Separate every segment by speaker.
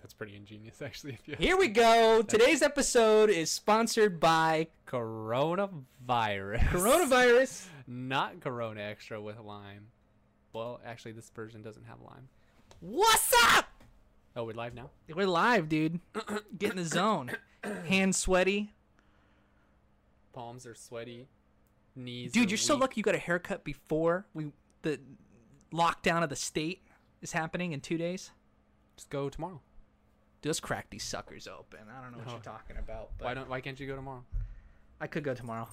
Speaker 1: That's pretty ingenious, actually. If you
Speaker 2: Here we go. Today's episode is sponsored by coronavirus.
Speaker 1: coronavirus, not Corona Extra with lime. Well, actually, this version doesn't have lime.
Speaker 2: What's up?
Speaker 1: Oh, we're live now.
Speaker 2: We're live, dude. Get in the zone. Hands sweaty.
Speaker 1: Palms are sweaty. Knees.
Speaker 2: Dude,
Speaker 1: are
Speaker 2: you're so
Speaker 1: weak.
Speaker 2: lucky you got a haircut before we the lockdown of the state is happening in two days.
Speaker 1: Just go tomorrow.
Speaker 2: Dude, let's crack these suckers open. I don't know what
Speaker 1: No.
Speaker 2: you're talking about, but
Speaker 1: Why don't? Why can't you go tomorrow?
Speaker 2: I could go tomorrow.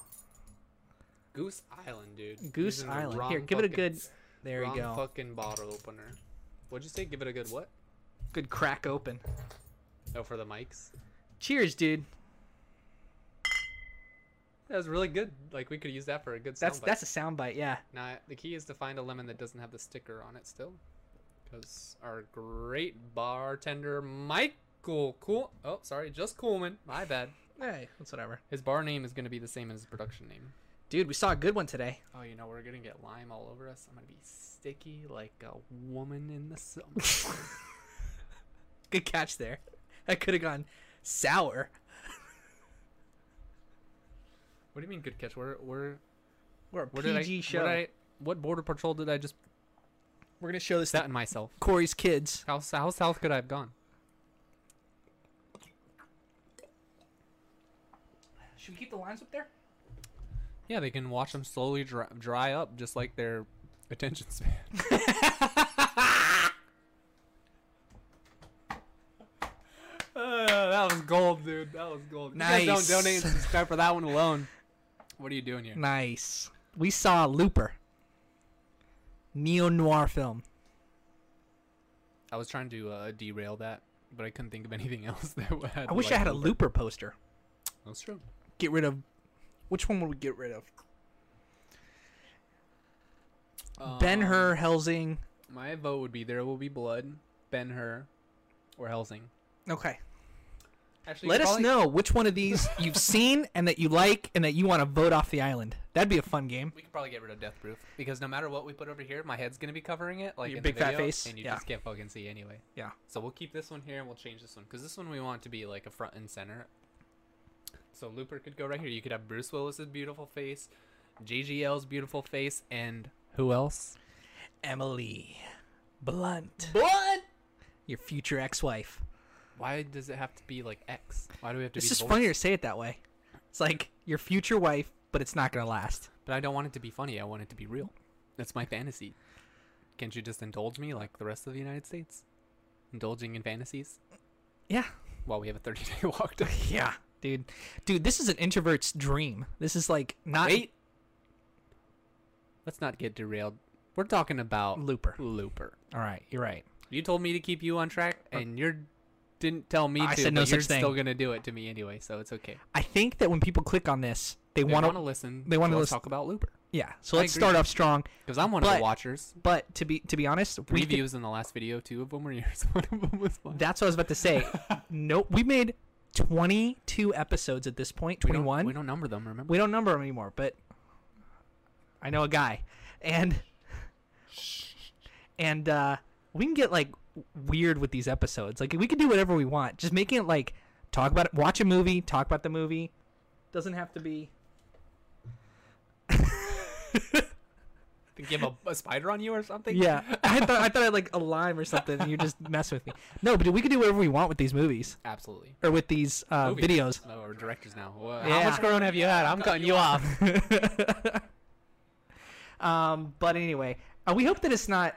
Speaker 1: Goose Island, dude.
Speaker 2: Goose
Speaker 1: Using the
Speaker 2: Island.
Speaker 1: wrong
Speaker 2: Here, give it a
Speaker 1: fucking-
Speaker 2: good. There
Speaker 1: wrong
Speaker 2: you go.
Speaker 1: Fucking bottle opener. What'd you say? Give it a good what?
Speaker 2: Good crack open.
Speaker 1: Oh, for the mics.
Speaker 2: Cheers, dude.
Speaker 1: That was really good. Like we could use that for a good.
Speaker 2: That's
Speaker 1: soundbite.
Speaker 2: that's a soundbite. Yeah.
Speaker 1: Now, the key is to find a lemon that doesn't have the sticker on it still. Because our great bartender, Michael Cool. Oh, sorry, just Coolman. My bad.
Speaker 2: Hey, that's whatever.
Speaker 1: His bar name is going to be the same as his production name.
Speaker 2: Dude, we saw a good one today.
Speaker 1: Oh, you know, we're going to get lime all over us. I'm going to be sticky like a woman in the summer.
Speaker 2: Good catch there. I could have gone sour.
Speaker 1: what do you mean, good catch? We're, we're,
Speaker 2: We're a
Speaker 1: what did I,
Speaker 2: PG show.
Speaker 1: What, did I, what border patrol did I just.
Speaker 2: We're gonna show this
Speaker 1: That
Speaker 2: to
Speaker 1: and myself.
Speaker 2: Corey's kids.
Speaker 1: How, s- how south could I have gone?
Speaker 2: Should we keep the lines up there?
Speaker 1: Yeah, they can watch them slowly dry, dry up just like their attention span. Uh, that was gold, dude. That was gold. You guys
Speaker 2: Nice.
Speaker 1: don't donate and subscribe for that one alone. What are you doing here?
Speaker 2: Nice. We saw Looper. Neo noir film.
Speaker 1: I was trying to uh, derail that, but I couldn't think of anything else that would.
Speaker 2: I wish I had a Looper poster.
Speaker 1: That's true.
Speaker 2: Get rid of. Which one would we get rid of?
Speaker 1: Um,
Speaker 2: ben Hur, Helsing.
Speaker 1: My vote would be there will be blood, Ben Hur, or Helsing.
Speaker 2: Okay.
Speaker 1: Actually,
Speaker 2: Let us know which one of these you've seen and that you like and that you want to vote off the island. That'd be a fun game.
Speaker 1: We could probably get rid of Death Proof because no matter what we put over here, my head's gonna be covering it, like
Speaker 2: Your
Speaker 1: in
Speaker 2: big
Speaker 1: the
Speaker 2: fat
Speaker 1: video,
Speaker 2: face,
Speaker 1: and you
Speaker 2: yeah.
Speaker 1: just can't fucking see anyway.
Speaker 2: Yeah.
Speaker 1: So we'll keep this one here and we'll change this one because this one we want to be like a front and center. So Looper could go right here. You could have Bruce Willis's beautiful face, JGL's beautiful face, and who else?
Speaker 2: Emily Blunt,
Speaker 1: Blood.
Speaker 2: your future ex-wife.
Speaker 1: Why does it have to be like X? Why do we have to
Speaker 2: It's
Speaker 1: be?
Speaker 2: just
Speaker 1: both?
Speaker 2: funnier to say it that way. It's like your future wife, but it's not gonna last.
Speaker 1: But I don't want it to be funny. I want it to be real. That's my fantasy. Can't you just indulge me like the rest of the United States? Indulging in fantasies
Speaker 2: Yeah.
Speaker 1: while we have a 30 day walk down.
Speaker 2: Yeah, dude. Dude, this is an introvert's dream. This is like not
Speaker 1: Wait. Let's not get derailed. We're talking about
Speaker 2: Looper.
Speaker 1: Looper.
Speaker 2: All right, you're right.
Speaker 1: You told me to keep you on track, and you are didn't tell me
Speaker 2: Uh, I
Speaker 1: to.
Speaker 2: said no
Speaker 1: but you're
Speaker 2: such thing.
Speaker 1: still gonna do it to me anyway, so it's okay.
Speaker 2: I think that when people click on this, they,
Speaker 1: They
Speaker 2: want
Speaker 1: want
Speaker 2: to
Speaker 1: to listen.
Speaker 2: they wanna
Speaker 1: let's
Speaker 2: listen-
Speaker 1: talk about Looper
Speaker 2: yeah. So
Speaker 1: I
Speaker 2: let's
Speaker 1: agree.
Speaker 2: start off strong.
Speaker 1: because I'm one of
Speaker 2: But-
Speaker 1: the watchers.
Speaker 2: But to be to be honest, we did-
Speaker 1: Reviews in the last video, two of them were yours. One of them was mine.
Speaker 2: that's what I was about to say. nope, we made 22 episodes at this point.
Speaker 1: We don't-
Speaker 2: 21.
Speaker 1: We don't number them. Remember?
Speaker 2: we don't number them anymore, but I know a guy, and and uh, we can get like weird with these episodes. Like we can do whatever we want. Just making it like talk about it, watch a movie, talk about the movie. Doesn't have to be.
Speaker 1: Think you have a, a spider on you or something?
Speaker 2: Yeah, I thought I thought I had like a lime or something. and You're just messing with me. No, but we can do whatever we want with these movies
Speaker 1: Absolutely.
Speaker 2: or with these uh,
Speaker 1: Movies.
Speaker 2: videos.
Speaker 1: Oh, we're directors now. Wha-
Speaker 2: Yeah.
Speaker 1: How much corona have you had? I'm cutting you off.
Speaker 2: um, but anyway, uh, we hope that it's not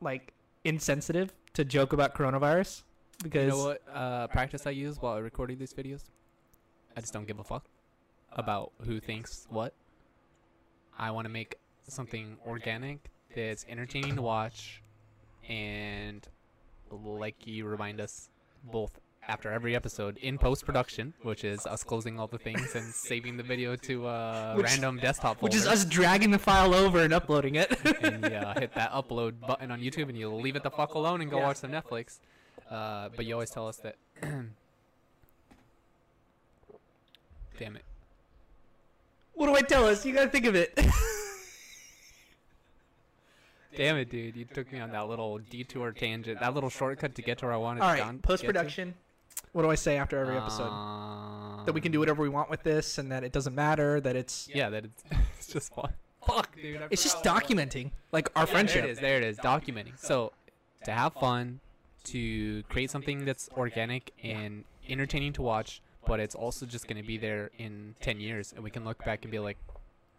Speaker 2: like insensitive to joke about coronavirus because
Speaker 1: You know what uh, practice I use while I recording these videos? I just don't give a fuck about who thinks what. I want to make something organic that's entertaining to watch and, like you remind us, both after every episode in post production, which is us closing all the things and saving the video to a
Speaker 2: Which-
Speaker 1: random desktop folder.
Speaker 2: which is us dragging the file over and uploading it.
Speaker 1: and you uh, hit that upload button on YouTube and you leave it the fuck alone and go
Speaker 2: Yeah.
Speaker 1: watch some Netflix. Uh, but you always tell us that. Damn it.
Speaker 2: what do I tell us? You gotta think of it.
Speaker 1: Damn it, dude! You took me on that little detour tangent, that little shortcut to get to where I wanted.
Speaker 2: All
Speaker 1: to
Speaker 2: right,
Speaker 1: gon-
Speaker 2: post production. What do I say after
Speaker 1: get to.
Speaker 2: every episode? That we can
Speaker 1: Um,
Speaker 2: do whatever we want with this, and that it doesn't matter. That it's
Speaker 1: Yeah, that it's, it's just fun. Fuck, dude! I
Speaker 2: it's just
Speaker 1: forgot what-
Speaker 2: documenting like our friendship.
Speaker 1: There it is. There it is. Documenting. So, to have fun, to create something that's organic and entertaining to watch, but it's also just going to be there in 10 years, and we can look back and be like,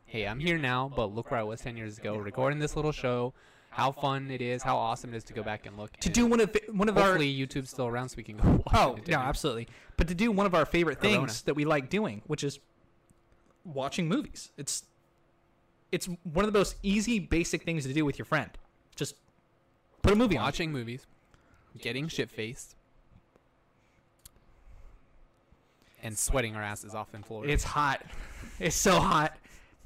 Speaker 1: "Hey, I'm here now, but look where I was 10 years ago, recording this little show. How fun it is! How awesome it is to go back and look."
Speaker 2: To
Speaker 1: and
Speaker 2: do one of one of our
Speaker 1: hopefully YouTube's still around, so we can go. Watch
Speaker 2: Oh,
Speaker 1: it
Speaker 2: no,
Speaker 1: again.
Speaker 2: absolutely. But to do one of our favorite things
Speaker 1: Corona.
Speaker 2: that we like doing, which is watching movies. It's it's one of the most easy basic things to do with your friend. Just put a movie
Speaker 1: Watching movies, getting shit faced. And sweating our asses off in
Speaker 2: on.
Speaker 1: Florida.
Speaker 2: It's hot. It's so hot.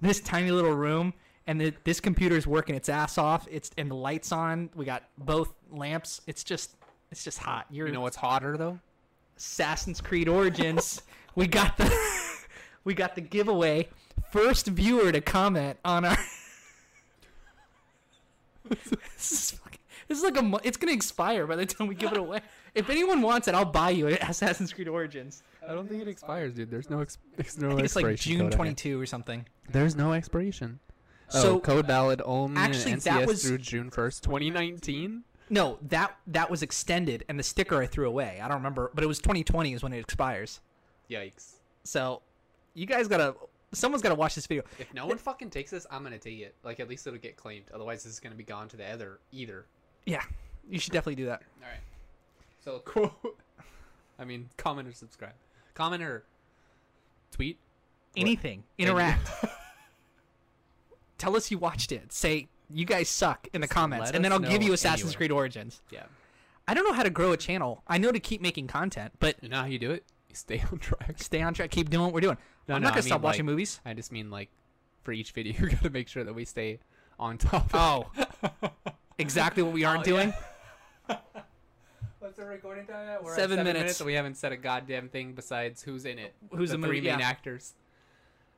Speaker 2: This tiny little room and the, this computer's working its ass off. It's and the lights on. We got both lamps. It's just it's just hot. You're
Speaker 1: you know what's hotter though?
Speaker 2: Assassin's Creed Origins. we got the we got the giveaway. First viewer to comment on our. this, is fucking, this is like a. mo- It's gonna expire by the time we give it away. If anyone wants it, I'll buy you an Assassin's Creed Origins.
Speaker 1: I don't think it expires, dude. There's no ex- there's no
Speaker 2: I think it's like
Speaker 1: expiration
Speaker 2: June
Speaker 1: code, I think.
Speaker 2: 22 or something.
Speaker 1: There's no expiration.
Speaker 2: So,
Speaker 1: oh, code valid only
Speaker 2: actually,
Speaker 1: in
Speaker 2: that
Speaker 1: NCS
Speaker 2: was-
Speaker 1: through June 1st, 2019.
Speaker 2: No, that that was extended, and the sticker I threw away. I don't remember, but it was 2020 is when it expires.
Speaker 1: Yikes!
Speaker 2: So, you guys gotta. Someone's gotta watch this video.
Speaker 1: If no one fucking takes this, I'm gonna take it. Like at least it'll get claimed. Otherwise, this is gonna be gone to the other either.
Speaker 2: Yeah, you should definitely do that.
Speaker 1: All right. So cool. I mean, comment or subscribe. Comment or tweet.
Speaker 2: anything
Speaker 1: Maybe.
Speaker 2: interact tell us you watched it say you guys suck in the comments
Speaker 1: let
Speaker 2: and then
Speaker 1: us
Speaker 2: i'll give
Speaker 1: know
Speaker 2: you assassin's
Speaker 1: anywhere.
Speaker 2: creed origins
Speaker 1: Yeah.
Speaker 2: i don't know how to grow a channel i know to keep making content but
Speaker 1: You know how you do it? You stay on track.
Speaker 2: stay on track keep doing what we're doing
Speaker 1: No,
Speaker 2: i'm
Speaker 1: no,
Speaker 2: not gonna
Speaker 1: I
Speaker 2: stop
Speaker 1: mean,
Speaker 2: watching
Speaker 1: like-
Speaker 2: movies
Speaker 1: I just mean like for each video, you gotta make sure that we stay on top.
Speaker 2: Oh.
Speaker 1: Oh.
Speaker 2: exactly what we aren't
Speaker 1: Oh, yeah.
Speaker 2: doing
Speaker 1: What's the recording time at? We're
Speaker 2: Seven
Speaker 1: at seven
Speaker 2: minutes.
Speaker 1: minutes. and We haven't said a goddamn thing besides who's in it.
Speaker 2: Who's
Speaker 1: the
Speaker 2: in the
Speaker 1: three
Speaker 2: movie,
Speaker 1: main
Speaker 2: yeah.
Speaker 1: actors?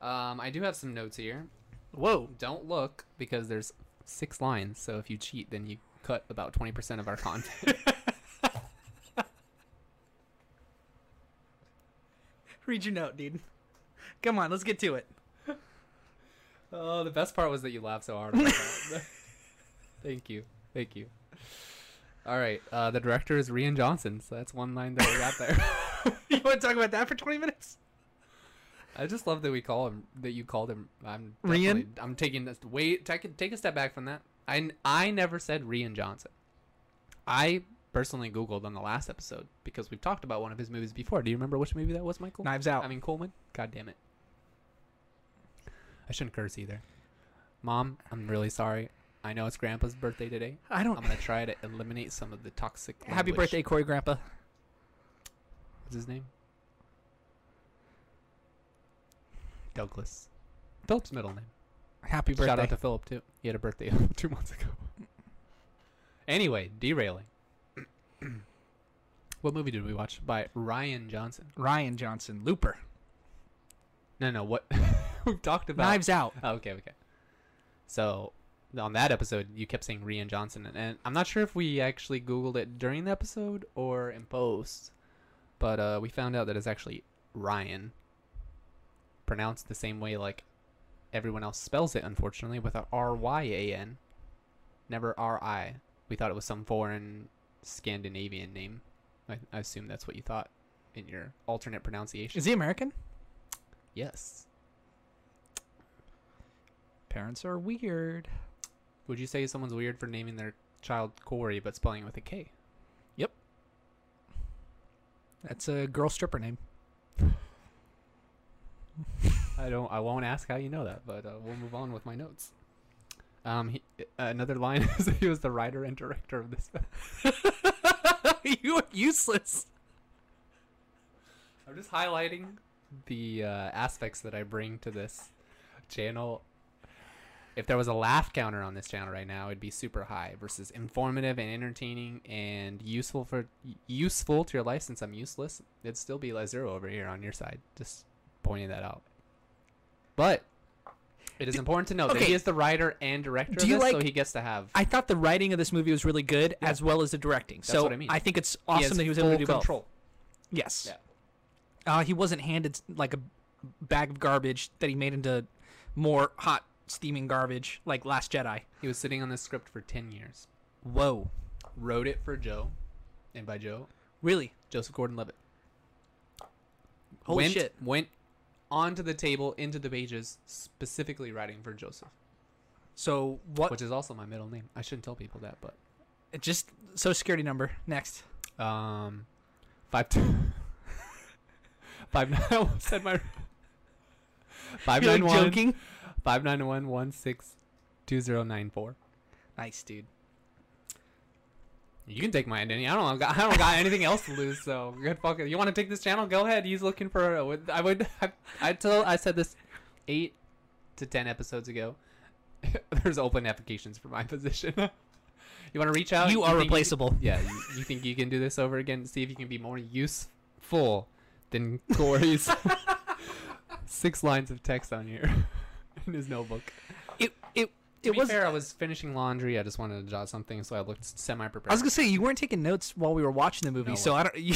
Speaker 1: Um, I do have some notes here.
Speaker 2: whoa
Speaker 1: Don't look because there's six lines. So if you cheat, then you cut about twenty percent of our content.
Speaker 2: read your note dude come on let's get to it
Speaker 1: oh, the best part was that you laughed so hard. about that. Thank you, thank you. All right, uh, the director is Rian Johnson. So that's one line that we got there.
Speaker 2: you want to talk about that for 20 minutes
Speaker 1: I just love that we call him that you called him. I'm
Speaker 2: Rian?
Speaker 1: definitely- I'm taking this way. Take take a step back from that. I n- I never said Rian Johnson. I personally googled on the last episode because we've talked about one of his movies before. Do you remember which movie that was, Michael?
Speaker 2: knives out
Speaker 1: I mean Coleman. God damn it. I shouldn't curse either. Mom, I'm really sorry. I know it's Grandpa's birthday today.
Speaker 2: i
Speaker 1: I'm
Speaker 2: don't
Speaker 1: gonna try to eliminate some of the toxic.
Speaker 2: happy
Speaker 1: language.
Speaker 2: birthday corey grandpa
Speaker 1: What's his name? Douglas. Philip's middle name.
Speaker 2: happy birthday
Speaker 1: Shout out to Philip too. He had a birthday two months ago. Anyway, derailing. what movie did we watch by Ryan Johnson?
Speaker 2: ryan johnson looper
Speaker 1: No, no. What we've talked about.
Speaker 2: knives out
Speaker 1: Oh, okay, okay. So on that episode, you kept saying Rian Johnson, and, and I'm not sure if we actually Googled it during the episode or in post, but uh, we found out that it's actually Ryan, pronounced the same way like everyone else spells it, unfortunately, with a R Y A N, never R I. We thought it was some foreign Scandinavian name. I, I assume that's what you thought in your alternate pronunciation.
Speaker 2: is he american
Speaker 1: Yes.
Speaker 2: parents are weird.
Speaker 1: Would you say someone's weird for naming their child Corey but spelling it with a K?
Speaker 2: That's a girl stripper name.
Speaker 1: I don't. I won't ask how you know that, but uh, we'll move on with my notes. Um, he, another line is that he was the writer and director of this.
Speaker 2: you are useless.
Speaker 1: I'm just highlighting the uh, aspects that I bring to this channel. If there was a laugh counter on this channel right now, it'd be super high versus informative and entertaining and useful for useful to your life. Since I'm useless, it'd still be like zero over here on your side. Just pointing that out. But It is important to note that
Speaker 2: okay.
Speaker 1: he is the writer and director
Speaker 2: Do
Speaker 1: of
Speaker 2: you
Speaker 1: this, so
Speaker 2: like-
Speaker 1: he gets to have
Speaker 2: I thought the writing of this movie was really good, as well as the directing. so
Speaker 1: what I mean.
Speaker 2: think it's
Speaker 1: he
Speaker 2: awesome
Speaker 1: has
Speaker 2: that he was able to
Speaker 1: full
Speaker 2: do
Speaker 1: control.
Speaker 2: both. Yes.
Speaker 1: Yeah.
Speaker 2: Uh, he wasn't handed like a bag of garbage that he made into more hot steaming garbage like Last Jedi.
Speaker 1: He was sitting on this script for ten years.
Speaker 2: Whoa,
Speaker 1: Wrote it for Joe, and by Joe,
Speaker 2: really?
Speaker 1: Joseph Gordon-Levitt.
Speaker 2: Holy
Speaker 1: went,
Speaker 2: shit!
Speaker 1: Went onto the table, into the pages, specifically writing for Joseph,
Speaker 2: So what?
Speaker 1: which is also my middle name. I shouldn't tell people that, but
Speaker 2: just social security number next.
Speaker 1: um, five two, five nine. I almost said my five
Speaker 2: You're,
Speaker 1: nine
Speaker 2: like,
Speaker 1: one
Speaker 2: joking.
Speaker 1: five nine one one six two zero nine four.
Speaker 2: Nice dude.
Speaker 1: You can take my identity. I don't. Got, I don't got anything else to lose. So good fucking. You want to take this channel? Go ahead. He's looking for. A, would- I would. I, I told. I said this eight to ten episodes ago. There's open applications for my position. you want to reach out?
Speaker 2: you are
Speaker 1: think
Speaker 2: replaceable.
Speaker 1: yeah. You, you think you can do this over again? See if you can be more useful than Corey's six lines of text on here in his notebook.
Speaker 2: It it
Speaker 1: To
Speaker 2: it
Speaker 1: be
Speaker 2: was.
Speaker 1: fair. I was finishing laundry. I just wanted to jot something, so I looked semi-prepared.
Speaker 2: I was gonna say you weren't taking notes while we were watching the movie,
Speaker 1: No,
Speaker 2: so I don't. You,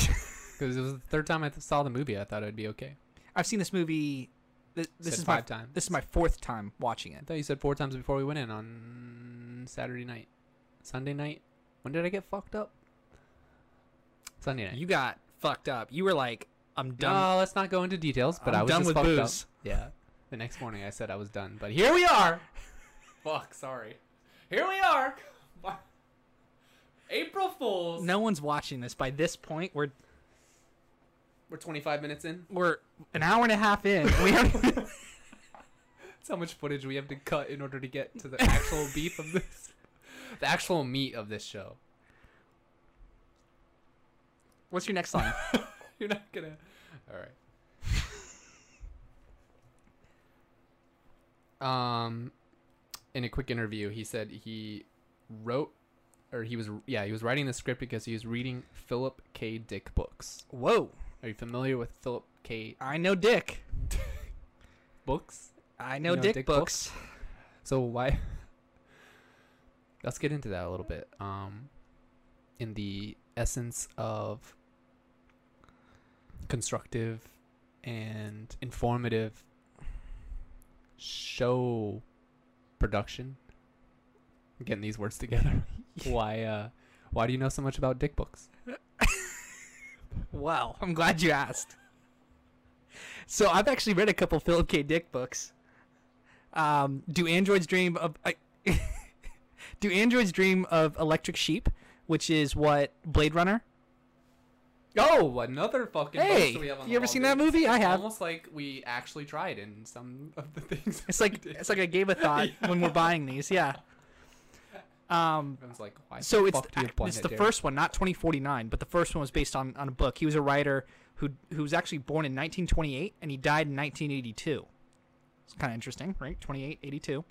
Speaker 1: Because it was the third time I th- saw the movie, I thought it'd be okay.
Speaker 2: I've seen this movie. This, this
Speaker 1: Said
Speaker 2: is my
Speaker 1: five times.
Speaker 2: this is my fourth time watching
Speaker 1: I
Speaker 2: it.
Speaker 1: thought you said four times before we went in on Saturday night, Sunday night. When did I get fucked up? Sunday night.
Speaker 2: You got fucked up. You were like, "I'm done."
Speaker 1: No, let's not go into details. But
Speaker 2: I'm
Speaker 1: i was
Speaker 2: done
Speaker 1: just
Speaker 2: with
Speaker 1: fucked
Speaker 2: booze.
Speaker 1: up. Yeah. The next morning, I said I was done, but here we are. Fuck. Sorry. Here we are. April Fools.
Speaker 2: No one's watching this. By this point, we're
Speaker 1: We're 25 minutes in.
Speaker 2: we're an hour and a half in. We haven't-
Speaker 1: That's how much footage we have to cut in order to get to the actual beef of this, the actual meat of this show.
Speaker 2: What's your next line?
Speaker 1: You're not gonna. All right. um, in a quick interview, he said he wrote, or he was yeah he was writing the script because he was reading Philip K. Dick books.
Speaker 2: Whoa!
Speaker 1: Are you familiar with Philip K.
Speaker 2: I know Dick.
Speaker 1: books?
Speaker 2: I know,
Speaker 1: You know
Speaker 2: Dick,
Speaker 1: Dick
Speaker 2: books.
Speaker 1: So why? Let's get into that a little bit. Um, in the essence of constructive and informative show production. I'm getting these words together. why? Uh, why do you know so much about dick books?
Speaker 2: Wow, I'm glad you asked. So I've actually read a couple Philip K. Dick books. Um, do androids dream of? I, do androids dream of electric sheep, which is what Blade Runner?
Speaker 1: Oh, another fucking.
Speaker 2: box Hey, that we have on you the ever wall, seen dude. that movie? I It's have.
Speaker 1: Almost like we actually tried in some of the things.
Speaker 2: It's like it's like I gave a thought when we're buying these. Yeah. Um,
Speaker 1: Everyone's like, why
Speaker 2: so
Speaker 1: the
Speaker 2: it's
Speaker 1: fuck do you apply
Speaker 2: it's
Speaker 1: that
Speaker 2: the
Speaker 1: there?
Speaker 2: first one, not 2049, but the first one was based on, on a book. He was a writer who who was actually born in 1928 and he died in 1982. It's kind of interesting, right? 28, 82,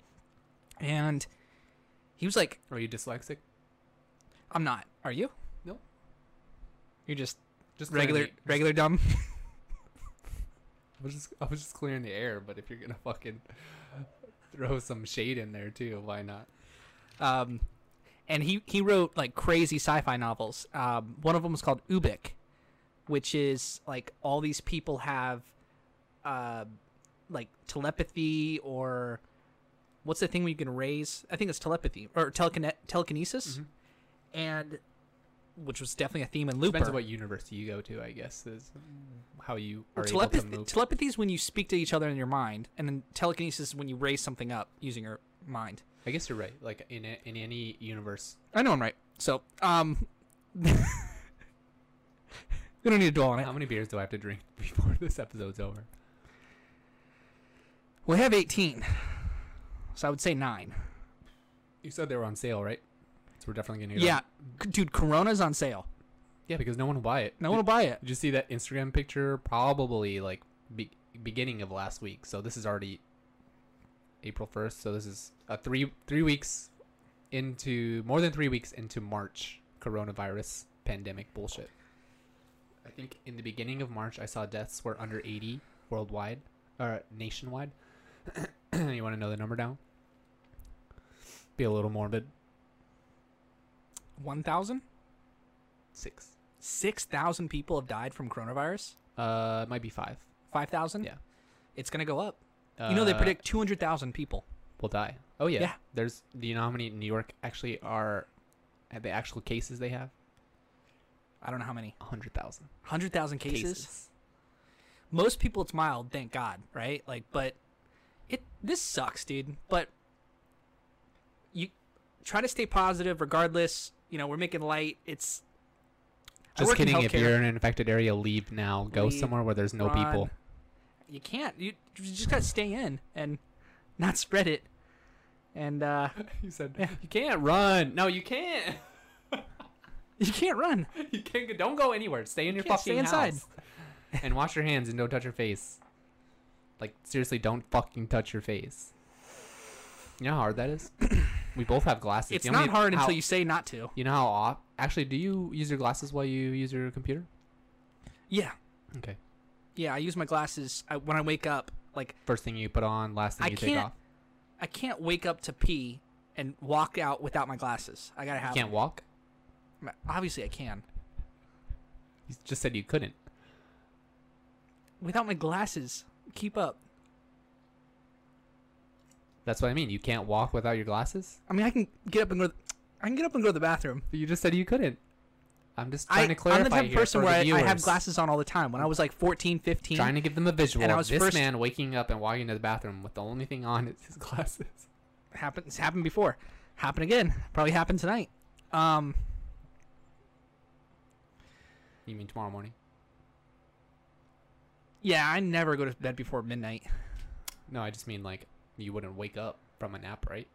Speaker 2: and he was like,
Speaker 1: Are you dyslexic?
Speaker 2: "I'm not. Are you?
Speaker 1: No.
Speaker 2: You're just
Speaker 1: Just clearing
Speaker 2: regular
Speaker 1: the-
Speaker 2: regular dumb."
Speaker 1: I was just I was just clearing the air, but if you're gonna fucking throw some shade in there too, why not?
Speaker 2: Um, and he, he wrote like crazy sci-fi novels. Um, one of them was called Ubik, which is like all these people have, uh, like telepathy or what's the thing where you can raise? I think it's telepathy or telekine- telekinesis,
Speaker 1: Mhm.
Speaker 2: and which was definitely a theme in Looper.
Speaker 1: Depends on what university you go to, I guess, is how you are able
Speaker 2: Well,
Speaker 1: to
Speaker 2: telepath-
Speaker 1: move.
Speaker 2: telepathy is when you speak to each other in your mind, and then telekinesis is when you raise something up using your mind.
Speaker 1: I guess you're right. Like in a, in any universe,
Speaker 2: I know I'm right. So, um, we don't need to dwell on it.
Speaker 1: how many beers do I have to drink before this episode's over?
Speaker 2: We have 18, so I would say nine.
Speaker 1: You said they were on sale, right? So we're definitely gonna. go-
Speaker 2: Yeah, C- dude, Corona's on sale.
Speaker 1: yeah, because no one will buy it.
Speaker 2: No one will buy it.
Speaker 1: Did you see that Instagram picture? Probably like be- beginning of last week. So this is already April first. So this is uh, three three weeks into more than three weeks into March coronavirus pandemic bullshit. I think in the beginning of March, I saw deaths were under eighty worldwide or nationwide. you want to know the number down? Be a little morbid.
Speaker 2: One thousand?
Speaker 1: Six.
Speaker 2: Six thousand people have died from coronavirus.
Speaker 1: Uh, it might be five.
Speaker 2: Five thousand?
Speaker 1: Yeah.
Speaker 2: It's gonna go up. you know they
Speaker 1: Uh,
Speaker 2: predict two hundred thousand people.
Speaker 1: will die. Oh yeah.
Speaker 2: Yeah.
Speaker 1: There's. Do you know how many in New York actually are? uh, The actual cases they have
Speaker 2: I don't know how many.
Speaker 1: a hundred thousand
Speaker 2: Hundred thousand cases. most people it's mild thank god right like but it this sucks dude but you try to stay positive regardless you know we're making light it's I
Speaker 1: Just
Speaker 2: work in
Speaker 1: kidding. If
Speaker 2: healthcare.
Speaker 1: you're in an infected area, leave now. Go
Speaker 2: Leave,
Speaker 1: somewhere where there's no
Speaker 2: run.
Speaker 1: people.
Speaker 2: you can't you, you just gotta stay in and not spread it and uh
Speaker 1: You said you can't run. No, you can't.
Speaker 2: you can't run
Speaker 1: You can't. go- Don't go anywhere. Stay in your
Speaker 2: can't
Speaker 1: fucking
Speaker 2: stay inside.
Speaker 1: house. and wash your hands and don't touch your face. Like seriously, don't fucking touch your face. You know how hard that is. we both have glasses.
Speaker 2: it's
Speaker 1: You know how
Speaker 2: not
Speaker 1: many-
Speaker 2: hard
Speaker 1: how-
Speaker 2: until you say not to
Speaker 1: You know how off. Actually, do you use your glasses while you use your computer?
Speaker 2: yeah
Speaker 1: Okay.
Speaker 2: yeah i use my glasses I, when i wake up like
Speaker 1: First thing you put on, last thing
Speaker 2: I
Speaker 1: you take
Speaker 2: can't
Speaker 1: off.
Speaker 2: i can't wake up to pee and walk out without my glasses i gotta
Speaker 1: You
Speaker 2: have
Speaker 1: can't walk.
Speaker 2: them. obviously i can
Speaker 1: You just said you couldn't.
Speaker 2: without my glasses. Keep up.
Speaker 1: That's what I mean. You can't walk without your glasses.
Speaker 2: I mean, I can get up and go. I can get up and go to the bathroom.
Speaker 1: But you just said you couldn't. I'm just
Speaker 2: I,
Speaker 1: trying to clarify
Speaker 2: I'm the type of
Speaker 1: here
Speaker 2: person
Speaker 1: for
Speaker 2: where
Speaker 1: the
Speaker 2: I, I have
Speaker 1: viewers.
Speaker 2: glasses on all the time. When I was like 14, 15,
Speaker 1: Trying to give them a visual.
Speaker 2: And I
Speaker 1: of
Speaker 2: was
Speaker 1: this
Speaker 2: first-
Speaker 1: man waking up and walking to the bathroom with the only thing on is his glasses.
Speaker 2: happened. It's happened before. Happened again. Probably happened tonight. Um,
Speaker 1: You mean tomorrow morning?
Speaker 2: yeah, I never go to bed before midnight.
Speaker 1: No, I just mean like you wouldn't wake up from a nap, right?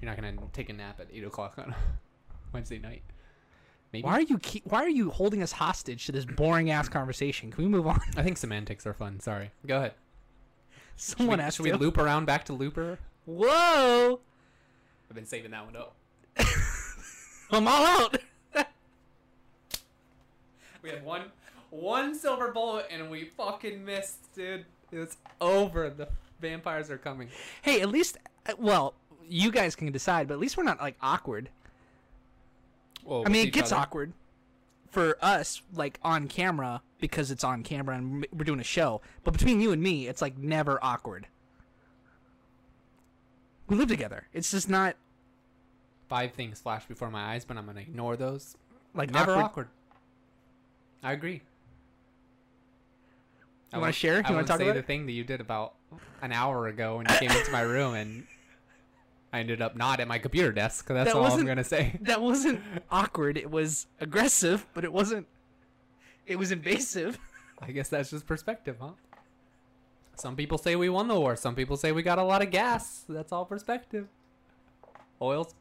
Speaker 1: You're not gonna take a nap at eight o'clock on Wednesday night. Maybe.
Speaker 2: Why are you keep, Why are you holding us hostage to this boring ass conversation? Can we move on?
Speaker 1: I think semantics are fun. Sorry. Go ahead. Should
Speaker 2: Someone
Speaker 1: we,
Speaker 2: asked
Speaker 1: should we
Speaker 2: to.
Speaker 1: loop around back to Looper?
Speaker 2: Whoa!
Speaker 1: I've been saving that one up.
Speaker 2: I'm all out.
Speaker 1: We had one one silver bullet and we fucking missed, dude. It's over. The vampires are coming.
Speaker 2: hey, at least, uh, well, you guys can decide, but at least we're not like awkward.
Speaker 1: Well,
Speaker 2: I mean, it gets awkward for us, like on camera, because it's on camera and m- we're doing a show. But between you and me, it's like never awkward. We live together. It's just not
Speaker 1: Five things flash before my eyes, but I'm gonna ignore those.
Speaker 2: like
Speaker 1: Never
Speaker 2: awkward.
Speaker 1: awkward. I agree. I
Speaker 2: wanna
Speaker 1: won't-
Speaker 2: share? You
Speaker 1: I
Speaker 2: wanna
Speaker 1: won't
Speaker 2: talk
Speaker 1: say
Speaker 2: about
Speaker 1: the
Speaker 2: it?
Speaker 1: thing that you did about an hour ago when you came into my room and I ended up not at my computer desk. That's
Speaker 2: That
Speaker 1: all I'm
Speaker 2: wasn't-
Speaker 1: gonna say.
Speaker 2: That wasn't awkward. It was aggressive, but it wasn't. It was invasive.
Speaker 1: I guess that's just perspective, huh? Some people say we won the war. Some people say we got a lot of gas. That's all perspective. Oils,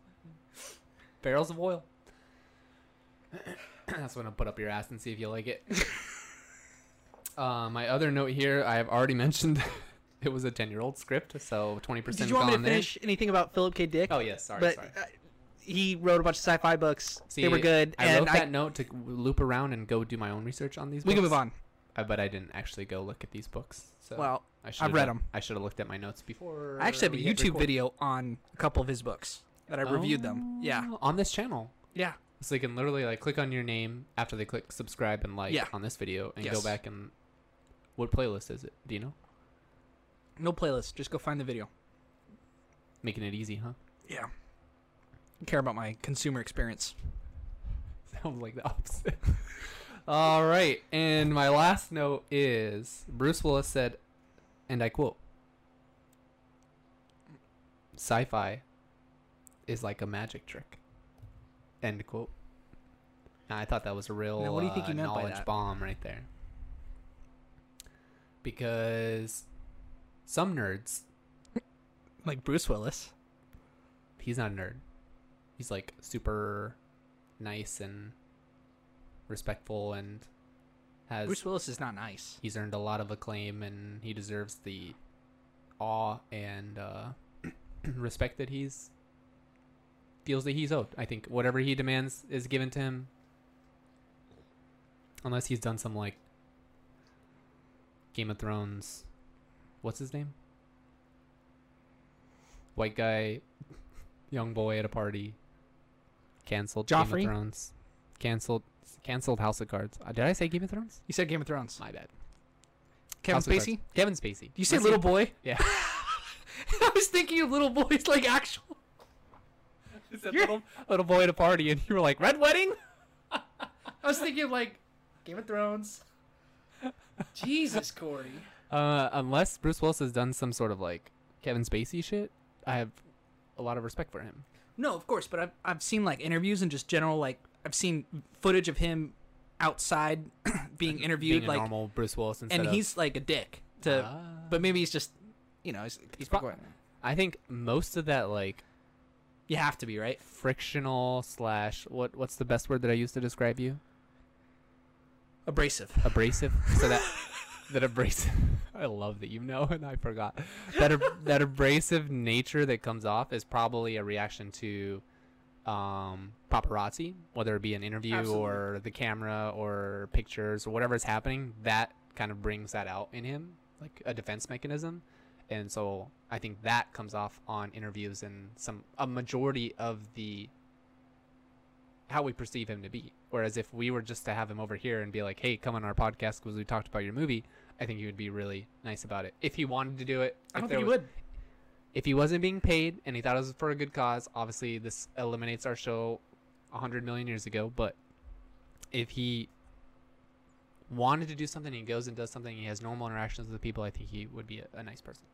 Speaker 1: barrels of oil. that's when I put up your ass and see if you like it. uh, my other note here, I have already mentioned it was a ten-year-old script, so twenty
Speaker 2: Did
Speaker 1: percent
Speaker 2: you want
Speaker 1: gone
Speaker 2: me to
Speaker 1: there.
Speaker 2: finish anything about Philip K. Dick?
Speaker 1: Oh yes, sorry,
Speaker 2: but
Speaker 1: sorry.
Speaker 2: uh, he wrote a bunch of sci-fi books. they were
Speaker 1: See,
Speaker 2: good,
Speaker 1: I
Speaker 2: and
Speaker 1: wrote
Speaker 2: I,
Speaker 1: that note to loop around and go do my own research on these.
Speaker 2: we
Speaker 1: books.
Speaker 2: can move on.
Speaker 1: I bet I didn't actually go look at these books. So
Speaker 2: Well,
Speaker 1: I should've
Speaker 2: read
Speaker 1: done-
Speaker 2: 'em.
Speaker 1: I should have looked at my notes before.
Speaker 2: I actually
Speaker 1: we
Speaker 2: have
Speaker 1: hit
Speaker 2: a YouTube
Speaker 1: record.
Speaker 2: video on a couple of his books that I reviewed them. Yeah,
Speaker 1: Oh, on this channel,
Speaker 2: yeah.
Speaker 1: so they can literally like click on your name after they click subscribe and like
Speaker 2: Yeah.
Speaker 1: on this video and go
Speaker 2: Yes.
Speaker 1: back and what playlist is it? Do you know?
Speaker 2: No playlist. Just go find the video.
Speaker 1: Making it easy, huh?
Speaker 2: Yeah. I care about my consumer experience.
Speaker 1: Sounds like the opposite. All right, and my last note is Bruce Willis said, and I quote: "Sci-fi is like a magic trick." End quote. Now, I thought that was a real
Speaker 2: Now, what do you think
Speaker 1: uh,
Speaker 2: he meant by
Speaker 1: knowledge
Speaker 2: that?
Speaker 1: bomb right there, because some nerds,
Speaker 2: Like Bruce Willis.
Speaker 1: he's not a nerd. He's like super nice and respectful and has
Speaker 2: Bruce Willis is not nice.
Speaker 1: he's earned a lot of acclaim and he deserves the awe and uh, respect that he's feels that he's owed. I think whatever he demands is given to him, unless he's done some like Game of Thrones. What's his name? white guy, young boy at a party. Cancelled Game of
Speaker 2: Joffrey?
Speaker 1: Thrones. Cancelled. Cancelled House of Cards. Uh, did I say Game of Thrones?
Speaker 2: You said Game of Thrones.
Speaker 1: My bad.
Speaker 2: Kevin
Speaker 1: House of Cards.
Speaker 2: Spacey.
Speaker 1: Kevin Spacey.
Speaker 2: Do you say
Speaker 1: Let's
Speaker 2: little
Speaker 1: see-
Speaker 2: boy?
Speaker 1: Yeah.
Speaker 2: I was thinking of little boys like actual.
Speaker 1: You said
Speaker 2: You're-
Speaker 1: little, little boy at a party, and you were like, "Red Wedding."
Speaker 2: I was thinking of like Game of Thrones. Jesus, Corey.
Speaker 1: Uh, unless Bruce Willis has done some sort of like Kevin Spacey shit, I have a lot of respect for him.
Speaker 2: No, of course, but I've I've seen like interviews and just general like I've seen footage of him outside being interviewed
Speaker 1: Being a
Speaker 2: like
Speaker 1: normal Bruce Willis, instead
Speaker 2: and
Speaker 1: of-
Speaker 2: he's like a dick to
Speaker 1: Ah.
Speaker 2: but maybe he's just you know he's, he's
Speaker 1: Pro-
Speaker 2: probably-
Speaker 1: I think most of that like
Speaker 2: you have to be right
Speaker 1: frictional slash what what's the best word that I use to describe you?
Speaker 2: abrasive
Speaker 1: Abrasive. So that that abrasive. I love that you know, and I forgot that ab- that abrasive nature that comes off is probably a reaction to um, paparazzi, whether it be an interview
Speaker 2: Absolutely.
Speaker 1: or the camera or pictures or whatever is happening. That kind of brings that out in him, like a defense mechanism. And so I think that comes off on interviews and some a majority of the how we perceive him to be. Whereas if we were just to have him over here and be like, "Hey, come on our podcast because we talked about your movie," I think he would be really nice about it if he wanted to do it.
Speaker 2: I don't
Speaker 1: if there
Speaker 2: think he
Speaker 1: was-
Speaker 2: would
Speaker 1: If he wasn't being paid and he thought it was for a good cause, obviously this eliminates our show a hundred million years ago. But if he wanted to do something, he goes and does something. He has normal interactions with people. I think he would be a, a nice person.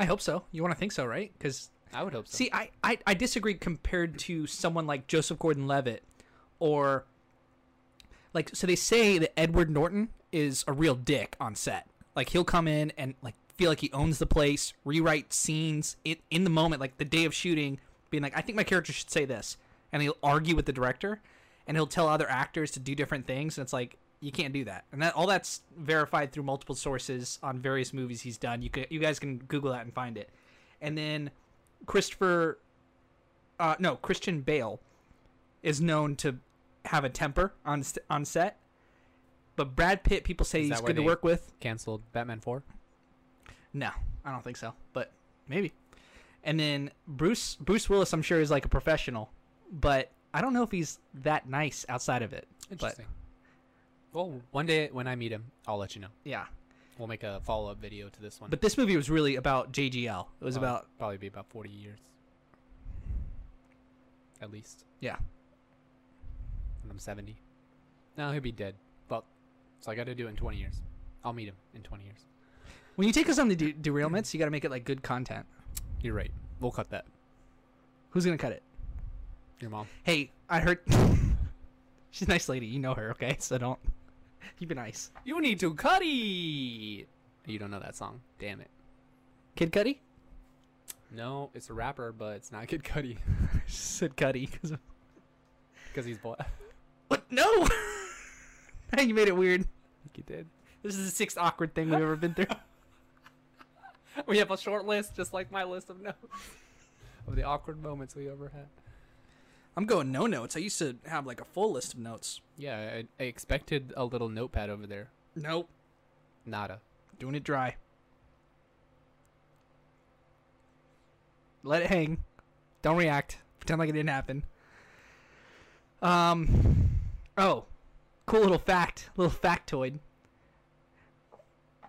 Speaker 2: I hope so you want to think so right because
Speaker 1: I would hope so.
Speaker 2: See, I, I, I disagree compared to someone like Joseph Gordon Levitt or like so they say that Edward Norton is a real dick on set. Like he'll come in and like feel like he owns the place, rewrite scenes in, in the moment, like the day of shooting, being like, I think my character should say this and he'll argue with the director and he'll tell other actors to do different things and it's like you can't do that. And that all that's verified through multiple sources on various movies he's done. You could, you guys can Google that and find it. And then Christopher, uh, no, Christian Bale is known to have a temper on st- on set. But Brad Pitt, people
Speaker 1: Is
Speaker 2: say he's
Speaker 1: that why
Speaker 2: good to
Speaker 1: they-
Speaker 2: work with.
Speaker 1: Cancelled Batman Four.
Speaker 2: No, I don't think so, but maybe. And then Bruce Bruce Willis, I'm sure, is like a professional, but I don't know if he's that nice outside of it.
Speaker 1: Interesting. well, one day when I meet him, I'll let you know.
Speaker 2: Yeah,
Speaker 1: We'll make a follow up video to this one.
Speaker 2: but this movie was really about JGL. It was
Speaker 1: Uh,
Speaker 2: about
Speaker 1: probably be about forty years, at least.
Speaker 2: Yeah.
Speaker 1: When I'm seventy, no, he'll be dead. But so I got to do it in twenty years. I'll meet him in twenty years.
Speaker 2: when you take us on the de- derailments, you got to make it like good content.
Speaker 1: You're right. We'll cut that.
Speaker 2: Who's gonna cut it?
Speaker 1: Your mom.
Speaker 2: Hey, I heard she's a nice lady. You know her, okay? So don't you be nice.
Speaker 1: You need to cutty. You don't know that song. Damn it.
Speaker 2: Kid Cuddy?
Speaker 1: No, it's a rapper, but it's not Kid Cudi
Speaker 2: I just said Cuddy 'cause of-
Speaker 1: because he's black.
Speaker 2: what? No. Now you made it weird.
Speaker 1: he did.
Speaker 2: This is the sixth awkward thing we've ever been through.
Speaker 1: We have a short list, just like my list of notes of the awkward moments we ever had.
Speaker 2: I'm going no notes. I used to have like a full list of notes.
Speaker 1: Yeah, I, I expected a little notepad over there.
Speaker 2: Nope.
Speaker 1: Nada.
Speaker 2: Doing it dry. Let it hang. Don't react. Pretend like it didn't happen. Um. Oh, cool little fact. Little factoid.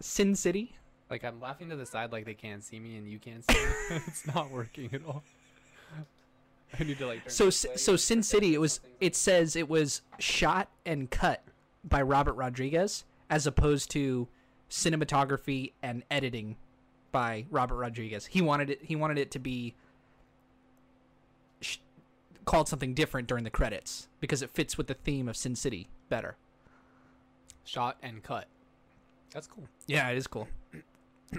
Speaker 2: Sin City.
Speaker 1: Like I'm laughing to the side, like they can't see me and you can't see me. it's not working at all. I need to like. turn
Speaker 2: So
Speaker 1: this
Speaker 2: S-
Speaker 1: way.
Speaker 2: so Sin City. It was. It says it was shot and cut by Robert Rodriguez, as opposed to cinematography and editing by Robert Rodriguez. He wanted it. He wanted it to be sh- called something different during the credits because it fits with the theme of Sin City better.
Speaker 1: shot and cut. That's cool.
Speaker 2: Yeah, it is cool.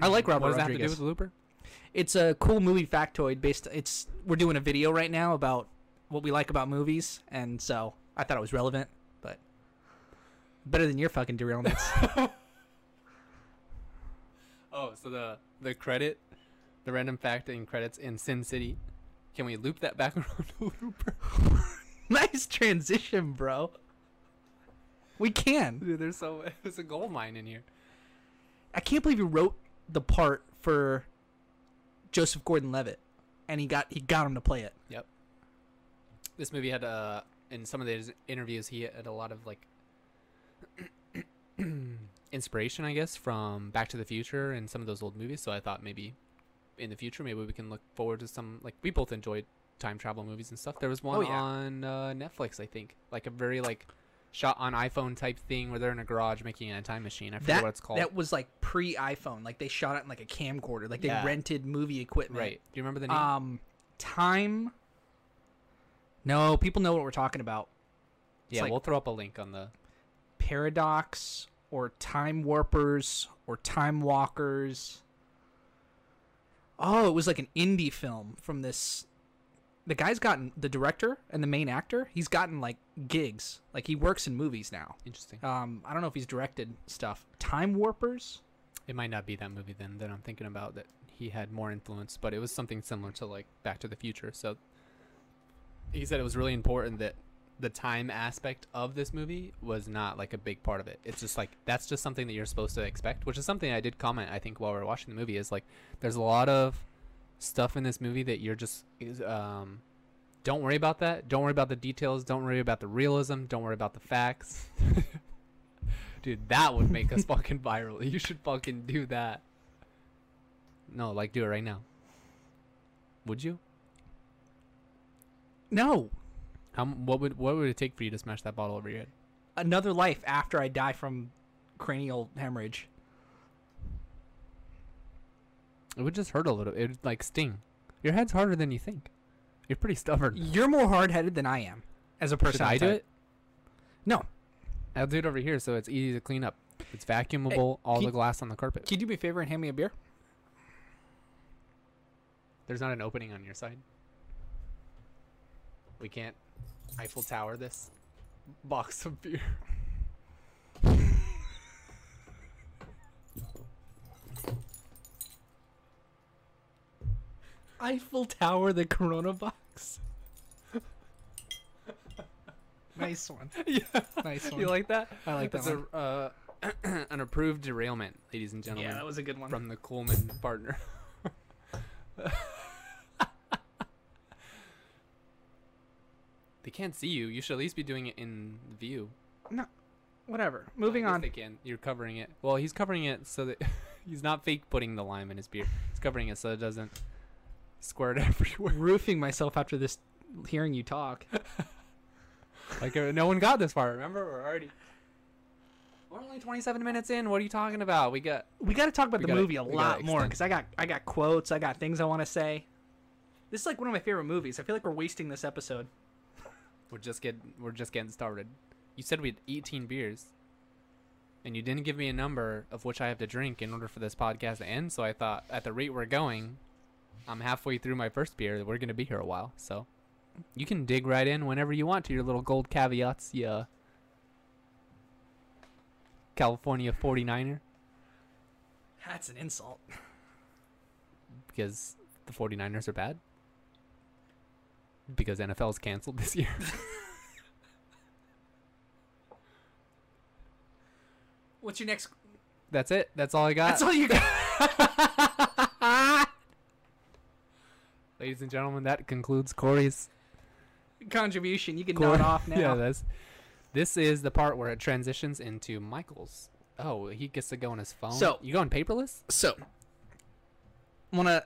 Speaker 2: I like Robert
Speaker 1: what does that have to do
Speaker 2: Rodriguez.
Speaker 1: with the Looper?
Speaker 2: it's a cool movie factoid based. It's we're doing a video right now about what we like about movies, and so I thought it was relevant, but better than your fucking derailments.
Speaker 1: Oh, so the the credit, the random fact and credits in Sin City. Can we loop that back around to Looper?
Speaker 2: nice transition, bro. We can.
Speaker 1: Dude, there's so there's a gold mine in here.
Speaker 2: I can't believe you wrote the part for Joseph Gordon-Levitt, and he got he got him to play it.
Speaker 1: Yep. This movie had uh in some of his interviews he had a lot of like inspiration, I guess, from Back to the Future and some of those old movies. So I thought maybe in the future maybe we can look forward to some like we both enjoyed time travel movies and stuff. There was one
Speaker 2: Oh, yeah.
Speaker 1: on uh, Netflix, I think, like a very like shot on iPhone type thing where they're in a garage making a time machine. I forget
Speaker 2: That
Speaker 1: what it's called.
Speaker 2: that was like pre iPhone. Like they shot it in like a camcorder. Like they
Speaker 1: Yeah.
Speaker 2: rented movie equipment.
Speaker 1: right. Do you remember the name?
Speaker 2: Um, time. No, people know what we're talking about.
Speaker 1: yeah,
Speaker 2: like-
Speaker 1: we'll throw up a link on the
Speaker 2: Paradox or time warpers or time walkers. Oh, it was like an indie film from this. The guy's gotten the director and the main actor. He's gotten like gigs. Like he works in movies now.
Speaker 1: interesting.
Speaker 2: Um, I don't know if he's directed stuff. Time warpers.
Speaker 1: It might not be that movie then that I'm thinking about that he had more influence, but it was something similar to like Back to the Future. So he said it was really important that the time aspect of this movie was not like a big part of it. It's just like that's just something that you're supposed to expect, which is something I did comment I think while we were watching the movie is like there's a lot of stuff in this movie that you're just is, um don't worry about that. Don't worry about the details. Don't worry about the realism. Don't worry about the facts. Dude, that would make us fucking viral. You should fucking do that. No, like do it right now. Would you?
Speaker 2: No,
Speaker 1: How m- what would what would it take for you to smash that bottle over your head?
Speaker 2: another life after I die from cranial hemorrhage.
Speaker 1: It would just hurt a little. It would like sting. Your head's harder than you think. You're pretty stubborn.
Speaker 2: You're more hard headed than I am as a person.
Speaker 1: Should I do it?
Speaker 2: No.
Speaker 1: I'll do it over here so it's easy to clean up. It's vacuumable, all
Speaker 2: can-
Speaker 1: the glass on the carpet.
Speaker 2: Can you do me a favor and hand me a beer?
Speaker 1: There's not an opening on your side. We can't Eiffel Tower this box of beer.
Speaker 2: Eiffel Tower, the Corona box. nice one.
Speaker 1: yeah.
Speaker 2: Nice one.
Speaker 1: You like that?
Speaker 2: I like that
Speaker 1: That's a, uh, an approved derailment, ladies and gentlemen,
Speaker 2: yeah, that was a good one.
Speaker 1: from the Coleman partner. they can't see you. You should at least be doing it in view.
Speaker 2: Whatever. Moving
Speaker 1: I guess
Speaker 2: on.
Speaker 1: They can. You're covering it. Well, he's covering it so that he's not fake putting the lime in his beer. He's covering it so it doesn't squirt everywhere.
Speaker 2: Roofing myself after this, hearing you talk.
Speaker 1: Like uh, no one got this far. Remember, we're already. We're only 27 minutes in. What are you talking about? We got
Speaker 2: We got to talk about
Speaker 1: We
Speaker 2: the
Speaker 1: gotta-
Speaker 2: movie a
Speaker 1: we gotta
Speaker 2: lot more
Speaker 1: extend.
Speaker 2: because I got I got quotes. I got things I want to say. This is like one of my favorite movies. I feel like we're wasting this episode.
Speaker 1: We're just get we're just getting started. You said we had 18 beers, and you didn't give me a number of which I have to drink in order for this podcast to end. So I thought, at the rate we're going, I'm halfway through my first beer. We're gonna be here a while, so you can dig right in whenever you want to your little gold caveats, uh, yeah. California 49er,
Speaker 2: That's an insult.
Speaker 1: because the 49ers are bad. Because NFL's canceled this year.
Speaker 2: What's your next?
Speaker 1: That's it. That's all I got.
Speaker 2: That's all you got.
Speaker 1: Ladies and gentlemen, that concludes Corey's
Speaker 2: Contribution. You can
Speaker 1: Corey-
Speaker 2: nod off now.
Speaker 1: yeah, that's this is the part where it transitions into Michael's. Oh, he gets to go on his phone.
Speaker 2: So-
Speaker 1: you going paperless?
Speaker 2: So, wanna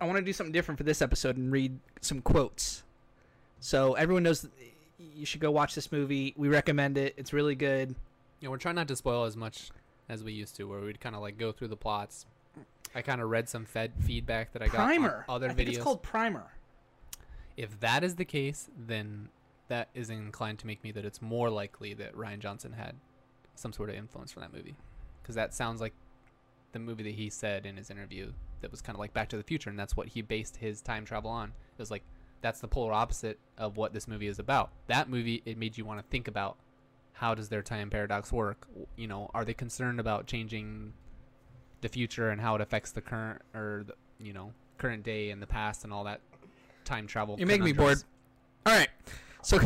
Speaker 2: I want to do something different for this episode and read some quotes. So everyone knows that you should go watch this movie. We recommend it. It's really good.
Speaker 1: Yeah, we're trying not to spoil as much as we used to, where we'd kind of like go through the plots. I kind of read some fed feedback that I got on
Speaker 2: Primer.
Speaker 1: other
Speaker 2: I
Speaker 1: videos.
Speaker 2: think it's called Primer.
Speaker 1: if that is the case, then that is inclined to make me that it's more likely that Ryan Johnson had some sort of influence from that movie, because that sounds like the movie that he said in his interview that was kind of like Back to the Future, and that's what he based his time travel on. It was like that's the polar opposite of what this movie is about. That movie it made you want to think about how does their time paradox work? W- You know, are they concerned about changing the future and how it affects the current or the, you know current day and the past and all that time travel?
Speaker 2: You're making me
Speaker 1: conundrums?
Speaker 2: bored. All right. So,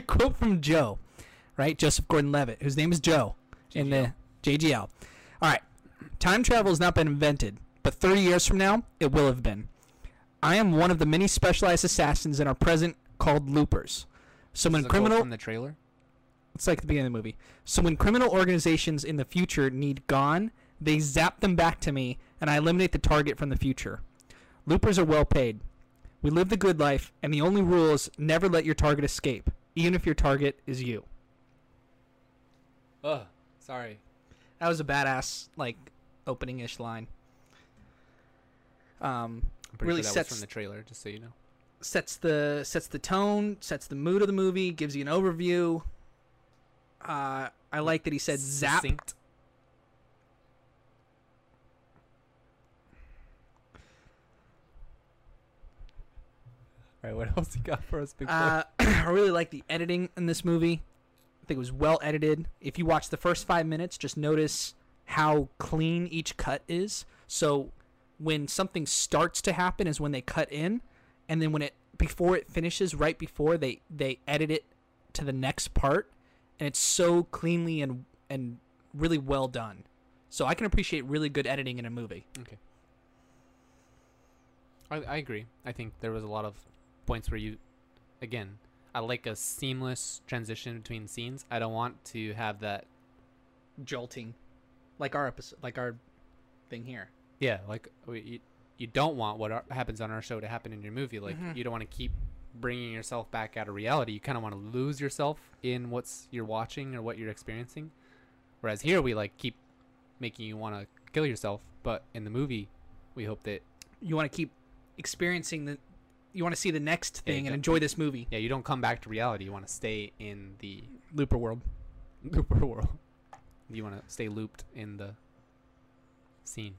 Speaker 2: quote from Joe, right? Joseph Gordon Levitt, whose name is Joe in the JGL. All right. Time travel has not been invented, but 30 years from now, it will have been. I am one of the many specialized assassins in our present called loopers. So
Speaker 1: This
Speaker 2: when
Speaker 1: is a quote
Speaker 2: criminal
Speaker 1: from the trailer.
Speaker 2: it's like the beginning of the movie. So when criminal organizations in the future need gone, they zap them back to me, and I eliminate the target from the future. Loopers are well paid. We live the good life, and the only rule is never let your target escape, even if your target is you.
Speaker 1: Ugh, sorry.
Speaker 2: That was a badass like opening ish line. Um,
Speaker 1: I'm pretty
Speaker 2: Really
Speaker 1: sure that
Speaker 2: sets-
Speaker 1: was from the trailer, just so you know.
Speaker 2: sets the sets the tone, sets the mood of the movie, gives you an overview. Uh, I like that he said zap.
Speaker 1: Succinct. All right, what else you got for us, big boy?
Speaker 2: Uh, I really like the editing in this movie. I think it was well edited. If you watch the first five minutes, just notice how clean each cut is. So when something starts to happen is when they cut in, and then when it before it finishes, right before they they edit it to the next part, and it's so cleanly and and really well done. So I can appreciate really good editing in a movie.
Speaker 1: Okay. I, I agree. I think there was a lot of points where you, again, I like a seamless transition between scenes. I don't want to have that.
Speaker 2: Jolting, like our episode, like our thing here.
Speaker 1: Yeah, like we, you, you don't want what ar- happens on our show to happen in your movie. Like
Speaker 2: Mhm.
Speaker 1: you don't want to keep bringing yourself back out of reality. You kind of want to lose yourself in what's you're watching or what you're experiencing. Whereas here we like keep making you want to kill yourself, but in the movie, we hope that
Speaker 2: you want to keep experiencing the you want to see the next
Speaker 1: Yeah,
Speaker 2: thing and
Speaker 1: exactly.
Speaker 2: enjoy this movie
Speaker 1: yeah you don't come back to reality. You want to stay in the
Speaker 2: looper world
Speaker 1: Looper world. You want to stay looped in the scene.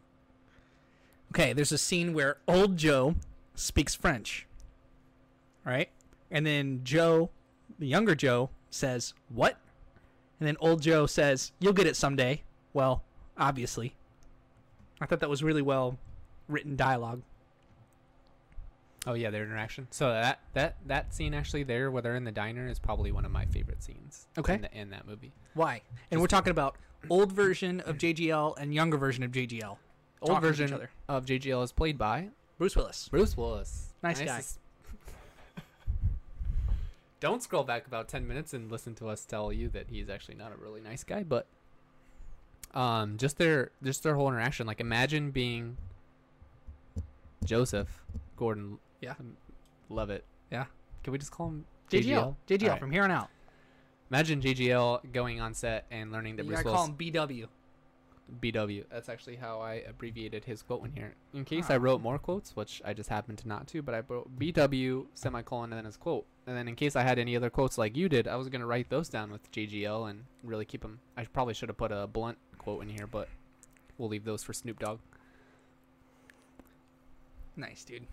Speaker 2: okay there's a scene where old joe speaks french right and then joe the younger joe says what and then old joe says you'll get it someday well obviously i thought that was really well written dialogue
Speaker 1: Oh yeah, their interaction. So that that that scene actually there, where they're in the diner, is probably one of my favorite scenes.
Speaker 2: Okay.
Speaker 1: In, the, in that movie,
Speaker 2: why and we're talking about old version of jgl and younger version of jgl
Speaker 1: old
Speaker 2: Talking to each
Speaker 1: version
Speaker 2: other.
Speaker 1: of JGL is played by
Speaker 2: bruce willis
Speaker 1: Bruce Willis.
Speaker 2: Nice guy.
Speaker 1: as- Don't scroll back about ten minutes and listen to us tell you that he's actually not a really nice guy, but um, just their just their whole interaction. Like imagine being Joseph Gordon.
Speaker 2: Yeah.
Speaker 1: love it.
Speaker 2: Yeah.
Speaker 1: Can we just call him
Speaker 2: jgl jgl,
Speaker 1: All right.
Speaker 2: from here on out
Speaker 1: Imagine JGL going on set and learning that
Speaker 2: you
Speaker 1: Bruce
Speaker 2: gotta call
Speaker 1: Willis
Speaker 2: him bw
Speaker 1: BW. That's actually how I abbreviated his quote in here. In case
Speaker 2: Ah.
Speaker 1: I wrote more quotes, which I just happened to not to, but I wrote BW semicolon and then his quote. And then in case I had any other quotes like you did, I was gonna write those down with JGL and really keep them. I probably should have put a blunt quote in here, but we'll leave those for Snoop Dogg.
Speaker 2: Nice, dude.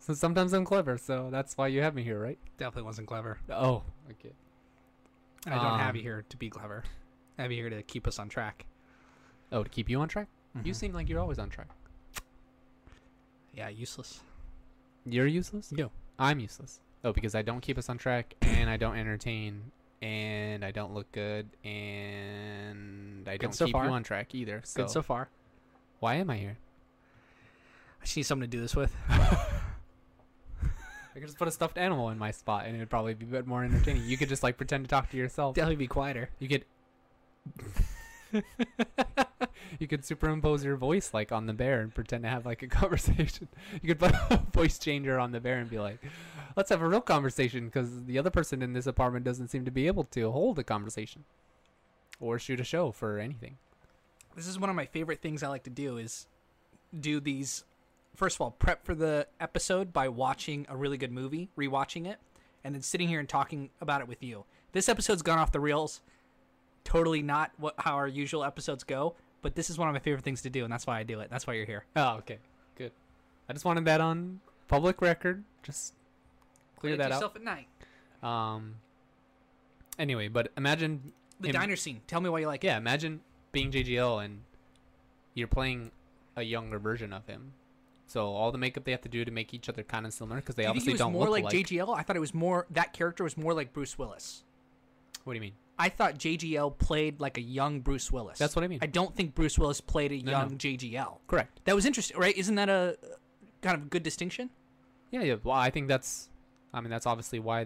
Speaker 1: So sometimes I'm clever, so that's why you have me here, right?
Speaker 2: Definitely wasn't clever.
Speaker 1: Oh, okay.
Speaker 2: And I don't have you
Speaker 1: Um,
Speaker 2: here to be clever. I have you here to keep us on track.
Speaker 1: Oh, to keep you on track. You
Speaker 2: Mhm.
Speaker 1: seem like you're always on track.
Speaker 2: yeah, useless.
Speaker 1: You're useless?
Speaker 2: You.
Speaker 1: I'm useless. Oh, because I don't keep us on track and I don't entertain and I don't look good and I
Speaker 2: Good
Speaker 1: don't
Speaker 2: so
Speaker 1: keep
Speaker 2: far.
Speaker 1: you on track either. So,
Speaker 2: Good so far.
Speaker 1: why am I here?
Speaker 2: I just need someone to do this with.
Speaker 1: I could just put a stuffed animal in my spot and it would probably be a bit more entertaining. you could just like pretend to talk to yourself.
Speaker 2: Definitely be quieter.
Speaker 1: You could You could superimpose your voice like on the bear and pretend to have like a conversation. You could put a voice changer on the bear and be like, "Let's have a real conversation because the other person in this apartment doesn't seem to be able to hold a conversation or shoot a show for anything."
Speaker 2: This is one of my favorite things I like to do is do these first of all, prep for the episode by watching a really good movie, rewatching it, and then sitting here and talking about it with you. This episode's gone off the rails. Totally not what how our usual episodes go, but this is one of my favorite things to do, and that's why I do it. That's why you're here.
Speaker 1: Oh, okay. Good. I just wanted that on public record. Just clear
Speaker 2: Look at
Speaker 1: that
Speaker 2: yourself at night.
Speaker 1: out. Um Anyway, but imagine
Speaker 2: The
Speaker 1: Him-
Speaker 2: diner scene. Tell me why you like it.
Speaker 1: yeah, imagine being JGL and you're playing a younger version of him. So all the makeup they have to do to make each other kind of similar because they
Speaker 2: You think
Speaker 1: obviously
Speaker 2: he was
Speaker 1: don't
Speaker 2: more
Speaker 1: look
Speaker 2: like
Speaker 1: alike.
Speaker 2: JGL? I thought it was more that character was more like Bruce Willis.
Speaker 1: What do you mean?
Speaker 2: I thought JGL played like a young Bruce Willis.
Speaker 1: That's what I mean.
Speaker 2: I don't think Bruce Willis played a
Speaker 1: No, no.
Speaker 2: young JGL.
Speaker 1: Correct.
Speaker 2: That was interesting, right? Isn't that a uh, kind of good distinction?
Speaker 1: Yeah, yeah. Well, I think that's, I mean, that's obviously why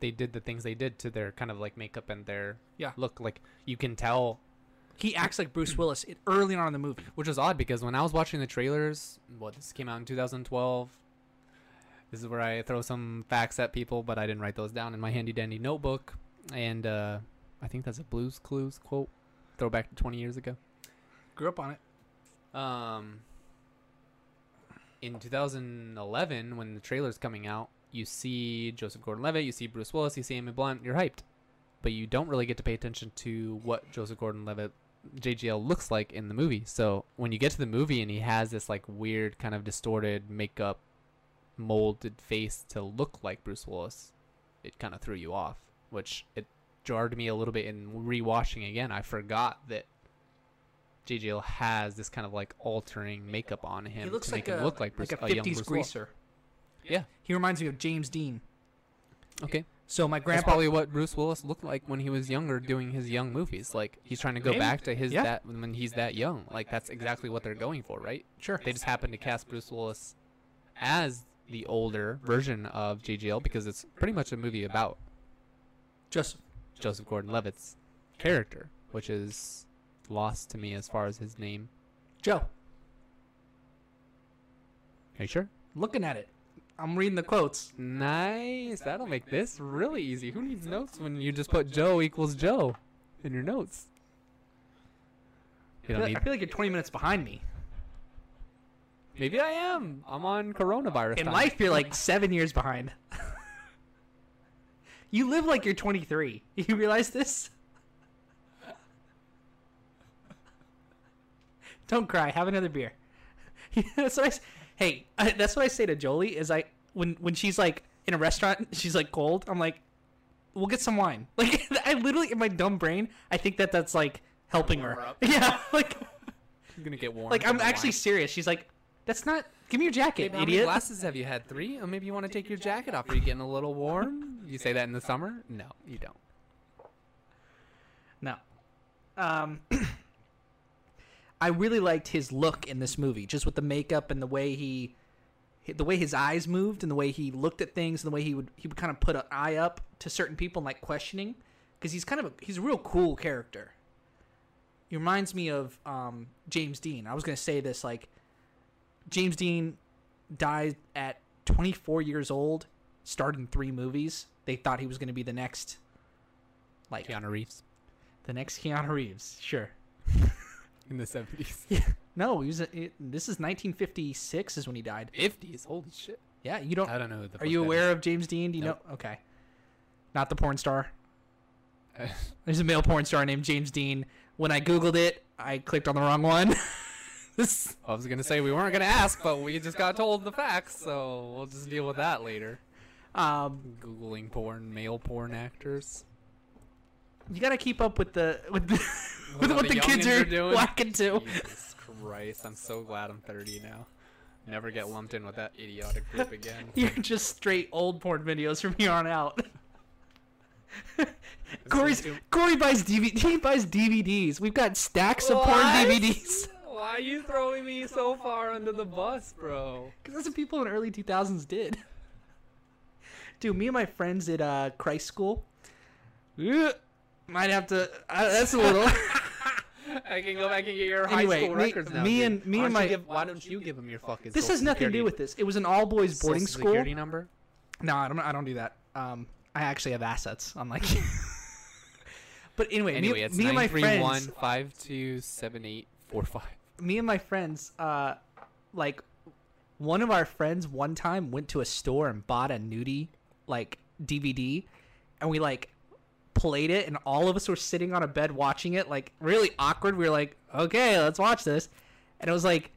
Speaker 1: they did the things they did to their kind of like makeup and their
Speaker 2: Yeah.
Speaker 1: look. Like you can tell,
Speaker 2: He acts like Bruce Willis in- early on in the movie.
Speaker 1: which was odd because when I was watching the trailers, what this came out in 2012. This is where I throw some facts at people, but I didn't write those down in my handy dandy notebook. And uh, I think that's a Blues Clues quote, throwback to 20 years ago.
Speaker 2: Grew up on it.
Speaker 1: Um, in 2011, when the trailer's coming out, you see Joseph Gordon-Levitt, you see Bruce Willis, you see Amy Blunt, you're hyped, but you don't really get to pay attention to what Joseph Gordon-Levitt JGL looks like in the movie. So when you get to the movie and he has this like weird kind of distorted makeup molded face to look like Bruce Willis, it kind of threw you off, which it jarred me a little bit in rewatching again. I forgot that JGL has this kind of like altering makeup on him
Speaker 2: he looks
Speaker 1: to
Speaker 2: like
Speaker 1: make
Speaker 2: a,
Speaker 1: him look like Bruce,
Speaker 2: like a
Speaker 1: a young
Speaker 2: 50s
Speaker 1: Bruce Willis.
Speaker 2: greaser.
Speaker 1: Yeah.
Speaker 2: He reminds me of James Dean.
Speaker 1: Okay.
Speaker 2: So my
Speaker 1: That's
Speaker 2: grandpa
Speaker 1: probably what Bruce Willis looked like when he was younger doing his young movies. Like he's trying to go
Speaker 2: Maybe.
Speaker 1: back to his
Speaker 2: Yeah.
Speaker 1: that when he's that young. Like that's exactly what they're going for, right?
Speaker 2: Sure.
Speaker 1: They just happen to cast Bruce Willis as the older version of JGL because it's pretty much a movie about
Speaker 2: just
Speaker 1: Joseph Gordon-Levitt's character, which is lost to me as far as his name.
Speaker 2: Joe
Speaker 1: Are you sure?
Speaker 2: looking at it. I'm reading the quotes.
Speaker 1: Nice. That'll make this really easy. Who needs notes when you just put Joe equals Joe in your notes? You
Speaker 2: I
Speaker 1: don't
Speaker 2: feel-
Speaker 1: need
Speaker 2: I feel like you're 20 minutes behind me.
Speaker 1: Maybe I am. I'm on coronavirus.
Speaker 2: In
Speaker 1: time.
Speaker 2: life, you're like seven years behind. you live like you're 23. You realize this? Don't cry. Have another beer. that's what I. s- Hey, I, that's what I say to Jolie. Is I when when she's like in a restaurant, she's like cold. I'm like, we'll get some wine. Like I literally in my dumb brain, I think that that's like helping
Speaker 1: Warm
Speaker 2: her.
Speaker 1: her up.
Speaker 2: Yeah, like
Speaker 1: You're gonna get warm.
Speaker 2: like
Speaker 1: from
Speaker 2: I'm
Speaker 1: the
Speaker 2: actually
Speaker 1: wine.
Speaker 2: serious. She's like, that's not. Give me your jacket,
Speaker 1: How many
Speaker 2: idiot.
Speaker 1: glasses have you had? Three? Or maybe you want to take your jacket off. Are you getting a little warm? You say that in the summer? No, you don't.
Speaker 2: No. Um, I really liked his look in this movie, just with the makeup and the way he, the way his eyes moved and the way he looked at things and the way he would he would kind of put an eye up to certain people and like questioning, because he's kind of a, he's a real cool character. He reminds me of um, James Dean. I was gonna say this like, James Dean died at 24 years old, starred in three movies. They thought he was gonna be the next, like
Speaker 1: Keanu Reeves
Speaker 2: the next Keanu Reeves, sure.
Speaker 1: in the 70s,
Speaker 2: No, he was. A, it, this is 1956 is when he died.
Speaker 1: 50s. Holy shit!
Speaker 2: Yeah, you don't.
Speaker 1: I don't know. Who the
Speaker 2: Are you aware of James Dean? Do you
Speaker 1: Uh, Nope.
Speaker 2: know? Okay, not the porn star.
Speaker 1: of?
Speaker 2: There's a male porn star named James Dean. When I googled it, I clicked on the wrong one. this
Speaker 1: I was gonna say we weren't gonna ask, but we just got told the facts, so we'll just deal with that later.
Speaker 2: um,
Speaker 1: Googling porn, male porn actors.
Speaker 2: you gotta keep up with the with the,
Speaker 1: what
Speaker 2: with what
Speaker 1: the
Speaker 2: the,
Speaker 1: young
Speaker 2: kids
Speaker 1: kids
Speaker 2: are
Speaker 1: are doing.
Speaker 2: whacking to.
Speaker 1: Jesus Christ! I'm so glad I'm 30 now. Never get lumped in with that idiotic group again.
Speaker 2: You're just straight old porn videos from here on out. Corey's,
Speaker 1: too-
Speaker 2: Corey buys DVD. He buys DVDs. We've got stacks of porn
Speaker 1: What?
Speaker 2: DVDs.
Speaker 1: Why are you throwing me so far under the bus, bro?
Speaker 2: Because that's what people in the early 2000s did. Dude, me and my friends at uh, Christ School. Ugh, Might have to. Uh, that's a little.
Speaker 1: I can go back and get your
Speaker 2: Anyway,
Speaker 1: high school
Speaker 2: me-
Speaker 1: records now.
Speaker 2: me
Speaker 1: dude.
Speaker 2: and- me
Speaker 1: Why
Speaker 2: and
Speaker 1: don't you
Speaker 2: my-
Speaker 1: give- why don't you give him your fucking?
Speaker 2: this has
Speaker 1: social
Speaker 2: nothing to
Speaker 1: security-
Speaker 2: do with this. It was an all boys boarding
Speaker 1: social
Speaker 2: school.
Speaker 1: Security number.
Speaker 2: No, I don't. I don't do that. Um, I actually have assets. I'm like. but anyway,
Speaker 1: Anyway,
Speaker 2: me,
Speaker 1: it's
Speaker 2: me and my friends.
Speaker 1: 931-527-845.
Speaker 2: me and my friends, uh, like, one of our friends one time went to a store and bought a nudie like DVD, and we like played it, and all of us were sitting on a bed watching it, like really awkward. We were like, okay, let's watch this, and it was like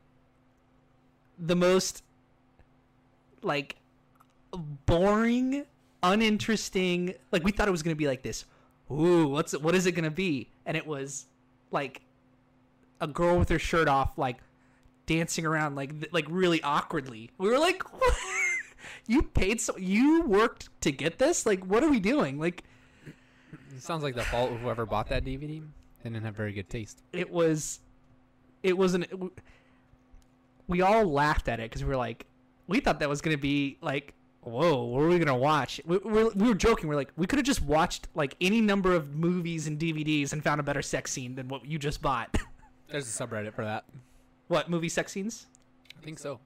Speaker 2: the most like boring, uninteresting. Like we thought it was gonna be like this. Ooh, what's it, what is it gonna be? And it was like a girl with her shirt off, like dancing around, like th- like really awkwardly. We were like, "You paid so you worked to get this? Like, what are we doing? Like,
Speaker 1: It sounds like the fault of whoever bought that DVD. They didn't have very good taste.
Speaker 2: it was it was an we all laughed at it because we were like we thought that was gonna be like whoa what are we gonna watch we, we, we were joking we are like we could have just watched like any number of movies and dvds and found a better sex scene than what you just bought
Speaker 1: There's a subreddit for that.
Speaker 2: what movie sex scenes
Speaker 1: I think so.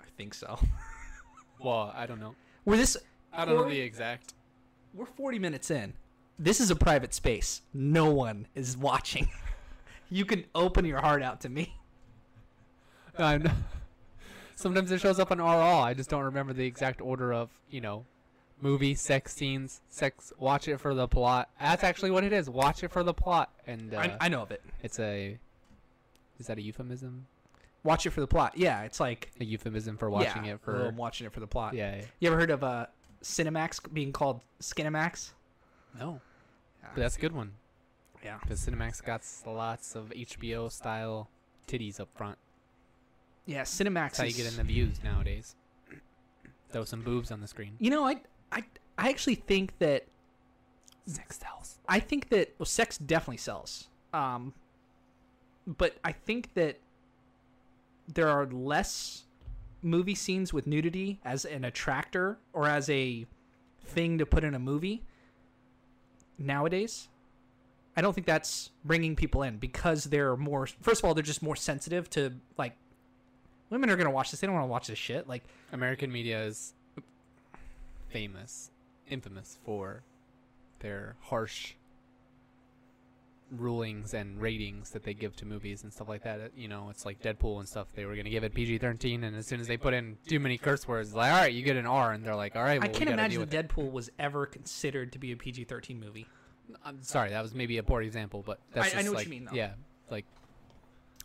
Speaker 2: i think so
Speaker 1: Well, I don't know.
Speaker 2: we're this
Speaker 1: I don't know
Speaker 2: Or-
Speaker 1: the exact.
Speaker 2: we're 40 minutes in this is a private space no one is watching you can open your heart out to me
Speaker 1: I know. Sometimes it shows up on RL. I just don't remember the exact order of, you know, movie, sex scenes, sex, watch it for the plot. That's actually what it is. Watch it for the plot. And uh,
Speaker 2: I, I know of it
Speaker 1: it's a. Is that a euphemism?
Speaker 2: watch it for the plot yeah it's like
Speaker 1: A euphemism for watching
Speaker 2: yeah,
Speaker 1: it
Speaker 2: well,
Speaker 1: for.
Speaker 2: I'm watching it for the plot
Speaker 1: Yeah, yeah.
Speaker 2: You ever heard of uh, Cinemax being called Skinemax?
Speaker 1: No. But that's a good one.
Speaker 2: Yeah.
Speaker 1: Because Cinemax got s- lots of HBO style titties up front.
Speaker 2: Yeah, Cinemax.
Speaker 1: That's how you
Speaker 2: is-
Speaker 1: get in the views nowadays. Throw some boobs on the screen.
Speaker 2: You know, I, I, I actually think that
Speaker 1: Sex tells.
Speaker 2: I think that well, sex definitely sells. Um, but I think that there are less movie scenes with nudity as an attractor or as a thing to put in a movie nowadays. I don't think that's bringing people in because they're more. First of all, they're just more sensitive to like women are gonna watch this. They don't want to watch this shit. Like
Speaker 1: American media is famous, infamous for their harsh rulings and ratings that they give to movies and stuff like that. Uh, You know, it's like Deadpool and stuff. They were gonna give it PG-13, and as soon as they put in too many curse words, like, all right, you get an R, and they're like, all right, well,
Speaker 2: I
Speaker 1: we
Speaker 2: can't
Speaker 1: gotta
Speaker 2: imagine
Speaker 1: deal
Speaker 2: that Deadpool was ever considered to be a PG thirteen movie.
Speaker 1: with it." I'm sorry, that was maybe a poor example, but that's
Speaker 2: I- I
Speaker 1: just
Speaker 2: know what
Speaker 1: like,
Speaker 2: you mean, though.
Speaker 1: Yeah, like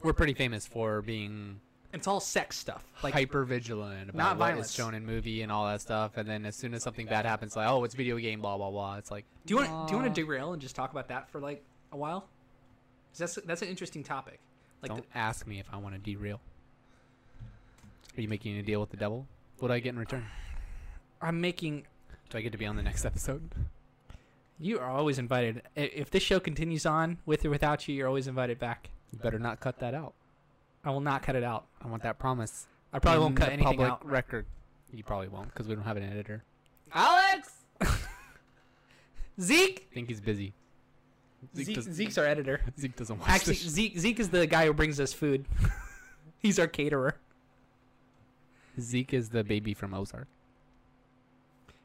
Speaker 1: we're pretty famous for being
Speaker 2: And it's all sex stuff. Like
Speaker 1: hyper vigilant about
Speaker 2: Not
Speaker 1: what is
Speaker 2: violence.
Speaker 1: shown in movie and all that stuff. And then as soon as something bad happens, like oh, it's video game, blah blah blah. It's like
Speaker 2: Do you want to do you want to derail and just talk about that for like a while? 'Cause that's that's an interesting topic. Like
Speaker 1: don't ask me if I want to derail. Are you making a deal with the devil? What do I get in return?
Speaker 2: the- I'm making.
Speaker 1: Do I get to be on the next episode?
Speaker 2: You are always invited. I- If this show continues on with or without you, you're always invited back.
Speaker 1: You better not cut that out.
Speaker 2: I will not cut it out.
Speaker 1: I want that promise.
Speaker 2: I probably won't
Speaker 1: In
Speaker 2: cut
Speaker 1: the
Speaker 2: anything
Speaker 1: public
Speaker 2: out.
Speaker 1: record. You probably won't because we don't have an editor.
Speaker 2: Alex, Zeke,
Speaker 1: I think he's busy. Zeke,
Speaker 2: Zeke
Speaker 1: doesn't,
Speaker 2: Zeke's our editor.
Speaker 1: Zeke doesn't watch
Speaker 2: Actually,
Speaker 1: Actually, this.
Speaker 2: Zeke Zeke is the guy who brings us food. He's our caterer.
Speaker 1: Zeke is the baby from Ozark.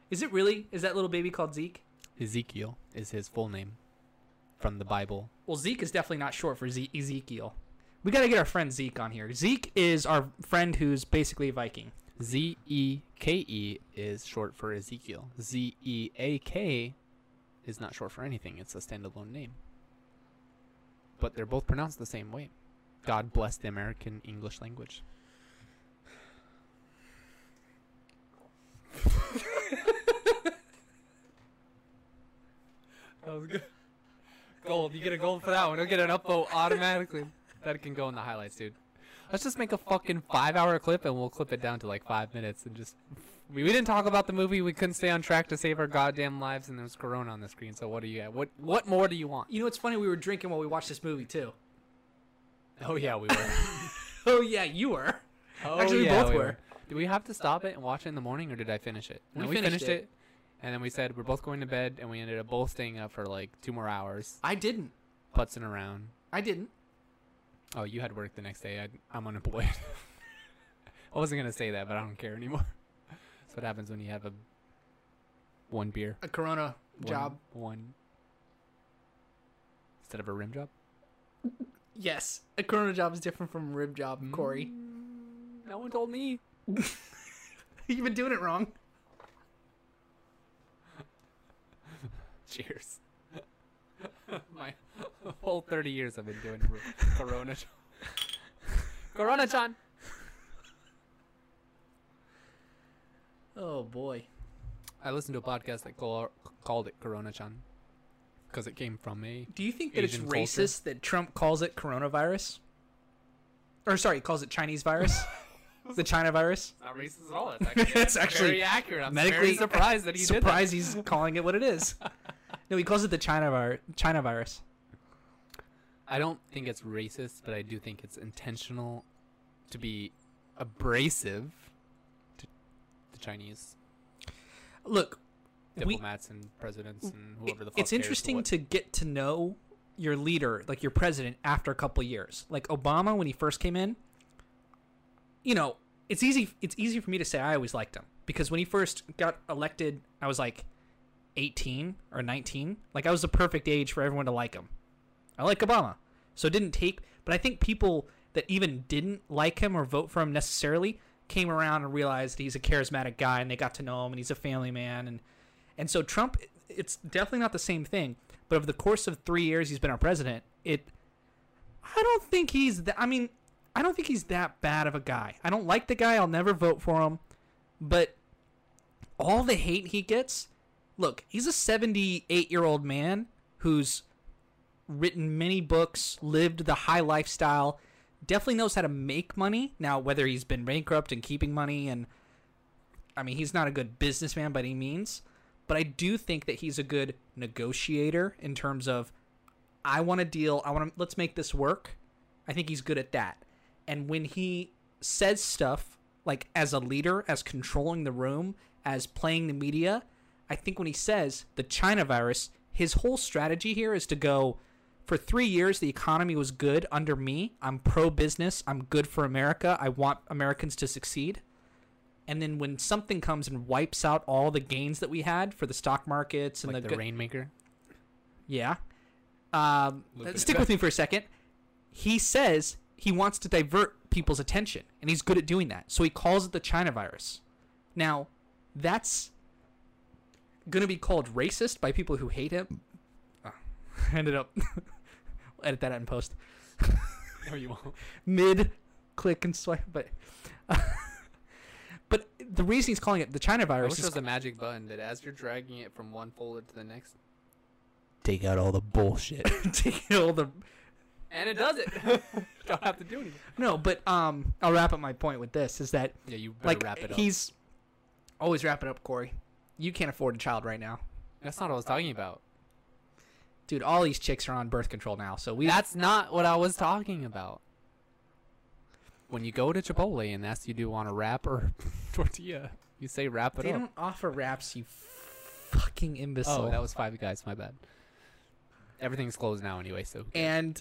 Speaker 2: Is it really? Is that little baby called Zeke?
Speaker 1: Ezekiel is his full name from the Bible.
Speaker 2: Well, Zeke is definitely not short for Ze- Ezekiel. We got to get our friend Zeke on here. Zeke is our friend who's basically a Viking.
Speaker 1: Z E K E is short for Ezekiel. Z E A K is not short for anything, it's a standalone name. But they're both pronounced the same way. God bless the American English language. that was good. Gold. You get a gold for that one. You'll get an upvote automatically. That can go in the highlights, dude. Let's just make a fucking five hour clip and we'll clip it down to like five minutes and just. We, we didn't talk about the movie. We couldn't stay on track to save our goddamn lives, and there's Corona on the screen. So what do you what what more do you want?
Speaker 2: You know, it's funny. We were drinking while we watched this movie too.
Speaker 1: Oh yeah, we were.
Speaker 2: Oh yeah, you were.
Speaker 1: oh,
Speaker 2: Actually, we both were.
Speaker 1: Do we have to stop it and watch it in the morning, or did I finish it?
Speaker 2: We
Speaker 1: No,
Speaker 2: finished it.
Speaker 1: and then we said we're both going to bed, and we ended up both staying up for like two more hours,
Speaker 2: I didn't.
Speaker 1: putzing around.
Speaker 2: I didn't.
Speaker 1: Oh, you had work the next day. I, I'm unemployed. I wasn't gonna say that, but I don't care anymore. That's what happens when you have a one beer.
Speaker 2: A Corona
Speaker 1: One-
Speaker 2: job.
Speaker 1: one instead of a rim job.
Speaker 2: Yes, a Corona job is different from a rib job, Corey.
Speaker 1: No one told me.
Speaker 2: You've been doing it wrong.
Speaker 1: Cheers. My whole 30 years I've been doing ru- Corona. Corona, John.
Speaker 2: Oh boy.
Speaker 1: I listened to a podcast that call, called it Corona Chan because it came from me.
Speaker 2: Do you think that
Speaker 1: Asian
Speaker 2: it's
Speaker 1: culture.
Speaker 2: racist that Trump calls it coronavirus? Or sorry, calls it Chinese virus. the China virus.
Speaker 1: Not racist at all. It's
Speaker 2: It's actually
Speaker 1: accurate. I'm
Speaker 2: medically-
Speaker 1: surprised that
Speaker 2: Surprised he's calling it what it is. No, he calls it the China virus. China virus.
Speaker 1: I don't think it's racist, but I do think it's intentional to be abrasive to the Chinese
Speaker 2: Look, we,
Speaker 1: diplomats and presidents and whoever
Speaker 2: it-
Speaker 1: the fuck.
Speaker 2: it's
Speaker 1: cares
Speaker 2: interesting
Speaker 1: what-
Speaker 2: to get to know your leader, like your president, after a couple of years. Like Obama, when he first came in, you know, it's easy. It's easy for me to say I always liked him because when he first got elected, I was like eighteen or nineteen. Like I was the perfect age for everyone to like him. I like Obama, so it didn't take. But I think people that even didn't like him or vote for him necessarily came around and realized that he's a charismatic guy, and they got to know him, and he's a family man, and and so Trump, it's definitely not the same thing. But over the course of three years he's been our president, it, I don't think he's that. I mean, I don't think he's that bad of a guy. I don't like the guy. I'll never vote for him. But all the hate he gets, look, he's a 78 year old man who's written many books, lived the high lifestyle, definitely knows how to make money. Now, whether he's been bankrupt and keeping money and I mean, he's not a good businessman by any means, but I do think that he's a good negotiator in terms of I want to deal, I want to let's make this work. I think he's good at that. And when he says stuff like as a leader, as controlling the room, as playing the media, I think when he says the China virus, his whole strategy here is to go for 3 years the economy was good under me. I'm pro business, I'm good for America. I want Americans to succeed and then when something comes and wipes out all the gains that we had for the stock markets and
Speaker 1: like
Speaker 2: the,
Speaker 1: the,
Speaker 2: go-
Speaker 1: rainmaker.
Speaker 2: yeah um,
Speaker 1: Look at
Speaker 2: stick
Speaker 1: it.
Speaker 2: with me for a second he says he wants to divert people's attention and he's good at doing that so he calls it the china virus now that's gonna be called racist by people who hate him oh, I ended up edit that out in post
Speaker 1: No, you won't.
Speaker 2: mid click and swipe but but the reason he's calling it the china
Speaker 1: I
Speaker 2: virus
Speaker 1: wish there
Speaker 2: is
Speaker 1: was a magic button that as you're dragging it from one folder to the next, take out all the bullshit,
Speaker 2: taking all the
Speaker 1: and it does it. You Don't have to do anything.
Speaker 2: no but um i'll wrap up my point with this is that
Speaker 1: Yeah, you better
Speaker 2: like
Speaker 1: wrap it up.
Speaker 2: he's always wrap it up corey you can't afford a child right now
Speaker 1: That's not what I was talking about.
Speaker 2: dude all these chicks are on birth control now so we
Speaker 1: That's not what I was talking about. When you go to Chipotle and ask you do you want a wrap or tortilla, you say wrap it
Speaker 2: they
Speaker 1: up.
Speaker 2: don't offer wraps you fucking imbecile
Speaker 1: Oh, that was five guys. My bad. Everything's closed now anyway, so
Speaker 2: and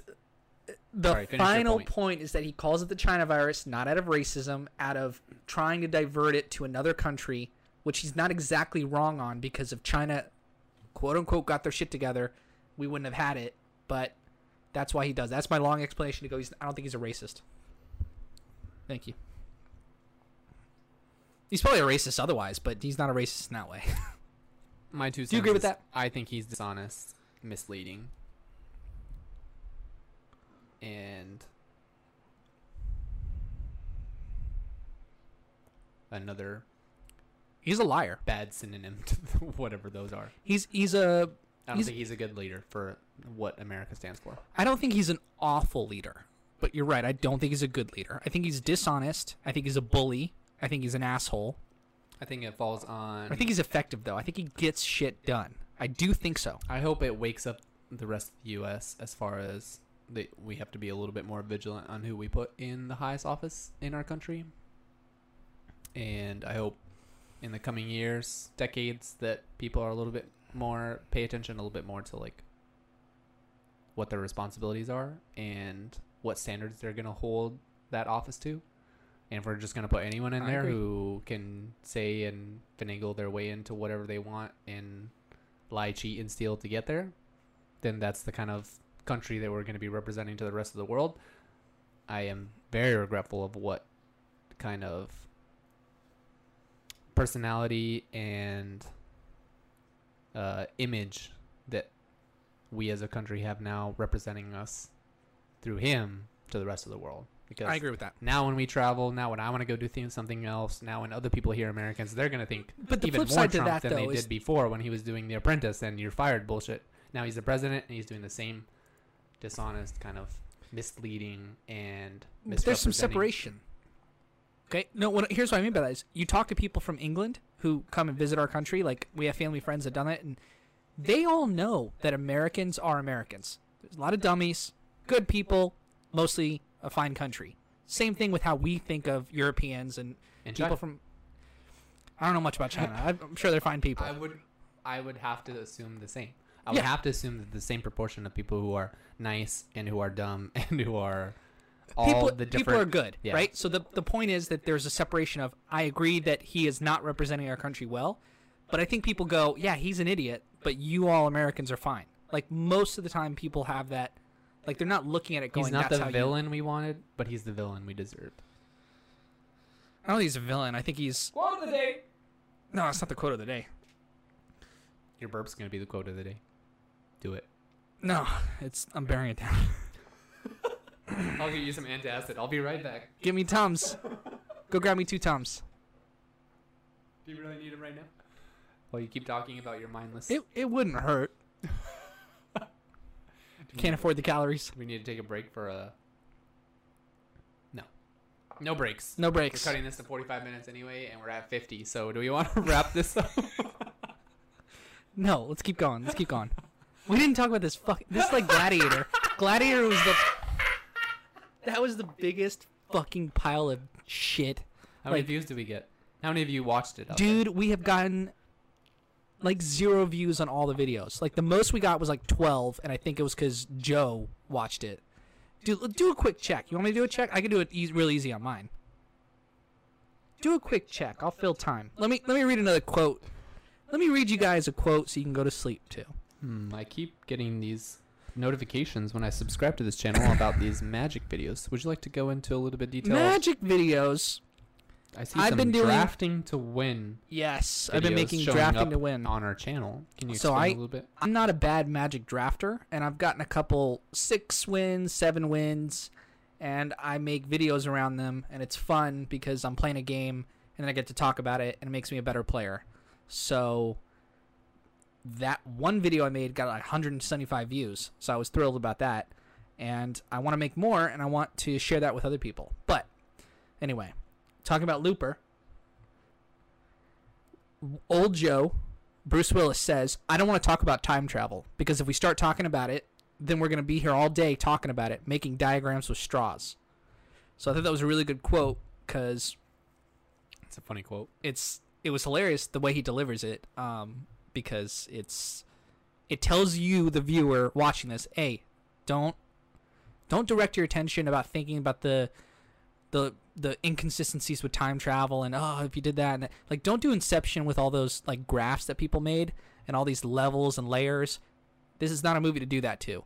Speaker 2: the
Speaker 1: Sorry, finish your
Speaker 2: final
Speaker 1: point.
Speaker 2: point is that he calls it the China virus not out of racism, out of trying to divert it to another country, which he's not exactly wrong on because if China, quote unquote, got their shit together, we wouldn't have had it. But that's why he does. That's my long explanation to go. He's, I don't think he's a racist. Thank you. He's probably a racist otherwise, but he's not a racist in that way.
Speaker 1: my two cents.
Speaker 2: Do you agree with
Speaker 1: is
Speaker 2: that?
Speaker 1: I think he's dishonest, misleading, and another
Speaker 2: He's a liar.
Speaker 1: bad synonym to whatever those are.
Speaker 2: He's he's a
Speaker 1: I don't
Speaker 2: He's-
Speaker 1: think he's a good leader for what America stands for.
Speaker 2: I don't think he's an awful leader, but you're right. I don't think he's a good leader. I think he's dishonest. I think he's a bully. I think he's an asshole.
Speaker 1: I think it falls on.
Speaker 2: I think he's effective though. I think he gets shit done. I do think so.
Speaker 1: I hope it wakes up the rest of the U.S. as far as that we have to be a little bit more vigilant on who we put in the highest office in our country. And I hope in the coming years, decades, that people are a little bit more pay attention a little bit more to like what their responsibilities are and what standards they're going to hold that office to. And if we're just going to put anyone in
Speaker 2: I
Speaker 1: there
Speaker 2: agree.
Speaker 1: who can say and finagle their way into whatever they want and lie, cheat, and steal to get there, then that's the kind of country that we're going to be representing to the rest of the world. I am very regretful of what kind of personality and uh, image that we as a country have now representing us through him to the rest of the world. Because
Speaker 2: I agree with that.
Speaker 1: now when we travel, now when I want to go do things, something else, now when other people hear Americans, they're gonna think
Speaker 2: But the
Speaker 1: even
Speaker 2: flip
Speaker 1: more
Speaker 2: side to
Speaker 1: Trump
Speaker 2: that,
Speaker 1: than they
Speaker 2: though, is-
Speaker 1: did before when he was doing The Apprentice and you're fired bullshit. Now he's the president and he's doing the same dishonest kind of misleading and
Speaker 2: But there's some
Speaker 1: misrepresenting-
Speaker 2: separation. Okay. No. What, here's what I mean by that is you talk to people from England who come and visit our country. Like we have family friends that done it, and they all know that Americans are Americans. There's a lot of dummies, good people, mostly a fine country. Same thing with how we think of Europeans and
Speaker 1: And
Speaker 2: people
Speaker 1: China.
Speaker 2: from. I don't know much about China. I'm I'm sure they're fine people.
Speaker 1: I would, I would have to assume the same. I would
Speaker 2: Yeah.
Speaker 1: have to assume that the same proportion of people who are nice and who are dumb and who are all
Speaker 2: people,
Speaker 1: the different
Speaker 2: people are good,
Speaker 1: yeah.
Speaker 2: right? So the the point is that there's a separation of I agree that he is not representing our country well, but I think people go, yeah, he's an idiot, but you all Americans are fine. Like most of the time, people have that, like they're not looking at it going.
Speaker 1: He's not
Speaker 2: That's
Speaker 1: the
Speaker 2: how you-"
Speaker 1: villain we wanted, but he's the villain we deserved.
Speaker 2: I don't think he's a villain. I think he's
Speaker 1: Quote of the day.
Speaker 2: no. It's not the quote of the day.
Speaker 1: Your burp's gonna be the quote of the day. Do it.
Speaker 2: No, it's I'm burying it down.
Speaker 1: I'll get you some antacid. I'll be right back.
Speaker 2: Give me tums. Go grab me two tums.
Speaker 1: Do you really need him right now? Well, you keep talking about your mindless.
Speaker 2: It it wouldn't hurt. Can't afford the calories.
Speaker 1: We need to take a break for a. No. No breaks.
Speaker 2: No
Speaker 1: We're
Speaker 2: breaks.
Speaker 1: cutting this to 45 minutes anyway, and we're at 50. So, do we want to wrap this up?
Speaker 2: No, let's keep going. Let's keep going. We didn't talk about this fuck. This is like Gladiator. Gladiator was the. That was the biggest fucking pile of shit,
Speaker 1: How many
Speaker 2: Like-
Speaker 1: views did we get? How many of you watched it? out there?
Speaker 2: dude. We have gotten like zero views on all the videos. Like the most we got was like twelve, and I think it was because Joe watched it. Dude, do a quick check. You want me to do a check? I can do it eas real easy on mine. Do a quick check. I'll fill time. Let me let me read another quote. Let me read you guys a quote so you can go to sleep too.
Speaker 1: Hmm, I keep getting these notifications when I subscribe to this channel about these magic videos. Would you like to go into a little bit of detail?
Speaker 2: Magic videos
Speaker 1: I see
Speaker 2: I've
Speaker 1: some
Speaker 2: been doing-
Speaker 1: drafting to win.
Speaker 2: Yes, I've been
Speaker 1: videos
Speaker 2: making
Speaker 1: showing
Speaker 2: drafting
Speaker 1: up
Speaker 2: to win.
Speaker 1: on our channel. Can you
Speaker 2: So
Speaker 1: explain
Speaker 2: I-
Speaker 1: a little bit?
Speaker 2: I'm not a bad Magic drafter, and I've gotten a couple six wins, seven wins, and I make videos around them, and it's fun because I'm playing a game and I get to talk about it, and it makes me a better player. So that one video I made got like 175 views, so I was thrilled about that, and I want to make more, and I want to share that with other people. But anyway, talking about Looper, old Joe Bruce Willis says, I don't want to talk about time travel because if we start talking about it, then we're going to be here all day talking about it, making diagrams with straws. So I thought that was a really good quote because
Speaker 1: It's a funny quote.
Speaker 2: it's it was hilarious the way he delivers it um, because it's it tells you the viewer watching this hey don't don't direct your attention about thinking about the the the inconsistencies with time travel and oh if you did that and that. like don't do inception with all those like graphs that people made and all these levels and layers this is not a movie to do that to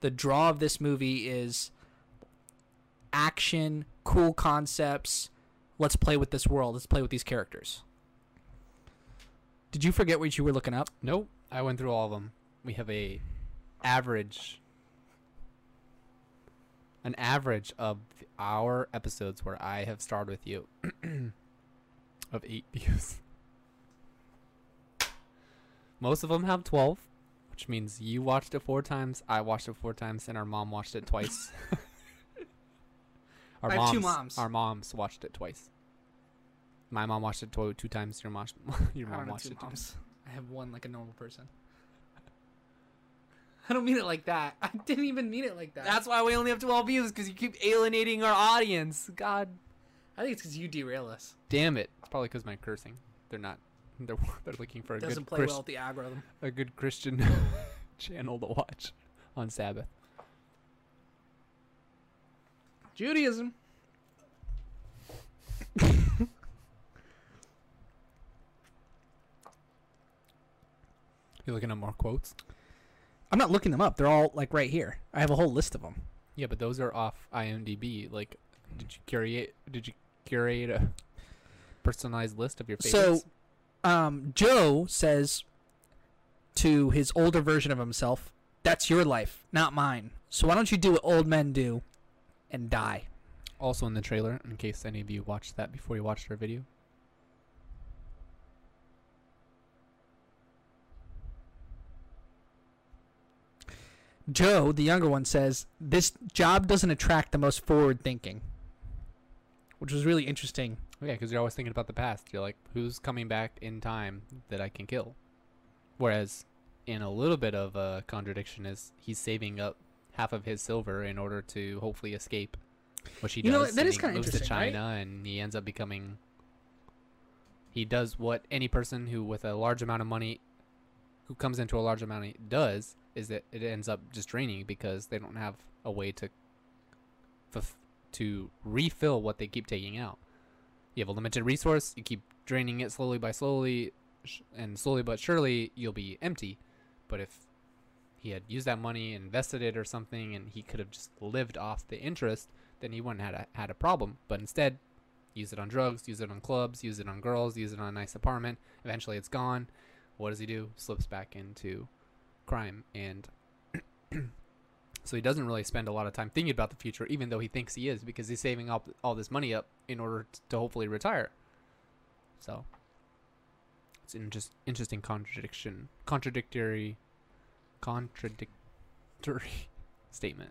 Speaker 2: the draw of this movie is action cool concepts let's play with this world. Let's play with these characters. Did you forget what you were looking up?
Speaker 1: Nope, I went through all of them. We have a average, an average of our episodes where I have starred with you of eight views. Most of them have twelve, which means you watched it four times, I watched it four times, and our mom watched it twice. our
Speaker 2: I have two moms.
Speaker 1: Our moms watched it twice. My mom watched it tw- two times. Your mom, your mom watched it two times.
Speaker 2: I have one like a normal person. I don't mean it like that. I didn't even mean it like that.
Speaker 1: That's why we only have 12 views because you keep alienating our audience. God
Speaker 2: I think it's because you derail us.
Speaker 1: damn it. It's probably because my cursing. They're not. They're, they're looking for a
Speaker 2: It doesn't
Speaker 1: good,
Speaker 2: play
Speaker 1: Chris-
Speaker 2: well with the algorithm.
Speaker 1: a good Christian channel to watch on Sabbath.
Speaker 2: Judaism.
Speaker 1: You're looking at more quotes?
Speaker 2: I'm not looking them up. They're all like right here. I have a whole list of them.
Speaker 1: Yeah, but those are off IMDb. Like, did you curate? Did you curate a personalized list of your favorites?
Speaker 2: So, um, Joe says to his older version of himself, "That's your life, not mine. So why don't you do what old men do, and die?"
Speaker 1: also in the trailer, in case any of you watched that before you watched our video.
Speaker 2: Joe, the younger one, says, "This job doesn't attract the most forward thinking," which was really interesting.
Speaker 1: Yeah, because you're always thinking about the past. You're like, who's coming back in time that I can kill? Whereas in a little bit of a contradiction is he's saving up half of his silver in order to hopefully escape, which he
Speaker 2: You know,
Speaker 1: does.
Speaker 2: that
Speaker 1: and
Speaker 2: is
Speaker 1: he
Speaker 2: kinda
Speaker 1: moves to
Speaker 2: interesting, right?
Speaker 1: China, and he ends up becoming. He does what any person who, with a large amount of money, who comes into a large amount of money does, is that it ends up just draining because they don't have a way to. Fulf- to refill what they keep taking out. You have a limited resource. You keep draining it slowly by slowly, sh- and slowly but surely you'll be empty. But if he had used that money, invested it or something, and he could have just lived off the interest, then he wouldn't had a, had a problem. But instead, use it on drugs, use it on clubs, use it on girls, use it on a nice apartment. Eventually, it's gone. What does he do? Slips back into crime, and so he doesn't really spend a lot of time thinking about the future, even though he thinks he is, because he's saving up all this money up in order t- to hopefully retire. So it's an just interesting contradiction, contradictory contradictory statement.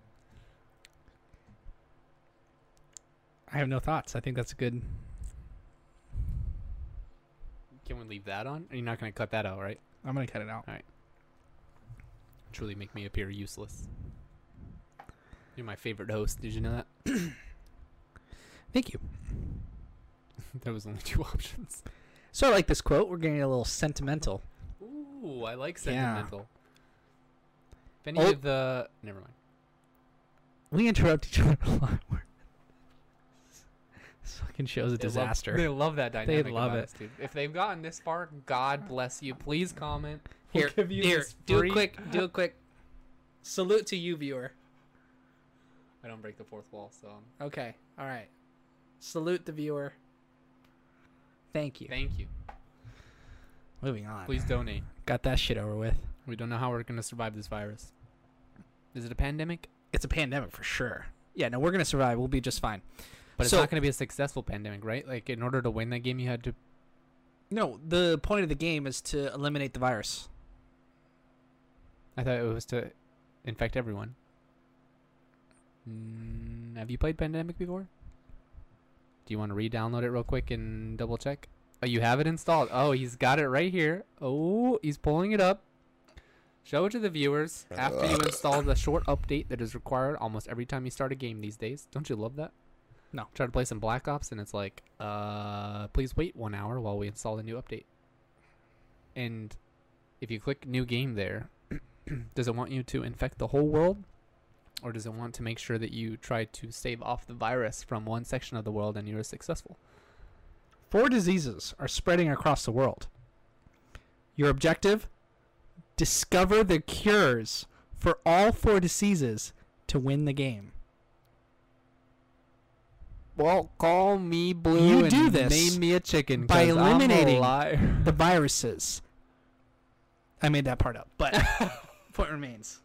Speaker 2: I have no thoughts. I think that's a good.
Speaker 1: Can we leave that on? You're not going to cut that out, right?
Speaker 2: I'm gonna cut it out.
Speaker 1: Truly make me appear useless. You're my favorite host. Did you know that?
Speaker 2: Thank you.
Speaker 1: there was only two options.
Speaker 2: So I like this quote. We're getting a little sentimental.
Speaker 1: Ooh, I like
Speaker 2: Yeah.
Speaker 1: sentimental. If any
Speaker 2: Oh.
Speaker 1: of the never mind.
Speaker 2: We interrupt each other a lot. this fucking show's a
Speaker 1: They love-
Speaker 2: disaster.
Speaker 1: They love, that dynamic. They love
Speaker 2: love
Speaker 1: it,
Speaker 2: it.
Speaker 1: dude. If they've gotten this far, God bless you. Please comment. We'll
Speaker 2: Here,
Speaker 1: give you
Speaker 2: here,
Speaker 1: this
Speaker 2: do
Speaker 1: free-
Speaker 2: a quick, do a quick. Salute to you, viewer.
Speaker 1: I don't break the fourth wall, so um,
Speaker 2: Okay, all right. Salute the viewer. Thank you.
Speaker 1: thank you.
Speaker 2: Moving on.
Speaker 1: Please donate.
Speaker 2: Got that shit over with.
Speaker 1: We don't know how we're gonna survive this virus. Is it a pandemic?
Speaker 2: It's a pandemic for sure. Yeah, no, we're gonna survive. We'll be just fine.
Speaker 1: But it's
Speaker 2: So-
Speaker 1: not gonna be a successful pandemic, right? Like in order to win that game, you had to.
Speaker 2: No, the point of the game is to eliminate the virus.
Speaker 1: I thought it was to infect everyone. Mm, have you played Pandemic before? Do you want to re-download it real quick and double check? Oh, you have it installed. Oh, he's got it right here. Oh, he's pulling it up. Show it to the viewers after you install the short update that is required almost every time you start a game these days. Don't you love that?
Speaker 2: No.
Speaker 1: Try to play some Black Ops and it's like, uh, please wait one hour while we install the new update. And if you click new game there, does it want you to infect the whole world? Or does it want to make sure that you try to save off the virus from one section of the world and you're successful?
Speaker 2: Four diseases are spreading across the world. Your objective? Discover the cures for all four diseases to win the game.
Speaker 1: Well, call me blue
Speaker 2: You
Speaker 1: and
Speaker 2: do this
Speaker 1: name me a chicken
Speaker 2: by
Speaker 1: 'cause
Speaker 2: eliminating-
Speaker 1: I'm a liar.
Speaker 2: The viruses. I made that part up, but point remains.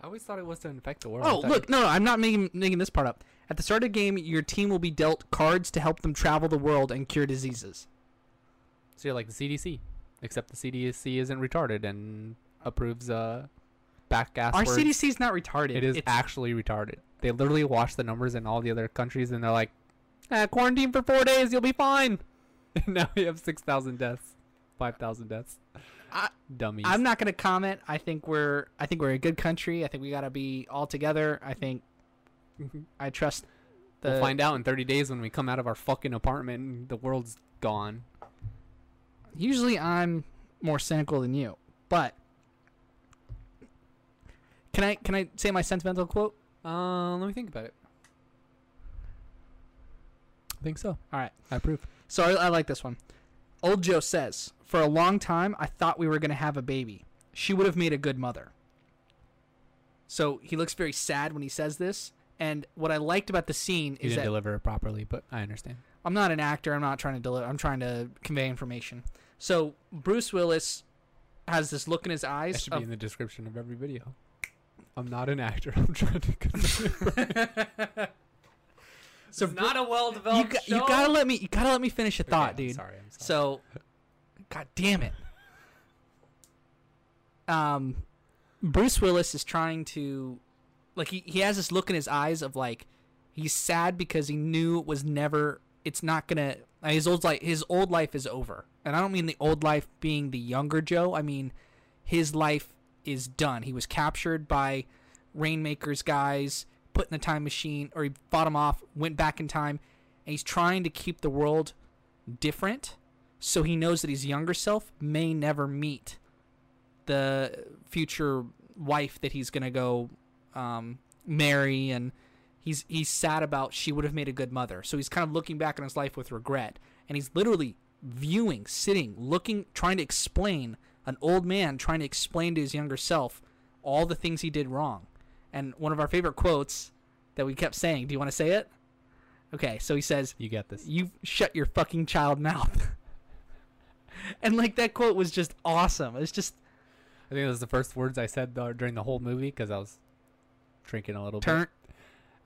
Speaker 1: I always thought it was to infect the world. I
Speaker 2: Oh,
Speaker 1: thought
Speaker 2: look, no, no, I'm not making, making this part up. At the start of the game, your team will be dealt cards to help them travel the world and cure diseases.
Speaker 1: you- So you're like the CDC, except the CDC isn't retarded and approves uh back ass
Speaker 2: Our
Speaker 1: words.
Speaker 2: CDC's not retarded.
Speaker 1: It is
Speaker 2: It's-
Speaker 1: actually retarded. They literally watch the numbers in all the other countries and they're like, eh, quarantine for four days, you'll be fine. And now we have 6,000 deaths, 5,000 deaths.
Speaker 2: I-
Speaker 1: Dummies.
Speaker 2: I'm not going to comment. I think we're I think we're a good country. I think we got to be all together. I think I trust the
Speaker 1: we'll find out in 30 days when we come out of our fucking apartment and the world's gone.
Speaker 2: Usually I'm more cynical than you. But Can I can I say my sentimental quote?
Speaker 1: Uh, let me think about it. I think so.
Speaker 2: All right.
Speaker 1: I approve.
Speaker 2: So I, I like this one. Old Joe says, "For a long time, I thought we were going to have a baby. She would have made a good mother." So he looks very sad when he says this, and what I liked about the scene
Speaker 1: You
Speaker 2: is
Speaker 1: didn't
Speaker 2: that
Speaker 1: deliver it properly, but I understand.
Speaker 2: I'm not an actor. I'm not trying to deliver. I'm trying to convey information. So Bruce Willis has this look in his
Speaker 1: That
Speaker 2: eyes.
Speaker 1: should
Speaker 2: of-
Speaker 1: be in the description of every video. I'm not an actor. I'm trying to.
Speaker 2: so Bru-
Speaker 1: a
Speaker 2: you,
Speaker 1: well-developed
Speaker 2: got, you gotta let me. You gotta let me finish a thought, dude.
Speaker 1: Sorry, I'm sorry.
Speaker 2: So, god damn it. Um, Bruce Willis is trying to, like, he, he has this look in his eyes of like, he's sad because he knew it was never. It's not gonna. like, His old life. His old life is over, and I don't mean the old life being the younger Joe. I mean, his life is done. He was captured by Rainmaker's guys, put in a time machine, or he fought him off, went back in time, and he's trying to keep the world different so he knows that his younger self may never meet the future wife that he's gonna go um, marry and he's he's sad about she would have made a good mother so he's kind of looking back on his life with regret and he's literally viewing sitting looking trying to explain an old man trying to explain to his younger self all the things he did wrong and one of our favorite quotes that we kept saying do you want to say it okay so he says
Speaker 1: You got this.
Speaker 2: you shut your fucking child mouth and like that quote was just awesome it's just
Speaker 1: I think it was the first words I said th- during the whole movie because I was drinking a little
Speaker 2: turn
Speaker 1: bit.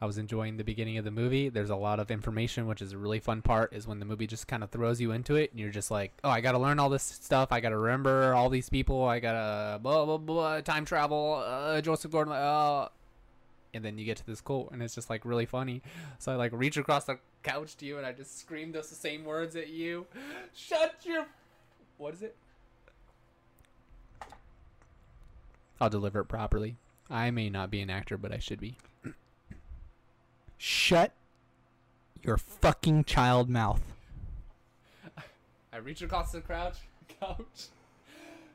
Speaker 1: I was enjoying the beginning of the movie. There's a lot of information, which is a really fun part, is when the movie just kind of throws you into it and you're just like, oh, I got to learn all this stuff. I got to remember all these people. I got to blah, blah, blah, time travel, uh, Joseph Gordon. Uh, and then you get to this quote and it's just like really funny. So I like reach across the couch to you and I just scream those same words at you. Shut your. What is it? I'll deliver it properly. I may not be an actor, but I should be.
Speaker 2: shut your fucking child mouth
Speaker 1: I reach across the crouch, couch.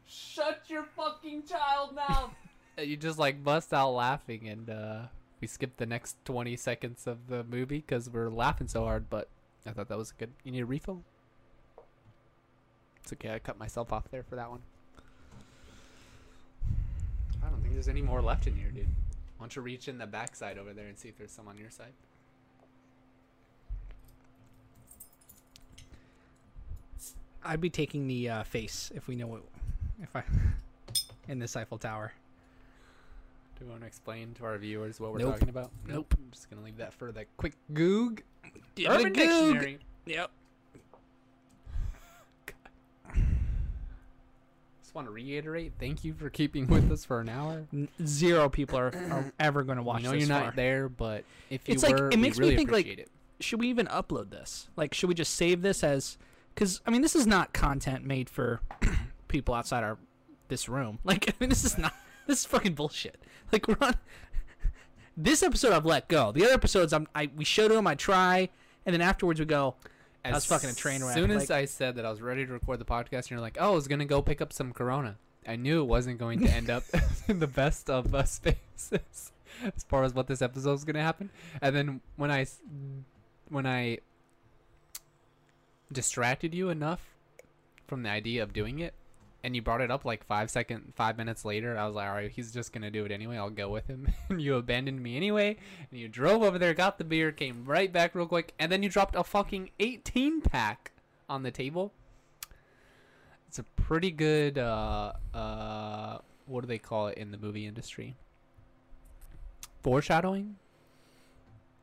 Speaker 1: Shut your fucking child mouth. and you just like bust out laughing, and uh, we skip the next twenty seconds of the movie because we're laughing so hard. But I thought that was good. You need a refill? It's okay. I cut myself off there for that one. I don't think there's any more left in here, dude. Why don't you reach in the backside over there and see if there's some on your side?
Speaker 2: i'd be taking the uh, face if we know what if i in this eiffel tower
Speaker 1: Do we want to explain to our viewers what we're
Speaker 2: Nope.
Speaker 1: talking about?
Speaker 2: Nope.
Speaker 1: I'm just gonna leave that for that quick goog.
Speaker 2: Did the goog. yep
Speaker 1: Just want to reiterate, thank you for keeping with us for an hour.
Speaker 2: N- zero people are, are ever going to watch
Speaker 1: I know
Speaker 2: this
Speaker 1: you're not
Speaker 2: far.
Speaker 1: there, but if you
Speaker 2: It's like-
Speaker 1: were,
Speaker 2: it makes
Speaker 1: we
Speaker 2: me
Speaker 1: really
Speaker 2: think, like-
Speaker 1: appreciate it.
Speaker 2: should we even upload this? Like, should we just save this as? Because I mean, this is not content made for people outside our this room. Like, I mean, this is not this is fucking bullshit. Like, we're on this episode. I've let go. The other episodes, I'm I we show to them. I try, and then afterwards we go.
Speaker 1: As
Speaker 2: was fucking a train wreck,
Speaker 1: soon as
Speaker 2: like-
Speaker 1: I said that I was ready to record the podcast, and you're like, "Oh, I was gonna go pick up some Corona." I knew it wasn't going to end up in the best of uh, spaces as far as what this episode was gonna happen. And then when I s- when I distracted you enough from the idea of doing it, and you brought it up like five second five minutes later, I was like, "All right, he's just gonna do it anyway. I'll go with him." and you abandoned me anyway. And you drove over there, got the beer, came right back real quick, and then you dropped a fucking 18 pack on the table. It's a pretty good, uh, uh, what do they call it in the movie industry? Foreshadowing?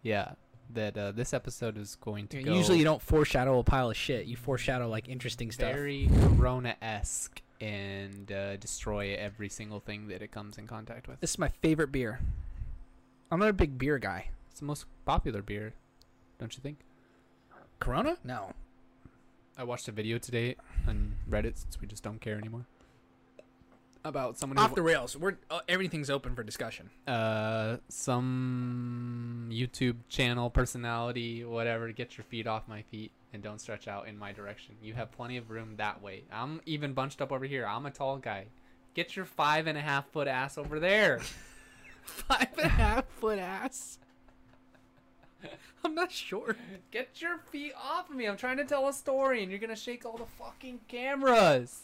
Speaker 1: Yeah, that uh, this episode is going to go
Speaker 2: Usually, you don't foreshadow a pile of shit. You foreshadow like interesting stuff.
Speaker 1: very Corona esque and uh, destroy every single thing that it comes in contact with.
Speaker 2: This is my favorite beer. I'm not a big beer guy.
Speaker 1: It's the most popular beer, don't you think?
Speaker 2: Corona? No.
Speaker 1: I watched a video today on Reddit since we just don't care anymore about someone who
Speaker 2: Off the rails. We're uh, everything's open for discussion.
Speaker 1: uh some YouTube channel personality whatever get your feet off my feet and don't stretch out in my direction. You have plenty of room that way. I'm even bunched up over here. I'm a tall guy. Get your five and a half foot ass over there.
Speaker 2: five and a half foot ass. I'm not sure.
Speaker 1: Get your feet off of me. I'm trying to tell a story and you're gonna shake all the fucking cameras.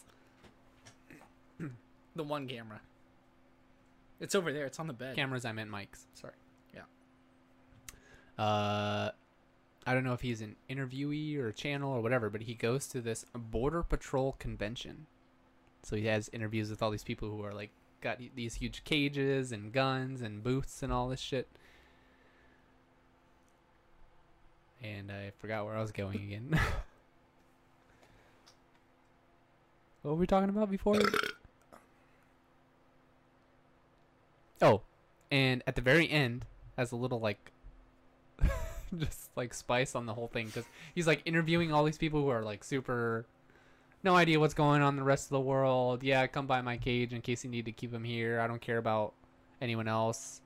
Speaker 2: The one camera. It's over there. It's on the bed.
Speaker 1: Cameras, I meant mics. Sorry.
Speaker 2: Yeah.
Speaker 1: Uh, I don't know if he's an interviewee or a channel or whatever, but he goes to this border patrol convention. So he has interviews with all these people who are like got these huge cages and guns and booths and all this shit. And I forgot where I was going again. what were we talking about before? oh, and at the very end, as a little like, just like spice on the whole thing, because he's like interviewing all these people who are like super. no idea what's going on in the rest of the world. Yeah, come by my cage in case you need to keep him here. I don't care about anyone else.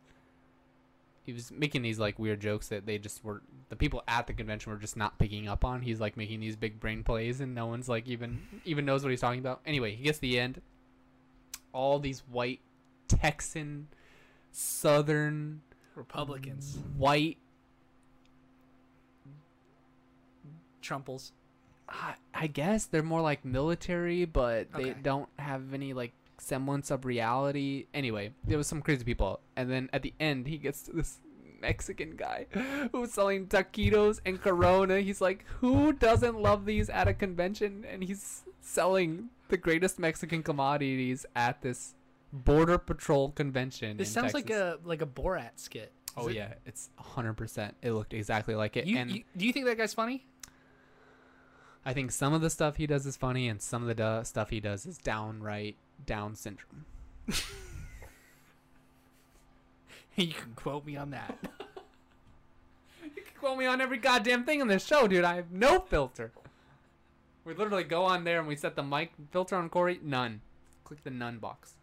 Speaker 1: He was making these like weird jokes that they just were the people at the convention were just not picking up on. He's like making these big brain plays and no one's like even even knows what he's talking about. Anyway, he gets to the end. All these white Texan southern
Speaker 2: Republicans,
Speaker 1: white
Speaker 2: Trumples.
Speaker 1: I, I guess they're more like military, but they
Speaker 2: Okay.
Speaker 1: don't have any like semblance of reality. Anyway, there was some crazy people, and then at the end, he gets to this Mexican guy who was selling taquitos and Corona. He's like, "Who doesn't love these at a convention?" And he's selling the greatest Mexican commodities at this border patrol convention.
Speaker 2: This
Speaker 1: in
Speaker 2: sounds like
Speaker 1: Texas.
Speaker 2: a like a Borat skit. Is
Speaker 1: Oh
Speaker 2: it-
Speaker 1: yeah, it's hundred percent. It looked exactly like it,
Speaker 2: You,
Speaker 1: and
Speaker 2: you- do you think that guy's funny?
Speaker 1: I think some of the stuff he does is funny, and some of the du- stuff he does is downright Down syndrome.
Speaker 2: you can quote me on that.
Speaker 1: You can quote me on every goddamn thing on this show, dude. I have no filter. We literally go on there and we set the mic filter on Corey. None. Click the none box.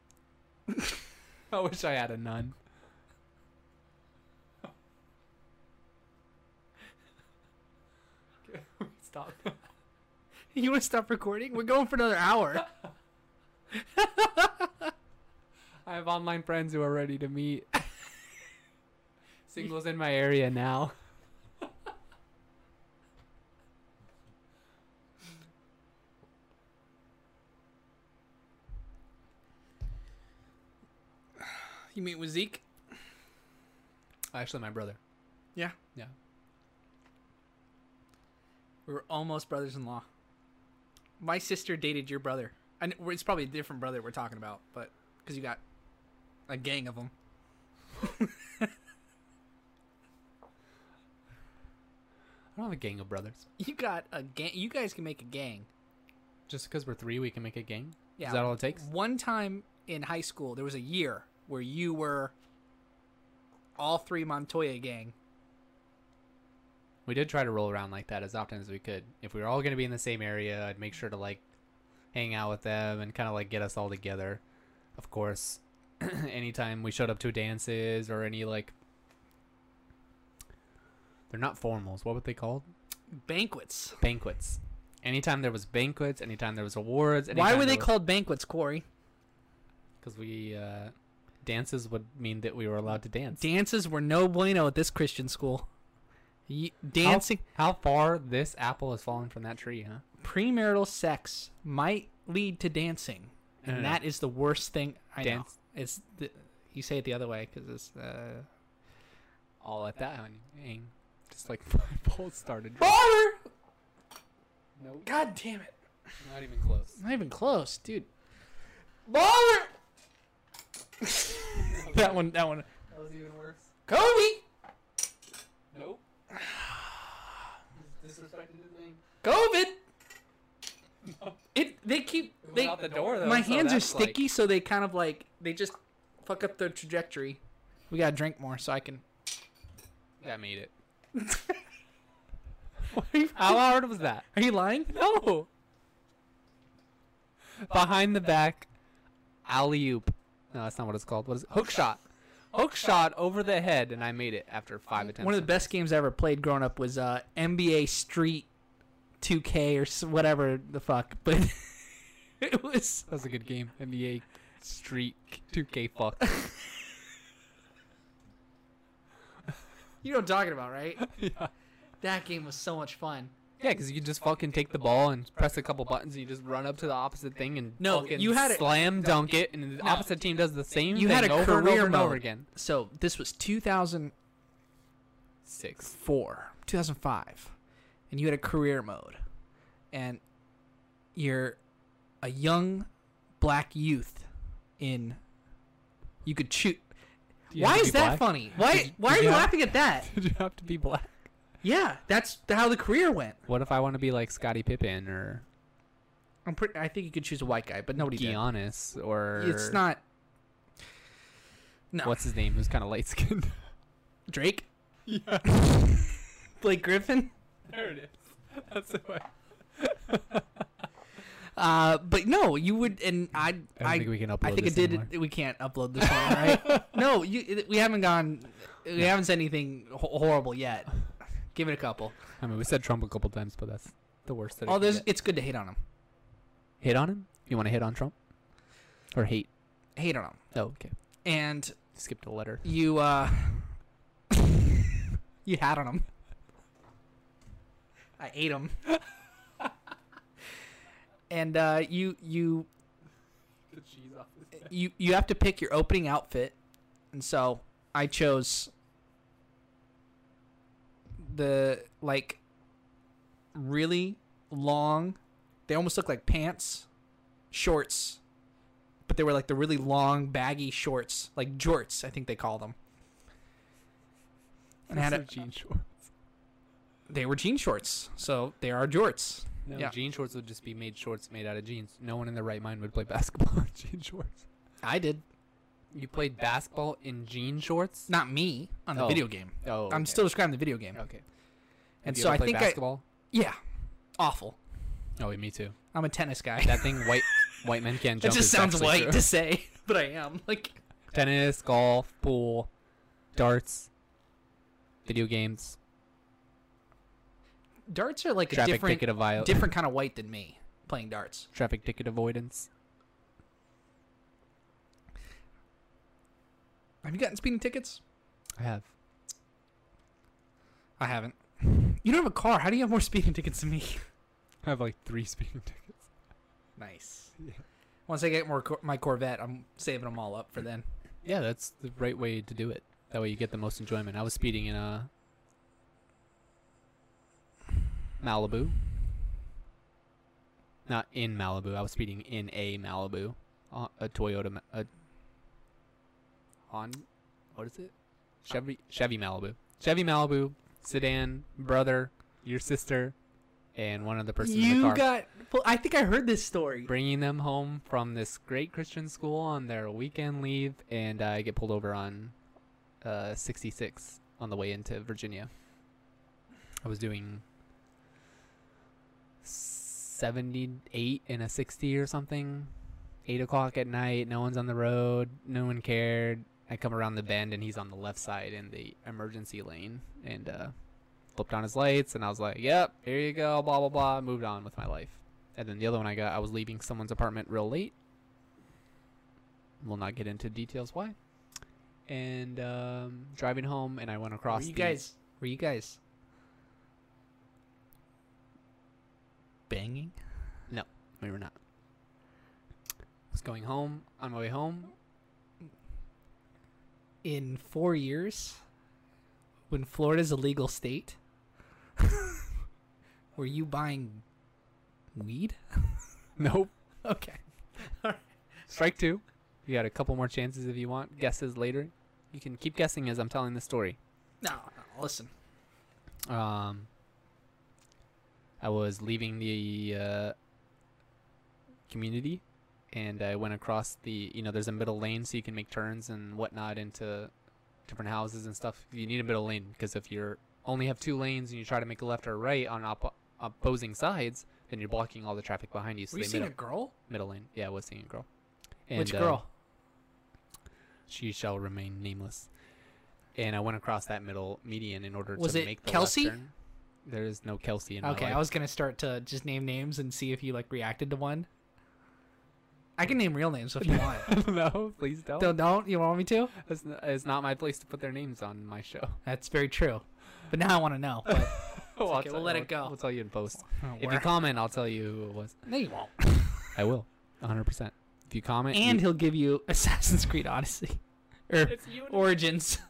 Speaker 1: I wish I had a none. Stop.
Speaker 2: you want to stop recording? We're going for another hour.
Speaker 1: I have online friends who are ready to meet. Singles in my area now.
Speaker 2: You meet with Zeke?
Speaker 1: Actually, my brother.
Speaker 2: Yeah.
Speaker 1: Yeah.
Speaker 2: We were almost brothers-in-law. My sister dated your brother. And it's probably a different brother we're talking about, but because you got a gang of them.
Speaker 1: I don't have a gang of brothers.
Speaker 2: You got a gang. You guys can make a gang.
Speaker 1: Just because we're three, we can make a gang.
Speaker 2: Yeah.
Speaker 1: Is that all it takes?
Speaker 2: One time in high school, there was a year where you were all three Montoya gang.
Speaker 1: We did try to roll around like that as often as we could. If we were all going to be in the same area, I'd make sure to like hang out with them and kind of like get us all together. Of course, anytime we showed up to dances or any like. They're not formals. What were they called?
Speaker 2: Banquets.
Speaker 1: Banquets. Anytime there was banquets, anytime there was awards.
Speaker 2: Why
Speaker 1: anytime
Speaker 2: were they
Speaker 1: there was-
Speaker 2: called banquets, Corey?
Speaker 1: Because we uh, dances would mean that we were allowed to dance.
Speaker 2: Dances were no bueno at this Christian school. Y- dancing,
Speaker 1: How, how far this apple has fallen from that tree, huh?
Speaker 2: premarital sex might lead to dancing,
Speaker 1: No, no,
Speaker 2: and
Speaker 1: no.
Speaker 2: that is the worst thing. I
Speaker 1: Dance.
Speaker 2: know. It's the, you say it the other way because it's. Uh...
Speaker 1: All at that one. Dang. Just like five balls started.
Speaker 2: Baller!
Speaker 1: Nope.
Speaker 2: God damn it!
Speaker 1: Not even close.
Speaker 2: Not even close, dude. Baller! that one. That one.
Speaker 1: That was even worse.
Speaker 2: Kobe.
Speaker 1: Nope. disrespected his name.
Speaker 2: COVID. It. They keep. They.
Speaker 1: door,
Speaker 2: My hands are sticky, so they kind of like they just fuck up their trajectory. We gotta drink more so I can.
Speaker 1: that made it. How hard was that?
Speaker 2: Are you lying?
Speaker 1: No. Behind the back, alley oop. No, that's not what it's called. What is it? Hook shot. Hook shot over the head, and I made it after five attempts.
Speaker 2: One of the best games I ever played growing up was uh, NBA Street 2K or s- whatever the fuck, but it was
Speaker 1: That was a good game. NBA Street 2K fuck.
Speaker 2: you know what I'm talking about, right?
Speaker 1: yeah,
Speaker 2: That game was so much fun.
Speaker 1: because you could just fucking take the ball and press a couple buttons, and you just run up to the opposite thing and
Speaker 2: No,
Speaker 1: fucking
Speaker 2: you had a-
Speaker 1: slam dunk it, and the opposite team does the same.
Speaker 2: You
Speaker 1: thing
Speaker 2: had a
Speaker 1: over and
Speaker 2: career
Speaker 1: over and over
Speaker 2: mode.
Speaker 1: again.
Speaker 2: So this was 2004,
Speaker 1: Six.
Speaker 2: 2005, and you had a career mode, and you're a young black youth in. You could shoot. Why is that funny? Why?
Speaker 1: Did you-
Speaker 2: why
Speaker 1: did
Speaker 2: are
Speaker 1: you
Speaker 2: you
Speaker 1: have-
Speaker 2: laughing at that?
Speaker 1: Did you have to be black?
Speaker 2: Yeah, that's how the career went.
Speaker 1: What if I want to be like Scottie Pippen or
Speaker 2: I'm pretty. I think you could choose a white guy, but nobody
Speaker 1: Giannis or
Speaker 2: did. It's not. No,
Speaker 1: what's his name? Who's kind of light skinned?
Speaker 2: Drake?
Speaker 1: yeah,
Speaker 2: Blake Griffin?
Speaker 1: there it is. That's the way.
Speaker 2: Uh, but no, you would, and I,
Speaker 1: I don't think we can upload.
Speaker 2: I think it
Speaker 1: this
Speaker 2: did.
Speaker 1: anymore.
Speaker 2: We can't upload this one, right? no, you, it- we haven't gone. We haven't said anything ho- horrible yet. Give it a couple.
Speaker 1: I mean, we said Trump a couple times, but that's the worst. That it
Speaker 2: Oh,
Speaker 1: can
Speaker 2: there's.
Speaker 1: get.
Speaker 2: It's good to hate on him.
Speaker 1: hit on him. You want to hit on Trump or hate?
Speaker 2: Hate on him.
Speaker 1: Oh, okay.
Speaker 2: And
Speaker 1: Skipped a letter.
Speaker 2: you, uh, you had on him. I ate him. and uh, you, you, you, you have to pick your opening outfit, and so I chose the like really long. They almost look like pants, shorts, but they were like the really long baggy shorts, like jorts, I think they call them. And I had a,
Speaker 1: jean shorts.
Speaker 2: they were jean shorts, so they are jorts.
Speaker 1: No,
Speaker 2: Yeah.
Speaker 1: jean shorts would just be made shorts made out of jeans. No one in their right mind would play basketball in jean shorts.
Speaker 2: I did,
Speaker 1: You played basketball in jean shorts?
Speaker 2: not me, on the
Speaker 1: Oh.
Speaker 2: video game.
Speaker 1: Oh,
Speaker 2: I'm
Speaker 1: okay.
Speaker 2: still describing the video game.
Speaker 1: okay. Have
Speaker 2: And
Speaker 1: you
Speaker 2: so
Speaker 1: ever
Speaker 2: I
Speaker 1: played
Speaker 2: think I-
Speaker 1: basketball.
Speaker 2: Yeah, awful.
Speaker 1: Oh, wait, me too.
Speaker 2: I'm a tennis guy.
Speaker 1: That thing, white white men can't
Speaker 2: That
Speaker 1: jump.
Speaker 2: just
Speaker 1: is
Speaker 2: sounds
Speaker 1: actually
Speaker 2: white
Speaker 1: true.
Speaker 2: to say, but I am. Like,
Speaker 1: Tennis, golf, pool, darts, video games.
Speaker 2: darts are like a
Speaker 1: traffic
Speaker 2: different,
Speaker 1: ticket of viol-
Speaker 2: different kind of white than me playing darts.
Speaker 1: traffic ticket avoidance.
Speaker 2: Have you gotten speeding tickets?
Speaker 1: I have.
Speaker 2: I haven't. You don't have a car. How do you have more speeding tickets than me?
Speaker 1: I have like three speeding tickets.
Speaker 2: Nice. Once I get more cor- my Corvette, I'm saving them all up for then.
Speaker 1: Yeah, that's the right way to do it. That way you get the most enjoyment. I was speeding in uh Malibu. Not in Malibu. I was speeding in a Malibu, uh, a Toyota, Ma- a Hon, what is it? Chevy Chevy Malibu. Chevy Malibu sedan. Brother, your sister, and one other person in the
Speaker 2: You
Speaker 1: car.
Speaker 2: got. Well, I think I heard this story.
Speaker 1: bringing them home from this great Christian school on their weekend leave, and I get pulled over on uh, 66 on the way into Virginia. I was doing 78 and a 60 or something. 8 o'clock at night, no one's on the road, no one cared. I come around the bend, and he's on the left side in the emergency lane, and uh, flipped on his lights, and I was like, yep, here you go, blah, blah, blah. Moved on with my life. And then the other one I got, I was leaving someone's apartment real late. Will not get into details why. And um, driving home, and I went
Speaker 2: Were
Speaker 1: across.
Speaker 2: you
Speaker 1: the-
Speaker 2: guys? Were you guys banging?
Speaker 1: We were not. was going home on my way home.
Speaker 2: in four years when Florida's a legal state? were you buying weed?
Speaker 1: Nope.
Speaker 2: Okay.
Speaker 1: Strike two. You got a couple more chances if you want. Guesses later. You can keep guessing as I'm telling the story.
Speaker 2: No, no, listen.
Speaker 1: Um, I was leaving the uh, community, and I went across the. You know, there's a middle lane, so you can make turns and whatnot into different houses and stuff. You need a middle lane because if you're only have two lanes and you try to make a left or a right on op- opposing sides, then you're blocking all the traffic behind you. So
Speaker 2: were you
Speaker 1: they
Speaker 2: seeing
Speaker 1: middle,
Speaker 2: a girl?
Speaker 1: middle lane. Yeah, I was seeing a girl.
Speaker 2: Which
Speaker 1: uh,
Speaker 2: girl?
Speaker 1: she shall remain nameless. And I went across that middle median in order
Speaker 2: Was
Speaker 1: to
Speaker 2: it
Speaker 1: make the
Speaker 2: Kelsey?
Speaker 1: left turn. There is no Kelsey in
Speaker 2: Okay,
Speaker 1: my
Speaker 2: I
Speaker 1: life.
Speaker 2: was gonna start to just name names and see if you like reacted to one. I can name real names if you want.
Speaker 1: no, please don't.
Speaker 2: don't don't you want me to?
Speaker 1: It's, n- it's not my place to put their names on my show.
Speaker 2: That's very true. But now I want to know. But
Speaker 1: Well, I'll
Speaker 2: okay,
Speaker 1: tell-
Speaker 2: we'll let
Speaker 1: I'll-
Speaker 2: it go.
Speaker 1: We'll tell you in post. If you
Speaker 2: We're-
Speaker 1: comment, I'll tell you who it was.
Speaker 2: no, you won't.
Speaker 1: I will, 100. percent If you comment, you-
Speaker 2: And he'll give you Assassin's Creed Odyssey, or Origins.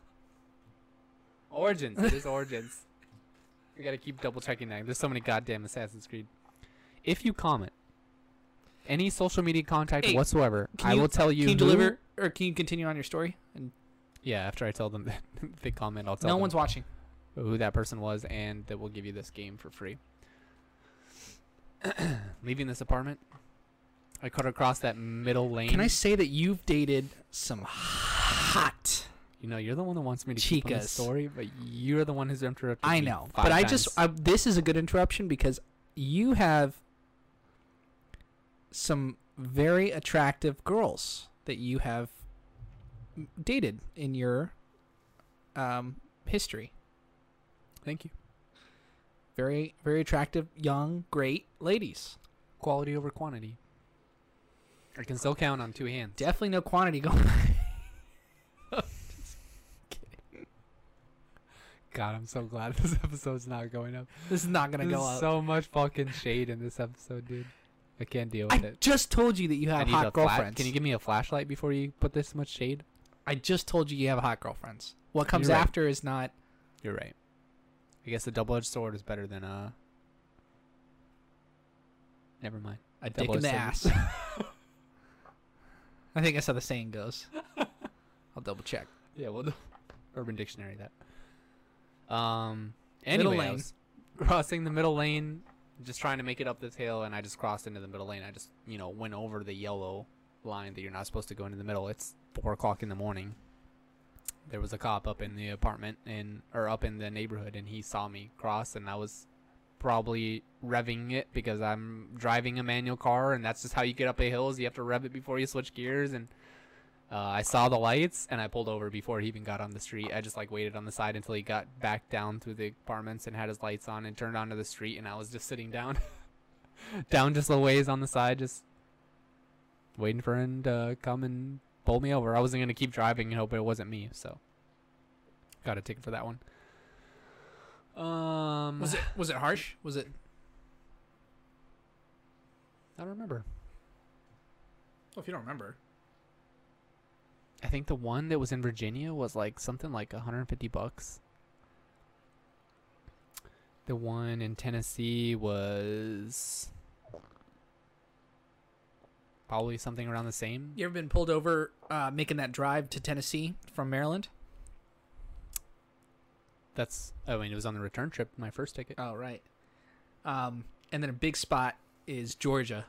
Speaker 1: Origins. It is Origins. We gotta keep double checking that. There's so many goddamn Assassin's Creed. If you comment any social media contact
Speaker 2: Hey,
Speaker 1: whatsoever,
Speaker 2: can
Speaker 1: I
Speaker 2: you-
Speaker 1: will tell you.
Speaker 2: Can you
Speaker 1: who-
Speaker 2: deliver or can you continue on your story? And
Speaker 1: Yeah, after I tell them that they comment, I'll tell
Speaker 2: no
Speaker 1: them
Speaker 2: one's watching.
Speaker 1: who that person was, and that we'll give you this game for free. Leaving this apartment, I cut across that middle lane.
Speaker 2: Can I say that you've dated some hot?
Speaker 1: You know, you're the one that wants me to keep on
Speaker 2: Chicas.
Speaker 1: this story, but you're the one who's interrupted.
Speaker 2: I
Speaker 1: me
Speaker 2: know,
Speaker 1: five
Speaker 2: but I just
Speaker 1: times.
Speaker 2: I, this is a good interruption because you have some very attractive girls that you have dated in your um, history.
Speaker 1: Thank you.
Speaker 2: Very, very attractive, young, great ladies.
Speaker 1: Quality over quantity. I can still count on two hands.
Speaker 2: Definitely no quantity going.
Speaker 1: God, I'm so glad this episode's not going up.
Speaker 2: This is not gonna
Speaker 1: There's
Speaker 2: go up.
Speaker 1: so much fucking shade in this episode, dude. I can't deal with
Speaker 2: I
Speaker 1: it.
Speaker 2: just told you that you
Speaker 1: I
Speaker 2: have
Speaker 1: need a
Speaker 2: hot
Speaker 1: fla-
Speaker 2: girlfriends.
Speaker 1: Can you give me a flashlight before you put this much shade?
Speaker 2: I just told you you have hot girlfriends. What comes
Speaker 1: You're right.
Speaker 2: after is not.
Speaker 1: You're right. I guess a double-edged sword is better than a. Never mind.
Speaker 2: a dick in the
Speaker 1: Double-edged
Speaker 2: ass. I think that's how the saying goes. I'll double check.
Speaker 1: Yeah, well, Urban Dictionary that. Um.
Speaker 2: Middle
Speaker 1: Anyway, I
Speaker 2: lane.
Speaker 1: was crossing the middle lane, just trying to make it up this hill, and I just crossed into the middle lane. I just, you know, went over the yellow line that you're not supposed to go into the middle. It's four o'clock in the morning. There was a cop up in the apartment and or up in the neighborhood, and he saw me cross, and I was probably revving it because I'm driving a manual car, and that's just how you get up a hill. Is you have to rev it before you switch gears, and uh, I saw the lights and I pulled over before he even got on the street. I just like waited on the side until he got back down through the apartments and had his lights on and turned onto the street and I was just sitting down, down just a ways on the side, just waiting for him to come and pull me over. I wasn't gonna keep driving and hope it wasn't me, so got a ticket for that one. Um,
Speaker 2: Was it was it harsh? Was it
Speaker 1: I don't remember.
Speaker 2: Well, oh, if you don't remember.
Speaker 1: I think the one that was in Virginia was like something like 150 bucks. The one in Tennessee was probably something around the same.
Speaker 2: You ever been pulled over uh, making that drive to Tennessee from Maryland?
Speaker 1: That's I mean it was on the return trip, my first ticket.
Speaker 2: Oh right. Um, and then a big spot is Georgia.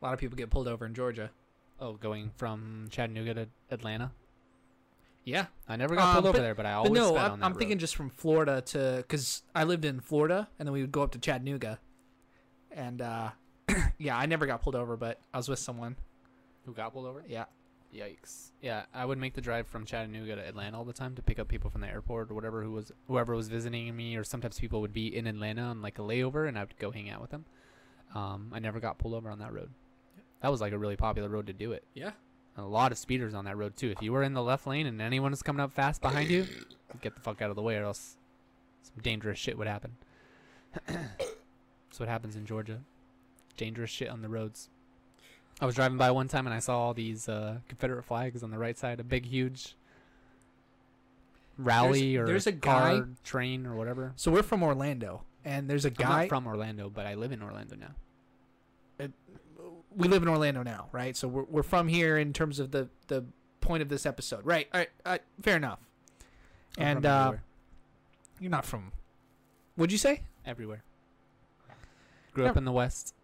Speaker 2: A lot of people get pulled over in Georgia.
Speaker 1: Oh, going from Chattanooga to Atlanta.
Speaker 2: Yeah,
Speaker 1: I never got pulled
Speaker 2: Um,
Speaker 1: over
Speaker 2: but-
Speaker 1: there, but I always
Speaker 2: but no,
Speaker 1: sped
Speaker 2: I'm,
Speaker 1: on that
Speaker 2: I'm thinking just from Florida to because I lived in Florida, and then we would go up to Chattanooga, and uh, yeah, I never got pulled over, but I was with someone.
Speaker 1: who got pulled over.
Speaker 2: Yeah,
Speaker 1: Yikes! Yeah, I would make the drive from Chattanooga to Atlanta all the time to pick up people from the airport or whatever who was whoever was visiting me, or sometimes people would be in Atlanta on like a layover, and I would go hang out with them. Um, I never got pulled over on that road. That was like a really popular road to do it.
Speaker 2: yeah.
Speaker 1: And a lot of speeders on that road too. If you were in the left lane and anyone was coming up fast behind you, get the fuck out of the way, or else some dangerous shit would happen. That's what happens in Georgia. Dangerous shit on the roads. I was driving by one time and I saw all these uh, Confederate flags on the right side, a big, huge rally or
Speaker 2: there's a
Speaker 1: car,
Speaker 2: guy-
Speaker 1: train or whatever.
Speaker 2: So we're from Orlando, and there's a
Speaker 1: I'm
Speaker 2: guy.
Speaker 1: not from Orlando, but I live in Orlando now.
Speaker 2: we live in Orlando now, right? So we're, we're from here in terms of the the point of this episode, right? All right, all right fair enough.
Speaker 1: I'm
Speaker 2: and
Speaker 1: from
Speaker 2: uh,
Speaker 1: everywhere.
Speaker 2: you're not from. Would you say?
Speaker 1: everywhere. Grew
Speaker 2: Oh.
Speaker 1: up in the West.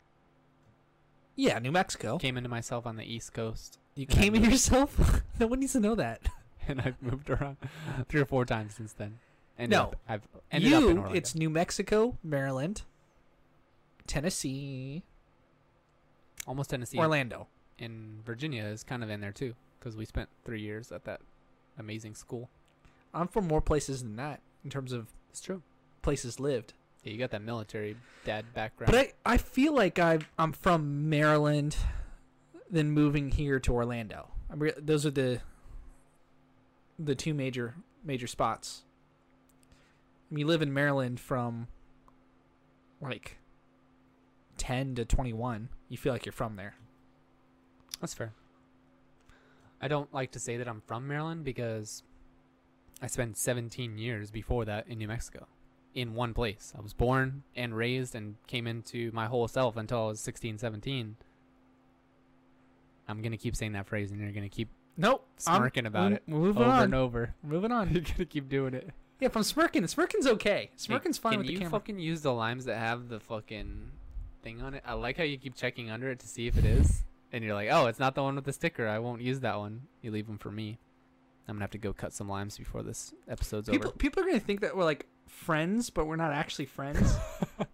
Speaker 2: Yeah, New Mexico.
Speaker 1: Came into myself on the East Coast.
Speaker 2: You
Speaker 1: and I
Speaker 2: came in
Speaker 1: moved-
Speaker 2: yourself. no one needs to know that.
Speaker 1: and I've moved around three or four times since then. Ended
Speaker 2: No.
Speaker 1: up, I've ended
Speaker 2: you,
Speaker 1: up in Orlando.
Speaker 2: it's New Mexico, Maryland, Tennessee,
Speaker 1: almost Tennessee.
Speaker 2: Orlando.
Speaker 1: and Virginia is kind of in there too, because we spent three years at that amazing school.
Speaker 2: I'm from more places than that in terms of
Speaker 1: It's true.
Speaker 2: places lived.
Speaker 1: Yeah, you got that military dad background.
Speaker 2: But I, I feel like I've, I'm from Maryland, then moving here to Orlando. I'm re- those are the the two major major spots. I mean, you live in Maryland from like 10 to 21. You feel like you're from there.
Speaker 1: That's fair. I don't like to say that I'm from Maryland because I spent 17 years before that in New Mexico, in one place. I was born and raised and came into my whole self until I was 16, 17. I'm gonna keep saying that phrase, and you're gonna keep
Speaker 2: Nope. I'm-
Speaker 1: smirking about
Speaker 2: we're
Speaker 1: it
Speaker 2: Moving
Speaker 1: over
Speaker 2: on.
Speaker 1: and over.
Speaker 2: Moving on.
Speaker 1: You're gonna keep doing it.
Speaker 2: Yeah, if I'm smirking, smirking's okay. Smirking's fine
Speaker 1: Can
Speaker 2: with the
Speaker 1: you
Speaker 2: camera.
Speaker 1: fucking use the limes that have the fucking thing on it? I like how you keep checking under it to see if it is, and you're like, oh, it's not the one with the sticker. I won't use that one. You leave them for me. I'm gonna have to go cut some limes before this episode's
Speaker 2: people people are gonna think that we're like friends, but we're not actually friends.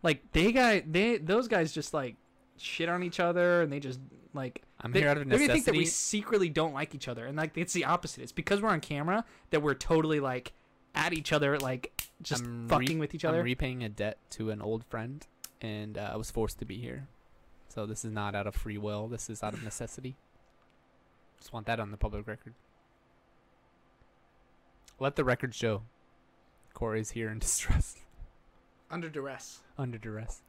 Speaker 2: like they guy they those guys just like shit on each other and they just like
Speaker 1: I'm
Speaker 2: they,
Speaker 1: here out of
Speaker 2: they're gonna think that we
Speaker 1: necessity.
Speaker 2: secretly don't like each other and like it's the opposite. It's because we're on camera that we're totally like at each other like just
Speaker 1: I'm re-
Speaker 2: fucking with each other.
Speaker 1: I'm repaying a debt to an old friend, and uh, I was forced to be here. So this is not out of free will. This is out of necessity. Just want that on the public record. Let the record show. Corey's here in distress,
Speaker 2: Under duress.
Speaker 1: under duress.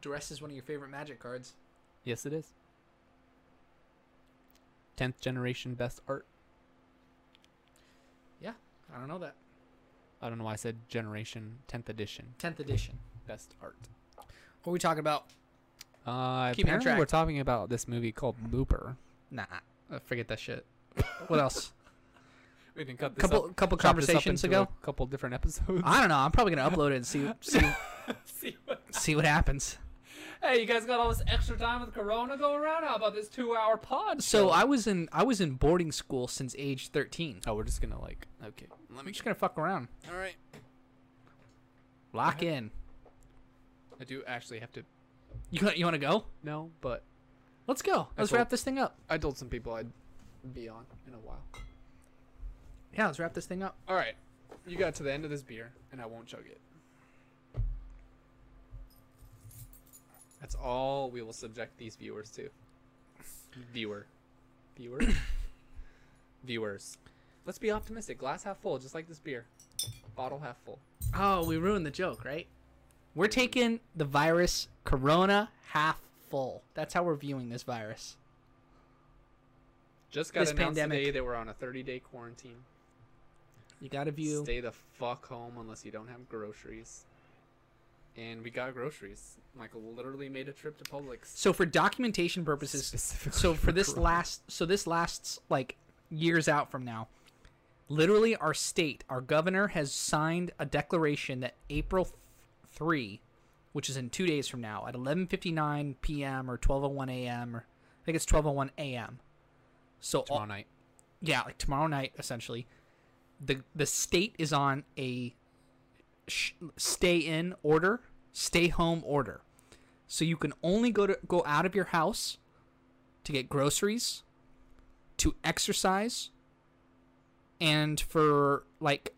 Speaker 2: Duress is one of your favorite magic cards.
Speaker 1: Yes, it is. Tenth generation best art.
Speaker 2: I don't know that.
Speaker 1: I don't know why I said generation. Tenth edition
Speaker 2: Tenth edition.
Speaker 1: best art.
Speaker 2: What are we talking about?
Speaker 1: Uh,
Speaker 2: Keep it on
Speaker 1: apparently we're
Speaker 2: track.
Speaker 1: talking about this movie called Looper.
Speaker 2: Nah, uh, forget that shit. what else?
Speaker 1: We can cut
Speaker 2: couple couple conversations ago.
Speaker 1: couple different episodes.
Speaker 2: I don't know. I'm probably gonna upload it and see see see what happens.
Speaker 1: Hey, you guys got all this extra time with Corona going around? How about this two-hour pod?
Speaker 2: So I was in I was in boarding school since age 13.
Speaker 1: oh, we're just gonna like okay. Let
Speaker 2: I'm
Speaker 1: me
Speaker 2: just gonna fuck around.
Speaker 1: all right.
Speaker 2: Lock in.
Speaker 1: I do actually have to
Speaker 2: You wanna- you want to go?
Speaker 1: no, but
Speaker 2: Let's go. Let's
Speaker 1: cool.
Speaker 2: wrap this thing up.
Speaker 1: I told some people I'd be on in a while.
Speaker 2: Yeah, let's wrap this thing up.
Speaker 1: All right, you got to the end of this beer, and I won't chug it. That's all we will subject these viewers to. Viewer, viewer, viewers. Let's be optimistic. Glass half full, just like this beer. Bottle half full.
Speaker 2: Oh, we ruined the joke, right? We're taking the virus Corona half full. That's how we're viewing this virus.
Speaker 1: Just got
Speaker 2: This
Speaker 1: announced
Speaker 2: pandemic.
Speaker 1: today that we're on a 30-day quarantine.
Speaker 2: You gotta view.
Speaker 1: Stay the fuck home unless you don't have groceries. And we got groceries. Michael literally made a trip to Publix.
Speaker 2: So for documentation purposes, so for this last so this lasts like years out from now literally our state our governor has signed a declaration that april th- 3 which is in two days from now at 11.59 p.m or 12.01 a.m or i think it's 12.01 a.m so all,
Speaker 1: tomorrow night.
Speaker 2: yeah like tomorrow night essentially the the state is on a sh- stay in order stay home order so you can only go to go out of your house to get groceries to exercise and for like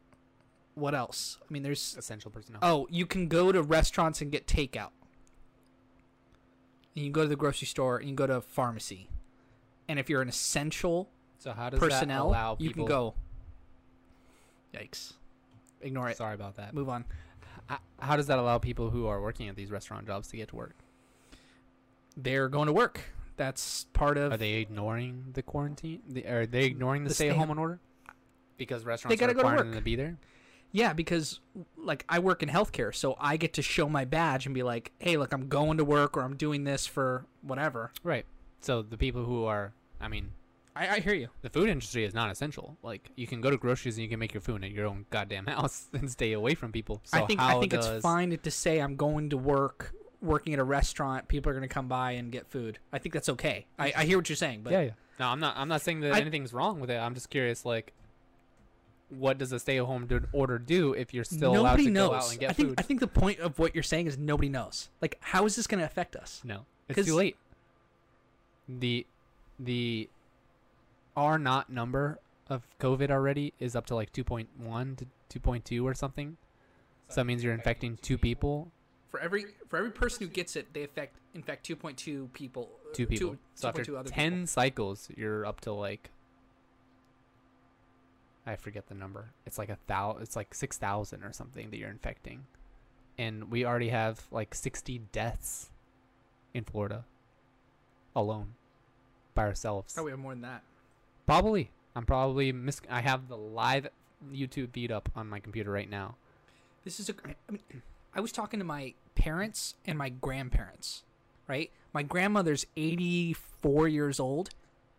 Speaker 2: what else i mean there's
Speaker 1: Essential personnel.
Speaker 2: oh you can go to restaurants and get takeout and you can go to the grocery store and you can go to a pharmacy and if you're an essential
Speaker 1: So how does
Speaker 2: personnel,
Speaker 1: that allow people?
Speaker 2: you can go. Yikes! Ignore it.
Speaker 1: Sorry about that.
Speaker 2: Move on.
Speaker 1: H- How does that allow people who are working at these restaurant jobs to get to work?
Speaker 2: They're going to work. That's part of.
Speaker 1: Are they ignoring the quarantine? The, are they ignoring the,
Speaker 2: The
Speaker 1: stay at
Speaker 2: stay-
Speaker 1: home and order? Because restaurants
Speaker 2: gotta
Speaker 1: are
Speaker 2: go to
Speaker 1: requiring them
Speaker 2: work.
Speaker 1: to be there.
Speaker 2: yeah, because like I work in healthcare, so I get to show my badge and be like, "Hey, look, I'm going to work, or I'm doing this for whatever."
Speaker 1: Right. So the people who are, I mean,
Speaker 2: I, I hear you.
Speaker 1: the food industry is non-essential. Like you can go to groceries and you can make your food at your own goddamn house and stay away from people. So
Speaker 2: I think
Speaker 1: how
Speaker 2: I think
Speaker 1: does,
Speaker 2: it's fine to say I'm going to work, working at a restaurant. People are going to come by and get food. I think that's okay. I, I hear what you're saying, but
Speaker 1: yeah, yeah. No, I'm not. I'm not saying that
Speaker 2: I-
Speaker 1: anything's wrong with it. I'm just curious, like, what does a stay-at-home do- order do if you're still allowed
Speaker 2: nobody
Speaker 1: to
Speaker 2: knows.
Speaker 1: go out and get
Speaker 2: I think
Speaker 1: food?
Speaker 2: I think the point of what you're saying is nobody knows. Like, how is this going to affect us?
Speaker 1: No,
Speaker 2: 'Cause-
Speaker 1: it's too late. The the R not number of COVID already is up to like 2.1 to 2.2 or something. So that means you're infecting two people.
Speaker 2: For every for every person who gets it, they affect infect 2.2 people. uh,
Speaker 1: Two people. so
Speaker 2: 2.2
Speaker 1: after
Speaker 2: other
Speaker 1: 10
Speaker 2: people.
Speaker 1: cycles, you're up to like I forget the number. It's like a thou. It's like six thousand or something that you're infecting, and we already have like sixty deaths in Florida alone by ourselves.
Speaker 2: Oh, we have more than that.
Speaker 1: Probably. I'm probably mis. I have the live YouTube feed up on my computer right now.
Speaker 2: This is a. I mean, I was talking to my parents and my grandparents, right? My grandmother's 84 years old,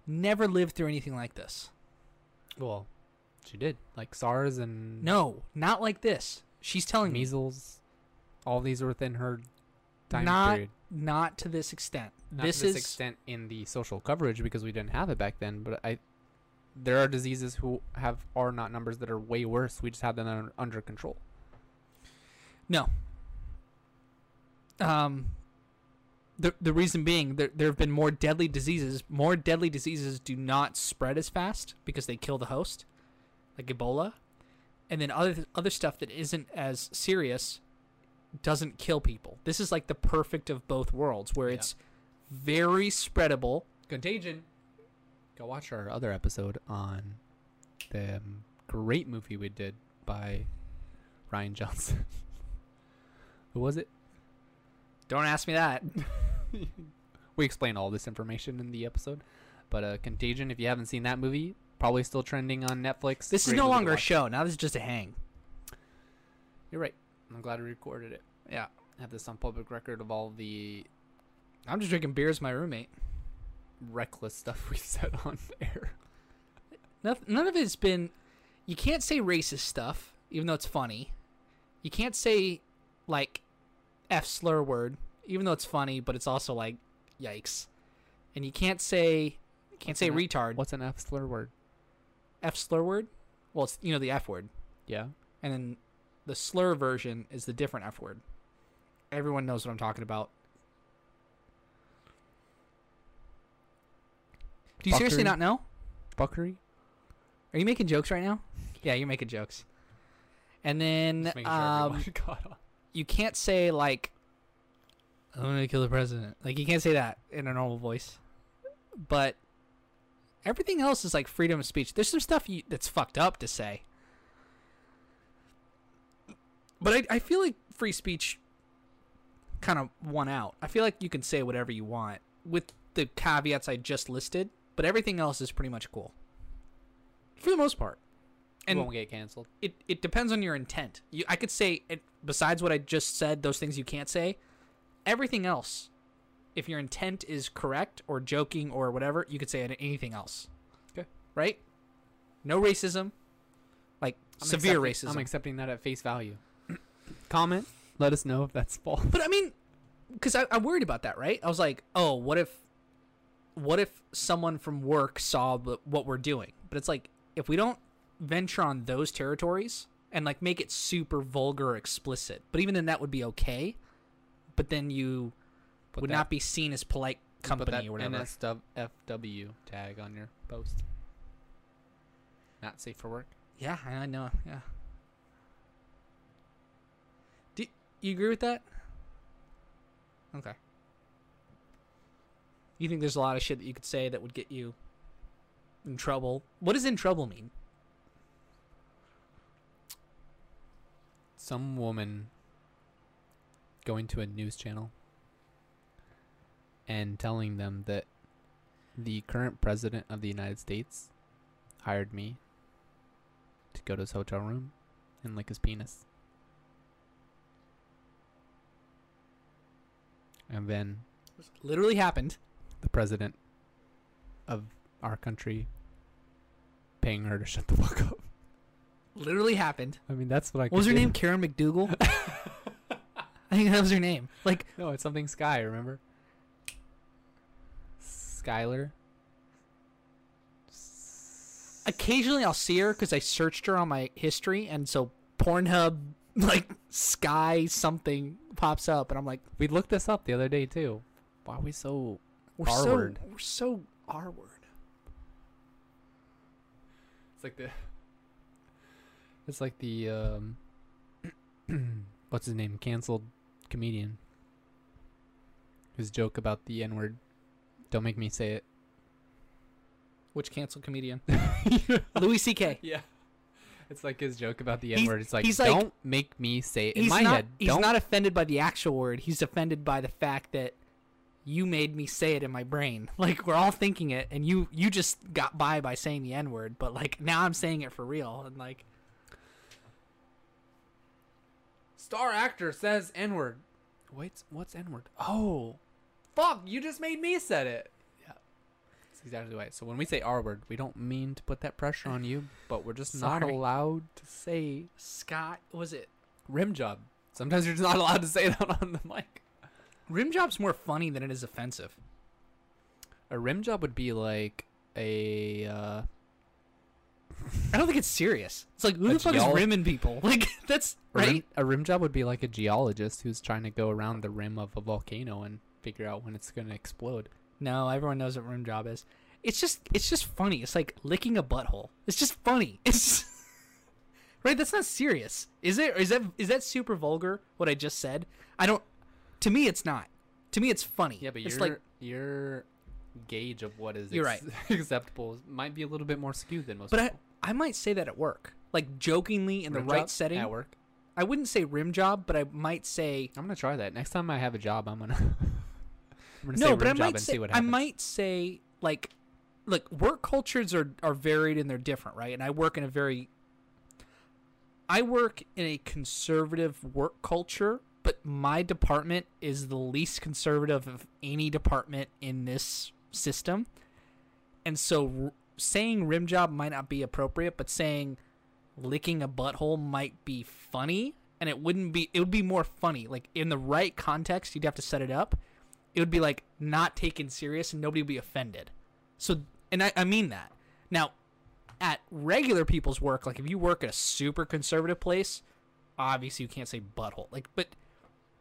Speaker 2: never lived through anything like this.
Speaker 1: Well, she did like SARS and
Speaker 2: No, not like this. She's telling me
Speaker 1: measles. All these were within her time
Speaker 2: not
Speaker 1: period.
Speaker 2: not to this extent.
Speaker 1: Not
Speaker 2: this,
Speaker 1: to this
Speaker 2: is
Speaker 1: extent in the social coverage because we didn't have it back then. But I, there are diseases who have R not numbers that are way worse. We just have them un- under control.
Speaker 2: no. Um, the the reason being there there have been more deadly diseases. More deadly diseases do not spread as fast because they kill the host, like Ebola, and then other other stuff that isn't as serious doesn't kill people. This is like the perfect of both worlds where
Speaker 1: Yeah.
Speaker 2: it's very spreadable.
Speaker 1: Contagion. Go watch our other episode on the um, great movie we did by Ryan Johnson. Who was it?
Speaker 2: Don't ask me that.
Speaker 1: We explain all this information in the episode. But uh, Contagion, if you haven't seen that movie, probably still trending on Netflix.
Speaker 2: This is
Speaker 1: Great
Speaker 2: no
Speaker 1: movie to
Speaker 2: longer a
Speaker 1: watch.
Speaker 2: show. Now this is just a hang.
Speaker 1: You're right. I'm glad we recorded it.
Speaker 2: Yeah.
Speaker 1: Have this on public record of all the
Speaker 2: I'm just drinking beer as my roommate.
Speaker 1: reckless stuff we said on air.
Speaker 2: None, none of it's been. You can't say racist stuff, even though it's funny. You can't say like f slur word, even though it's funny, but it's also like yikes. And you can't say can't
Speaker 1: What's
Speaker 2: say
Speaker 1: an-
Speaker 2: retard
Speaker 1: What's an F slur word?
Speaker 2: f slur word. Well, it's you know the f word,
Speaker 1: Yeah.
Speaker 2: and then the slur version is the different f word. Everyone knows what I'm talking about. Do you seriously
Speaker 1: Fuckery?
Speaker 2: not know?
Speaker 1: Fuckery?
Speaker 2: Are you making jokes right now? Yeah, you're making jokes. And then
Speaker 1: Just making sure
Speaker 2: um,
Speaker 1: everyone caught on.
Speaker 2: you can't say like, "I'm gonna kill the president." Like you can't say that in a normal voice. But everything else is like freedom of speech. There's some stuff you, that's fucked up to say. But I, I feel like free speech kind of won out. I feel like you can say whatever you want with the caveats I just listed, but everything else is pretty much cool. For the most part.
Speaker 1: and
Speaker 2: And
Speaker 1: won't get canceled.
Speaker 2: it, it depends on your intent. You, I could say, it, besides what I just said, those things you can't say, everything else, if your intent is correct or joking or whatever, you could say it- anything else.
Speaker 1: Okay.
Speaker 2: Right? No racism, like severe racism.
Speaker 1: I'm accepting that at face value. Comment. Let us know if that's false.
Speaker 2: But I mean, because I, I worried about that, right? I was like, oh, what if, what if someone from work saw the- what we're doing? But it's like, if we don't venture on those territories and like make it super vulgar, or explicit, but even then that would be okay. But then you
Speaker 1: Put
Speaker 2: would
Speaker 1: that-
Speaker 2: not be seen as polite
Speaker 1: put that
Speaker 2: company or whatever.
Speaker 1: NSFW tag on your post. Not safe for work.
Speaker 2: yeah, I I know. Yeah. Do you agree with that? Okay. You think there's a lot of shit that you could say that would get you in trouble? What does in trouble mean?
Speaker 1: Some woman going to a news channel and telling them that the current president of the United States hired me to go to his hotel room and lick his penis. And then
Speaker 2: Literally happened.
Speaker 1: the president of our country paying her to shut the fuck up.
Speaker 2: Literally happened.
Speaker 1: I mean, that's what I.
Speaker 2: What was her
Speaker 1: could
Speaker 2: name?
Speaker 1: do.
Speaker 2: Karen McDougal. I think that was her name. Like
Speaker 1: No, it's something Sky. Remember, Skylar. S-
Speaker 2: occasionally I'll see her because I searched her on my history, and so Pornhub like Sky something pops up, and I'm like,
Speaker 1: We looked this up the other day too. Why are we so?
Speaker 2: we're
Speaker 1: R-word.
Speaker 2: so we're so R word.
Speaker 1: It's like the. It's like the um. what's his name? Cancelled comedian. His joke about the N word. Don't make me say it.
Speaker 2: Which canceled comedian? Louis C.K.
Speaker 1: Yeah. It's like his joke about the
Speaker 2: He's-
Speaker 1: N word. It's like,
Speaker 2: he's like-
Speaker 1: don't make me say it in
Speaker 2: he's
Speaker 1: my
Speaker 2: not,
Speaker 1: head.
Speaker 2: He's
Speaker 1: don't.
Speaker 2: not offended by the actual word. He's offended by the fact that you made me say it in my brain. Like we're all thinking it, and you you just got by by saying the n word, but like now I'm saying it for real, and like
Speaker 1: Star actor says N word. Wait, what's N word? Oh, fuck! You just made me said it. Yeah, that's exactly right. So when we say R word, we don't mean to put that pressure on you, but we're just not
Speaker 2: Sorry.
Speaker 1: allowed to say
Speaker 2: Scott was it
Speaker 1: rim job. Sometimes you're just not allowed to say that on the mic.
Speaker 2: rim job's more funny than it is offensive.
Speaker 1: A rim job would be like a uh,
Speaker 2: I don't think it's serious. It's like who the
Speaker 1: That's
Speaker 2: fuck
Speaker 1: y'all.
Speaker 2: is rimming people? Like that's
Speaker 1: a rim-
Speaker 2: right.
Speaker 1: a rim job would be like a geologist who's trying to go around the rim of a volcano and figure out when it's gonna explode.
Speaker 2: No, everyone knows what room job is. It's just it's just funny. It's like licking a butthole. It's just funny. It's just- right. That's not serious, is it? Or is that is that super vulgar? What I just said. I don't. To me, it's not. To me, it's funny.
Speaker 1: Yeah, but
Speaker 2: it's
Speaker 1: your
Speaker 2: like
Speaker 1: your gauge of what is
Speaker 2: You're
Speaker 1: ex- acceptable might be a little bit more skewed than most.
Speaker 2: But I,
Speaker 1: people.
Speaker 2: I might say that at work, like jokingly in
Speaker 1: Rim
Speaker 2: the right
Speaker 1: job
Speaker 2: setting.
Speaker 1: at work.
Speaker 2: I wouldn't say rim job, but I might say
Speaker 1: I'm gonna try that next time I have a job. I'm gonna. I'm gonna say
Speaker 2: no. But
Speaker 1: rim
Speaker 2: I
Speaker 1: job
Speaker 2: might
Speaker 1: and
Speaker 2: say
Speaker 1: see what
Speaker 2: I
Speaker 1: happens.
Speaker 2: might say like, look, work cultures are are varied and they're different, right? And I work in a very, I work in a conservative work culture, but my department is the least conservative of any department in this system, and so r- saying rim job might not be appropriate, but saying licking a butthole might be funny and it wouldn't be it would be more funny like in the right context you'd have to set it up it would be like not taken serious and nobody would be offended so and i, I mean that now at regular people's work like if you work at a super conservative place obviously you can't say butthole like but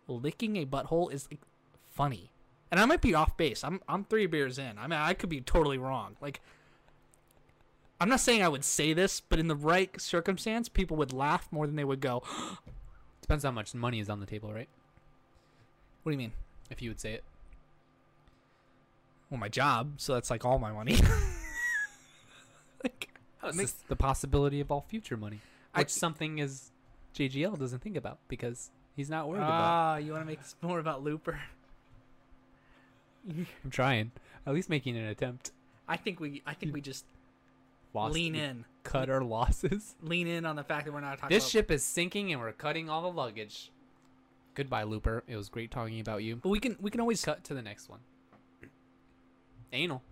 Speaker 2: licking a butthole is like funny and i might be off base i'm i'm three beers in i mean i could be totally wrong like I'm not saying I would say this, but in the right circumstance, people would laugh more than they would go. What
Speaker 1: Depends how much money is on the table, right?
Speaker 2: do you mean?
Speaker 1: If you would say it.
Speaker 2: Well, my job, so that's like all my money. like,
Speaker 1: It's
Speaker 2: makes-
Speaker 1: just the possibility of all future money,
Speaker 2: I-
Speaker 1: which something is JGL doesn't think about because he's not worried about.
Speaker 2: ah, you want to make s- more about Looper?
Speaker 1: it. I'm trying, at least making an attempt.
Speaker 2: I think we, I think we just
Speaker 1: Lost-
Speaker 2: lean
Speaker 1: we
Speaker 2: in,
Speaker 1: cut our losses.
Speaker 2: lean in on the fact that we're not talking.
Speaker 1: This
Speaker 2: about,
Speaker 1: ship is sinking, and we're cutting all the luggage. Goodbye, Looper. It was great talking about you.
Speaker 2: but we can, we can always.
Speaker 1: Cut to the next one. Anal.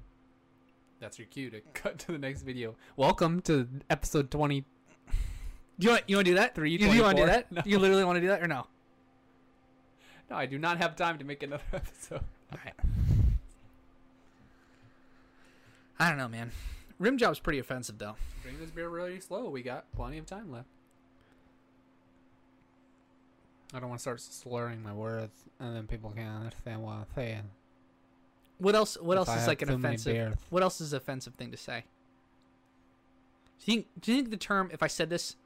Speaker 1: That's your cue to cut to the next video. Welcome to episode 20.
Speaker 2: Do you want, you want to do that?
Speaker 1: Three
Speaker 2: You, do you want to
Speaker 1: 24?
Speaker 2: do that?
Speaker 1: No.
Speaker 2: You literally want to do that or no?
Speaker 1: No, I do not have time to make another episode.
Speaker 2: I don't know, man. Rim job's pretty offensive, though.
Speaker 1: Bring this beer really slow. We got plenty of time left. I don't want to start slurring my words, and then people can't understand what I'm saying.
Speaker 2: What else? What
Speaker 1: If
Speaker 2: else
Speaker 1: I
Speaker 2: is
Speaker 1: have
Speaker 2: like an
Speaker 1: too many
Speaker 2: offensive?
Speaker 1: beers.
Speaker 2: What else is an offensive thing to say? Do you think? Do you think the term? If I said this,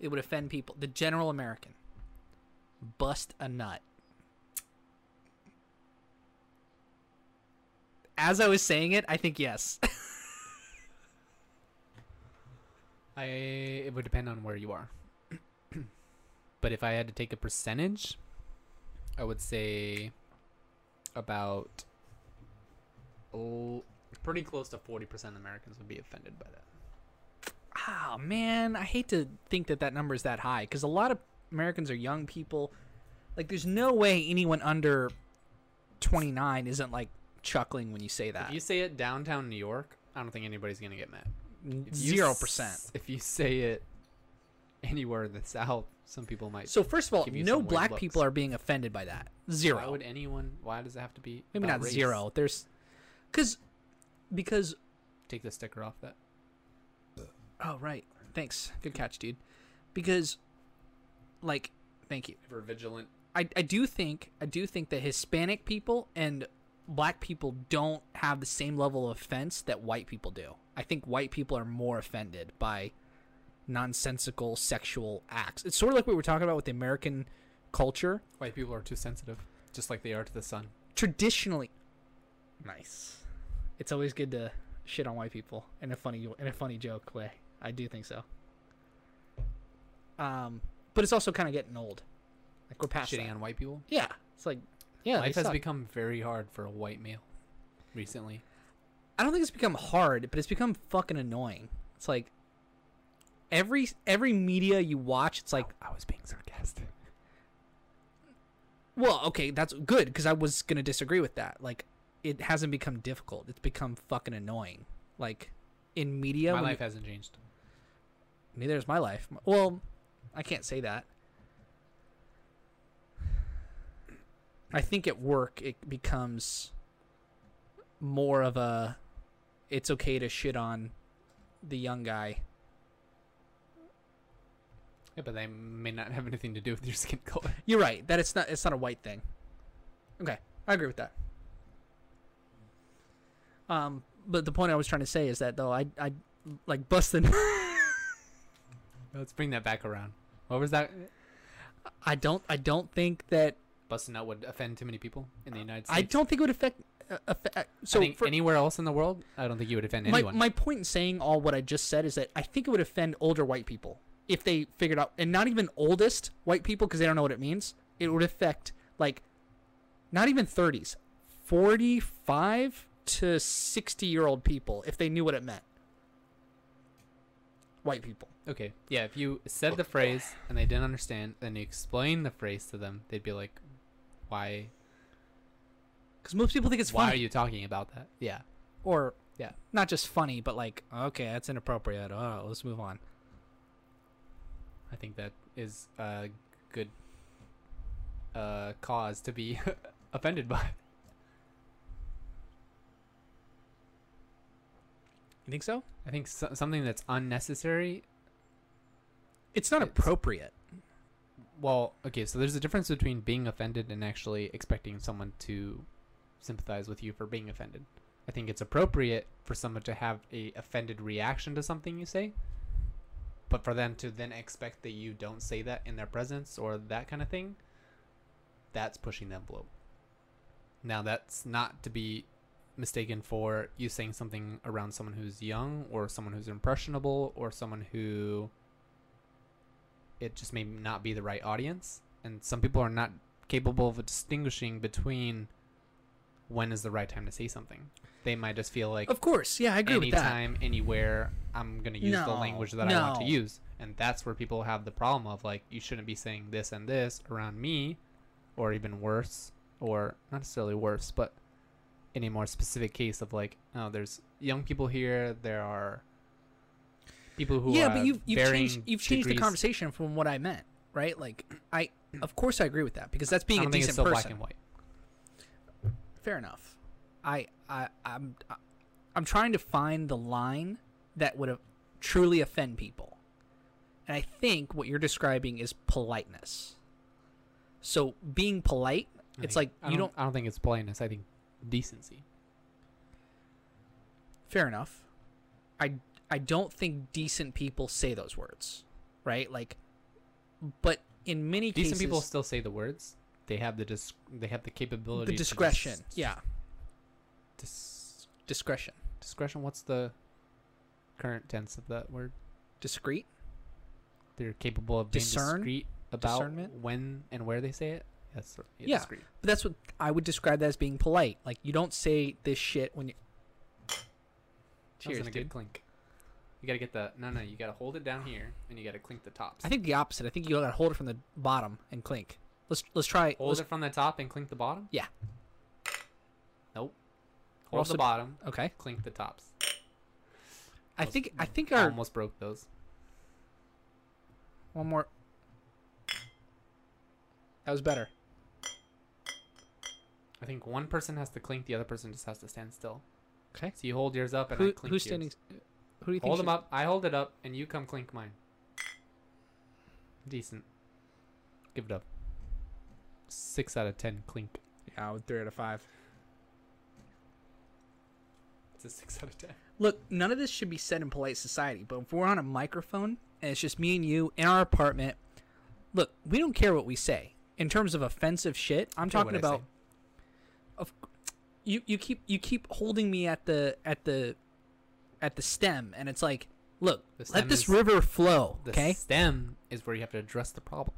Speaker 2: it would offend people. The general American. Bust a nut. As I was saying it, I think yes.
Speaker 1: I it would depend on where you are. but if I had to take a percentage, I would say about oh, pretty close to 40% of Americans would be offended by that.
Speaker 2: Ah, man, I hate to think that that number is that high because a lot of Americans are young people. Like, there's no way anyone under 29 isn't like chuckling when you say that.
Speaker 1: If you say it downtown New York, I don't think anybody's going to get mad. If you
Speaker 2: Zero
Speaker 1: s-
Speaker 2: percent.
Speaker 1: If you say it anywhere in the South, some people might.
Speaker 2: So first of all,
Speaker 1: give you
Speaker 2: no
Speaker 1: some weird
Speaker 2: black
Speaker 1: looks.
Speaker 2: people are being offended by that.
Speaker 1: Why
Speaker 2: Zero.
Speaker 1: would anyone? Why does it have to be?
Speaker 2: Maybe
Speaker 1: about
Speaker 2: not
Speaker 1: race?
Speaker 2: zero. There's cuz because
Speaker 1: Take the sticker off that.
Speaker 2: oh right. Thanks. Good catch, dude. Because like thank you.
Speaker 1: Ever vigilant.
Speaker 2: I I do think I do think that Hispanic people and black people don't have the same level of offense that white people do. I think white people are more offended by nonsensical sexual acts. It's sort of like what we were talking about with the American culture.
Speaker 1: White people are too sensitive, just like they are to the sun.
Speaker 2: traditionally nice it's always good to shit on white people in a funny in a funny joke way i do think so um but it's also kind of getting old like we're past
Speaker 1: Shitting
Speaker 2: that.
Speaker 1: on white people.
Speaker 2: yeah it's like yeah they
Speaker 1: Life has
Speaker 2: suck.
Speaker 1: become very hard for a white male recently.
Speaker 2: i don't think it's become hard but it's become fucking annoying it's like every every media you watch it's like
Speaker 1: I was being sarcastic.
Speaker 2: Well, okay, that's good because I was gonna disagree with that. Like, it hasn't become difficult; it's become fucking annoying. Like, in media,
Speaker 1: My
Speaker 2: when
Speaker 1: life hasn't changed.
Speaker 2: you- neither is my life. M- Well, I can't say that. I think at work it becomes more of a it's okay to shit on the young guy.
Speaker 1: Yeah, but they may not have anything to do with your skin color.
Speaker 2: You're right that it's not it's not a white thing. Okay, I agree with that. Um, but the point I was trying to say is that though I I like busting.
Speaker 1: Let's bring that back around. What was that?
Speaker 2: I don't I don't think that
Speaker 1: Busting out would offend too many people in the United States.
Speaker 2: Uh, I don't think it would affect. Uh, affect
Speaker 1: So
Speaker 2: so for,
Speaker 1: anywhere else in the world, I don't think you would offend
Speaker 2: my
Speaker 1: anyone.
Speaker 2: my point in saying all what I just said is that I think it would offend older white people if they figured out, and not even oldest white people because they don't know what it means. It would affect like not even thirties, forty five to sixty year old people if they knew what it meant. White people.
Speaker 1: okay, yeah. If you said the phrase and they didn't understand, and you explained the phrase to them, they'd be like, "Why?
Speaker 2: Because most people think it's
Speaker 1: Why
Speaker 2: funny,
Speaker 1: are you talking about that?" Yeah.
Speaker 2: or
Speaker 1: Yeah.
Speaker 2: not just funny, but like okay, that's inappropriate. Oh, let's move on.
Speaker 1: I think that is a good uh, cause to be offended by.
Speaker 2: You think so?
Speaker 1: I think so- something that's unnecessary.
Speaker 2: It's not
Speaker 1: It's-
Speaker 2: appropriate.
Speaker 1: Well, okay, so there's a difference between being offended and actually expecting someone to sympathize with you for being offended. I think it's appropriate for someone to have a offended reaction to something you say, but for them to then expect that you don't say that in their presence or that kind of thing, that's pushing the envelope. Now, that's not to be mistaken for you saying something around someone who's young or someone who's impressionable or someone who it just may not be the right audience. And some people are not capable of distinguishing between when is the right time to say something. They might just feel like
Speaker 2: Of course, yeah, I agree with that.
Speaker 1: anytime, anywhere, I'm gonna use the
Speaker 2: No,
Speaker 1: language that I want to
Speaker 2: no.
Speaker 1: use, and that's where people have the problem of like, you shouldn't be saying this and this around me, or even worse, or not necessarily worse, but in a more specific case of like, oh, there's young people here, there are people who
Speaker 2: yeah,
Speaker 1: are
Speaker 2: but you've, you've
Speaker 1: varying
Speaker 2: changed you've changed the
Speaker 1: degrees.
Speaker 2: conversation from what I meant, right? Like I, of course, I agree with that because that's
Speaker 1: I
Speaker 2: being
Speaker 1: don't
Speaker 2: a
Speaker 1: think
Speaker 2: decent
Speaker 1: it's so
Speaker 2: person.
Speaker 1: black and white.
Speaker 2: Fair enough. I I I'm I'm trying to find the line that would have truly offend people, and I think what you're describing is politeness. So being polite,
Speaker 1: I
Speaker 2: it's
Speaker 1: think- I
Speaker 2: like you don't.
Speaker 1: I don't think it's blindness. I think decency.
Speaker 2: Fair enough. I I don't think decent people say those words, right? Like, but in many
Speaker 1: Decent
Speaker 2: cases,
Speaker 1: people still say the words. They have the dis- They have the capability.
Speaker 2: the
Speaker 1: to dis-
Speaker 2: discretion. Yeah,
Speaker 1: dis-
Speaker 2: discretion.
Speaker 1: discretion what's the current tense of that word
Speaker 2: Discreet.
Speaker 1: they're capable of being
Speaker 2: Discern?
Speaker 1: discreet about
Speaker 2: Discernment?
Speaker 1: when and where they say it that's
Speaker 2: Yeah.
Speaker 1: discreet.
Speaker 2: But that's what I would describe that as being polite. Like you don't say this shit when you.
Speaker 1: That was
Speaker 2: Cheers,
Speaker 1: in a
Speaker 2: dude.
Speaker 1: good clink you gotta get the no no you gotta hold it down here and you gotta clink the tops
Speaker 2: I think the opposite. I think you gotta hold it from the bottom and clink. Let's let's try.
Speaker 1: hold
Speaker 2: let's-
Speaker 1: it from the top and clink the bottom
Speaker 2: Yeah.
Speaker 1: nope
Speaker 2: We're
Speaker 1: hold
Speaker 2: also-
Speaker 1: the bottom
Speaker 2: okay.
Speaker 1: clink the tops
Speaker 2: I
Speaker 1: Almost-
Speaker 2: think I think
Speaker 1: I
Speaker 2: our
Speaker 1: almost broke those
Speaker 2: one more. That was better.
Speaker 1: i think one person has to clink the other person just has to stand still
Speaker 2: Okay.
Speaker 1: so you hold yours up and I
Speaker 2: Who,
Speaker 1: clink
Speaker 2: who's
Speaker 1: yours.
Speaker 2: standing? Who do you think?
Speaker 1: Hold them
Speaker 2: should-
Speaker 1: up. I hold it up, and you come clink mine. Decent. Give it up. Six out of ten clink.
Speaker 2: Yeah, I would three out of five.
Speaker 1: It's a six out of ten.
Speaker 2: Look, none of this should be said in polite society, but if we're on a microphone and it's just me and you in our apartment, look, we don't care what we say. In terms of offensive shit, I'm
Speaker 1: Care what
Speaker 2: talking
Speaker 1: I say.
Speaker 2: about of you you keep you keep holding me at the at the at the stem and it's like, look,
Speaker 1: The stem
Speaker 2: let this
Speaker 1: is-
Speaker 2: river flow,
Speaker 1: The
Speaker 2: okay?
Speaker 1: stem is where you have to address the problem.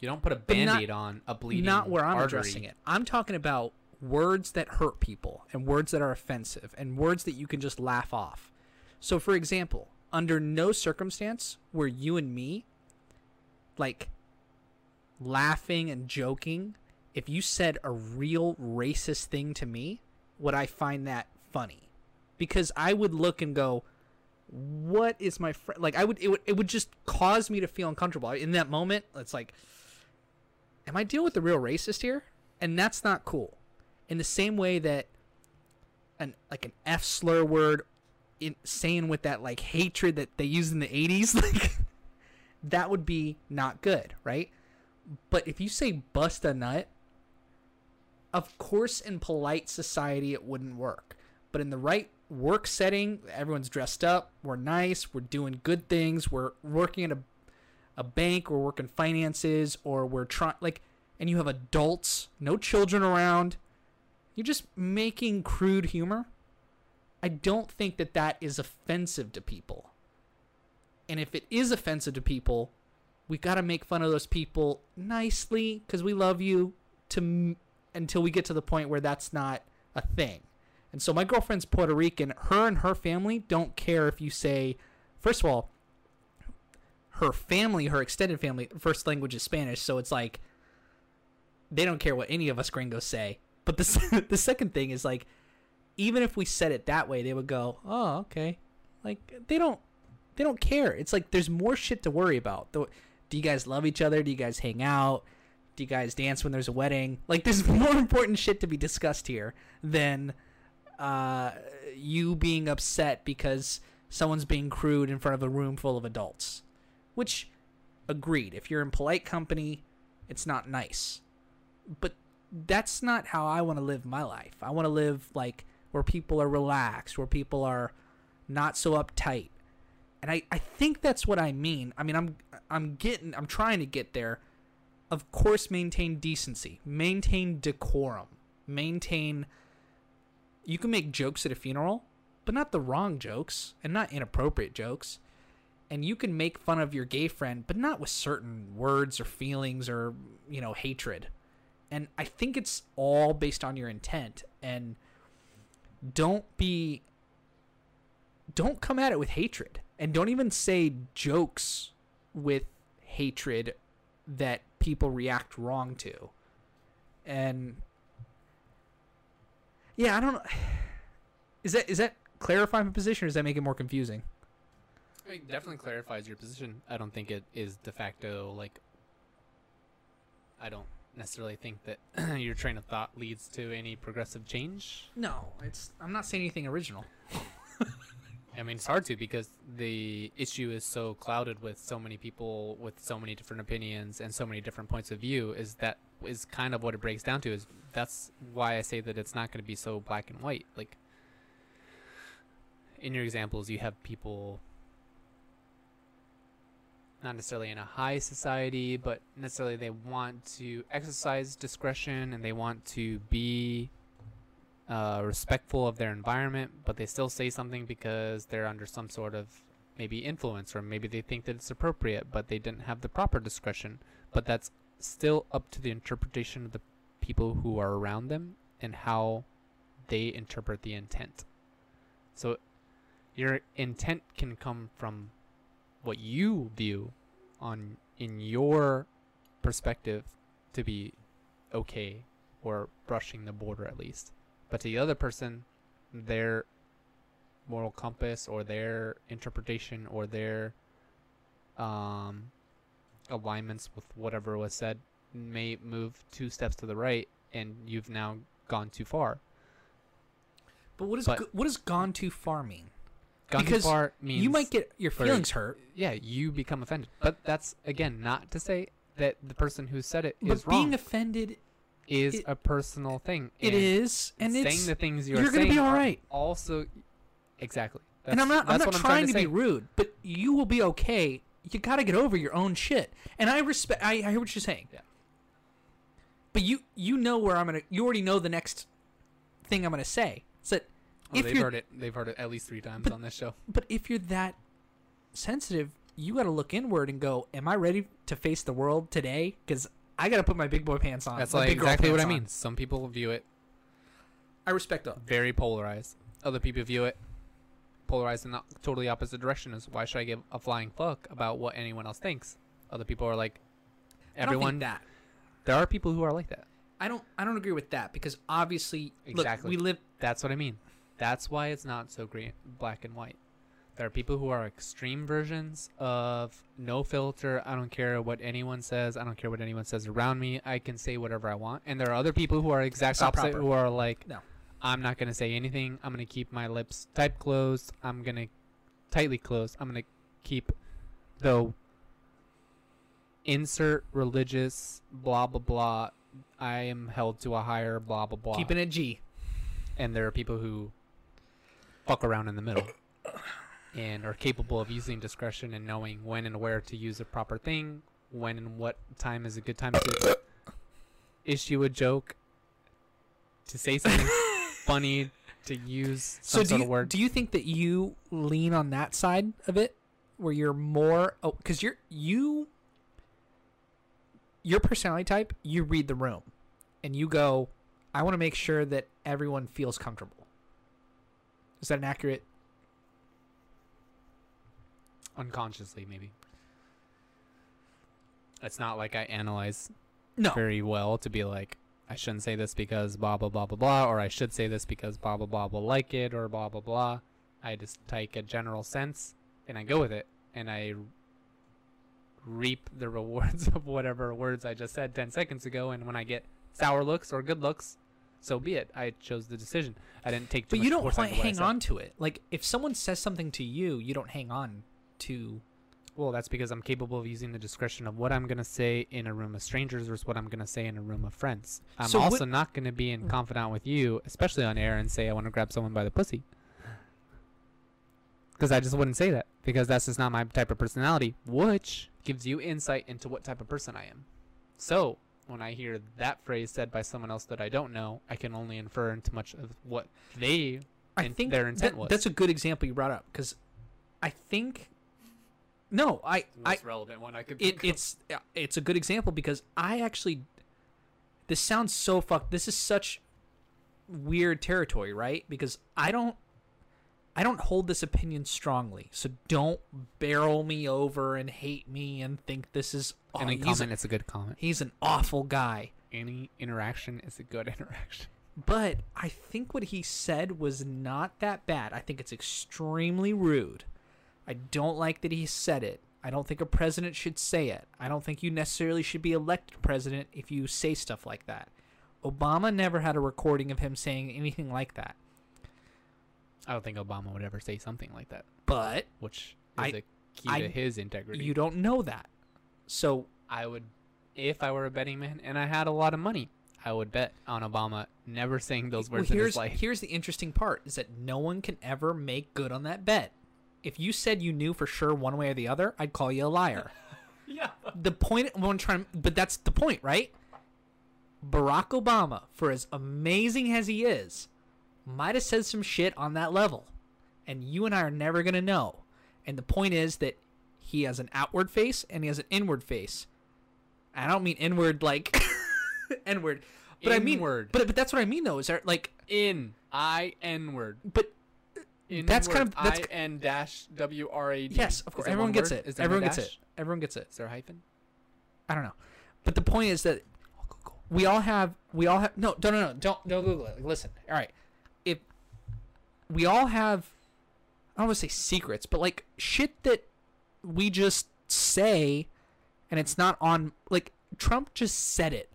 Speaker 1: You don't put a
Speaker 2: But not-
Speaker 1: band-aid on a bleeding
Speaker 2: Not where I'm
Speaker 1: artery.
Speaker 2: addressing it. I'm talking about words that hurt people and words that are offensive and words that you can just laugh off. So, for example, under no circumstance were you and me like laughing and joking. If you said a real racist thing to me, would I find that funny? Because I would look and go, "What is my friend?" Like I would, it would, it would just cause me to feel uncomfortable in that moment. It's like, am I dealing with the real racist here? And that's not cool. In the same way that an like an F slur word in saying with that like hatred that they used in the 80s like that would be not good, right? But if you say bust a nut Of course, in polite society, it wouldn't work. But in the right work setting, everyone's dressed up. We're nice. We're doing good things. We're working at a, a bank. We're working finances, or we're trying like. And you have adults, no children around. You're just making crude humor. I don't think that that is offensive to people. And if it is offensive to people, we got to make fun of those people nicely because we love you to m- until we get to the point where that's not a thing. And so my girlfriend's Puerto Rican. Her and her family don't care if you say, first of all, her family, her extended family, first language is Spanish. So it's like, they don't care what any of us gringos say. But the, s- the second thing is like, even if we said it that way, they would go, "Oh, okay." Like they don't they don't care. It's like there's more shit to worry about. Though, do you guys love each other? Do you guys hang out? Do you guys dance when there's a wedding? Like there's more important shit to be discussed here than uh, you being upset because someone's being crude in front of a room full of adults. Which agreed, if you're in polite company, it's not nice. But that's not how I want to live my life. I want to live like where people are relaxed, where people are not so uptight. And I, I think that's what I mean. I mean, I'm I'm getting I'm trying to get there. Of course, maintain decency, maintain decorum, maintain you can make jokes at a funeral, but not the wrong jokes and not inappropriate jokes. And you can make fun of your gay friend, but not with certain words or feelings or, you know, hatred. And I think it's all based on your intent and don't be don't come at it with hatred and don't even say jokes with hatred that people react wrong to and yeah i don't is that is that clarifying my position or does that make it more confusing
Speaker 1: It definitely clarifies your position. I don't think it is de facto like. I don't necessarily think that your train of thought leads to any progressive change.
Speaker 2: no it's i'm not saying anything original
Speaker 1: I mean, it's hard to because the issue is so clouded with so many people with so many different opinions and so many different points of view. Is that is kind of what it breaks down to? Is that's why I say that it's not going to be so black and white. Like in your examples, you have people not necessarily in a high society, but necessarily they want to exercise discretion and they want to be uh, respectful of their environment, but they still say something because they're under some sort of maybe influence or maybe they think that it's appropriate, but they didn't have the proper discretion. But that's still up to the interpretation of the people who are around them and how they interpret the intent. So your intent can come from what you view on in your perspective to be okay or brushing the border at least but to the other person their moral compass or their interpretation or their um, alignments with whatever was said may move two steps to the right and you've now gone too far
Speaker 2: but what is
Speaker 1: But-
Speaker 2: go- what does gone too far mean
Speaker 1: gone
Speaker 2: Because
Speaker 1: too far means
Speaker 2: you might get your
Speaker 1: for-
Speaker 2: feelings hurt
Speaker 1: yeah you become offended but that's again not to say that the person who said it is
Speaker 2: but being
Speaker 1: wrong
Speaker 2: offended
Speaker 1: is
Speaker 2: it-
Speaker 1: a personal thing
Speaker 2: it
Speaker 1: and
Speaker 2: is and
Speaker 1: saying
Speaker 2: it's
Speaker 1: the things you're,
Speaker 2: you're gonna be
Speaker 1: saying are
Speaker 2: alright.
Speaker 1: also exactly
Speaker 2: and I'm
Speaker 1: That's-
Speaker 2: not. I'm
Speaker 1: that's
Speaker 2: not
Speaker 1: what
Speaker 2: trying, to,
Speaker 1: say.
Speaker 2: be rude, but you will be okay. You got to get over your own shit. And I respect. I, I hear what you're saying.
Speaker 1: Yeah.
Speaker 2: But you you know where I'm gonna. You already know the next thing I'm gonna say. It's that
Speaker 1: Oh,
Speaker 2: if
Speaker 1: they've
Speaker 2: you're
Speaker 1: heard it. They've heard it at least three times
Speaker 2: But-
Speaker 1: on this show.
Speaker 2: but if you're that sensitive, you got to look inward and go, "Am I ready to face the world today? Because I got to put my big boy pants on.
Speaker 1: That's
Speaker 2: my
Speaker 1: like
Speaker 2: big girl
Speaker 1: exactly what I
Speaker 2: pants on."
Speaker 1: mean. Some people view it
Speaker 2: I respect that.
Speaker 1: very polarized. Other people view it polarized in the totally opposite direction. Is why should I give a flying fuck about what anyone else thinks? Other people are like,
Speaker 2: I don't think
Speaker 1: everyone.
Speaker 2: that.
Speaker 1: There are people who are like that.
Speaker 2: I don't. I don't agree with that because obviously,
Speaker 1: Exactly.
Speaker 2: look, we live.
Speaker 1: That's what I mean. That's why it's not so green, black and white. There are people who are extreme versions of no filter. I don't care what anyone says. I don't care what anyone says around me. I can say whatever I want. And there are other people who are exact
Speaker 2: It's not
Speaker 1: opposite
Speaker 2: proper.
Speaker 1: who are like,
Speaker 2: No.
Speaker 1: I'm not gonna say anything. I'm gonna keep my lips tight closed. I'm gonna tightly closed. I'm gonna keep the insert religious blah blah blah I am held to a higher blah blah blah.
Speaker 2: Keeping it G.
Speaker 1: and there are people who fuck around in the middle and are capable of using discretion and knowing when and where to use a proper thing, when and what time is a good time to issue a joke, to say something funny, to use some
Speaker 2: so do
Speaker 1: sort
Speaker 2: you,
Speaker 1: of word.
Speaker 2: do you think that you lean on that side of it where you're more oh because you're you your personality type you read the room and you go i want to make sure that everyone feels comfortable is that an accurate
Speaker 1: Unconsciously, maybe. It's not like I analyze
Speaker 2: no
Speaker 1: very well to be like, I shouldn't say this because blah blah blah blah blah, or I should say this because blah blah blah will like it, or blah blah blah. I just take a general sense and I go with it, and I reap the rewards of whatever words I just said ten seconds ago. And when I get sour looks or good looks, so be it. I chose the decision. I didn't take. Too
Speaker 2: but
Speaker 1: much
Speaker 2: you don't
Speaker 1: foresight
Speaker 2: quite
Speaker 1: into what I
Speaker 2: hang
Speaker 1: said.
Speaker 2: on to it like if someone says something to you you don't hang on to
Speaker 1: Well, that's because I'm capable of using the discretion of what I'm going to say in a room of strangers versus what I'm going to say in a room of friends. I'm
Speaker 2: So what-
Speaker 1: also not going to be in confidant with you, especially on air, and say I want to grab someone by the pussy. Because I just wouldn't say that because that's just not my type of personality, which gives you insight into what type of person I am. So when I hear that phrase said by someone else that I don't know, I can only infer into much of what they
Speaker 2: I
Speaker 1: in-
Speaker 2: think
Speaker 1: their intent
Speaker 2: that-
Speaker 1: was.
Speaker 2: that's a good example you brought up because I think no, I I
Speaker 1: relevant one I could.
Speaker 2: it, it's yeah, it's a good example because I actually this sounds so fucked. This is such weird territory, right? Because I don't I don't hold this opinion strongly, so don't barrel me over and hate me and think this is oh,
Speaker 1: any
Speaker 2: he's,
Speaker 1: comment,
Speaker 2: a,
Speaker 1: it's a good comment.
Speaker 2: he's an awful guy.
Speaker 1: any interaction is a good interaction.
Speaker 2: But I think what he said was not that bad. I think it's extremely rude. I don't like that he said it. I don't think a president should say it. I don't think you necessarily should be elected president if you say stuff like that. Obama never had a recording of him saying anything like that.
Speaker 1: I don't think Obama would ever say something like that,
Speaker 2: But
Speaker 1: which is
Speaker 2: I-
Speaker 1: a key
Speaker 2: I-
Speaker 1: to his integrity.
Speaker 2: you don't know that. So
Speaker 1: I would, if I were a betting man and I had a lot of money, I would bet on Obama never saying those
Speaker 2: well,
Speaker 1: words in
Speaker 2: here's,
Speaker 1: his life.
Speaker 2: here's the interesting part is that no one can ever make good on that bet. If you said you knew for sure one way or the other, I'd call you a liar.
Speaker 1: Yeah.
Speaker 2: the point well, I'm trying, but that's the point, right? Barack Obama, for as amazing as he is, might have said some shit on that level, and you and I are never gonna know. And the point is that he has an outward face and he has an inward face. I don't mean inward like inward, but I mean
Speaker 1: Inward.
Speaker 2: But but that's what I mean though. Is there like
Speaker 1: In I N word.
Speaker 2: but
Speaker 1: In
Speaker 2: That's
Speaker 1: word.
Speaker 2: kind of- that's
Speaker 1: I
Speaker 2: ki-
Speaker 1: N dash W R A D.
Speaker 2: yes,
Speaker 1: Is
Speaker 2: of course
Speaker 1: there
Speaker 2: everyone
Speaker 1: one
Speaker 2: gets
Speaker 1: word?
Speaker 2: it.
Speaker 1: there no
Speaker 2: Everyone gets it.
Speaker 1: dash?
Speaker 2: Everyone gets it.
Speaker 1: Is there a hyphen?
Speaker 2: I don't know. But the point is that we all have we all have no no no no don't don't Google it. Listen, all right. If we all have, I don't want to say secrets, but like shit that we just say, and it's not on. Like Trump just said it.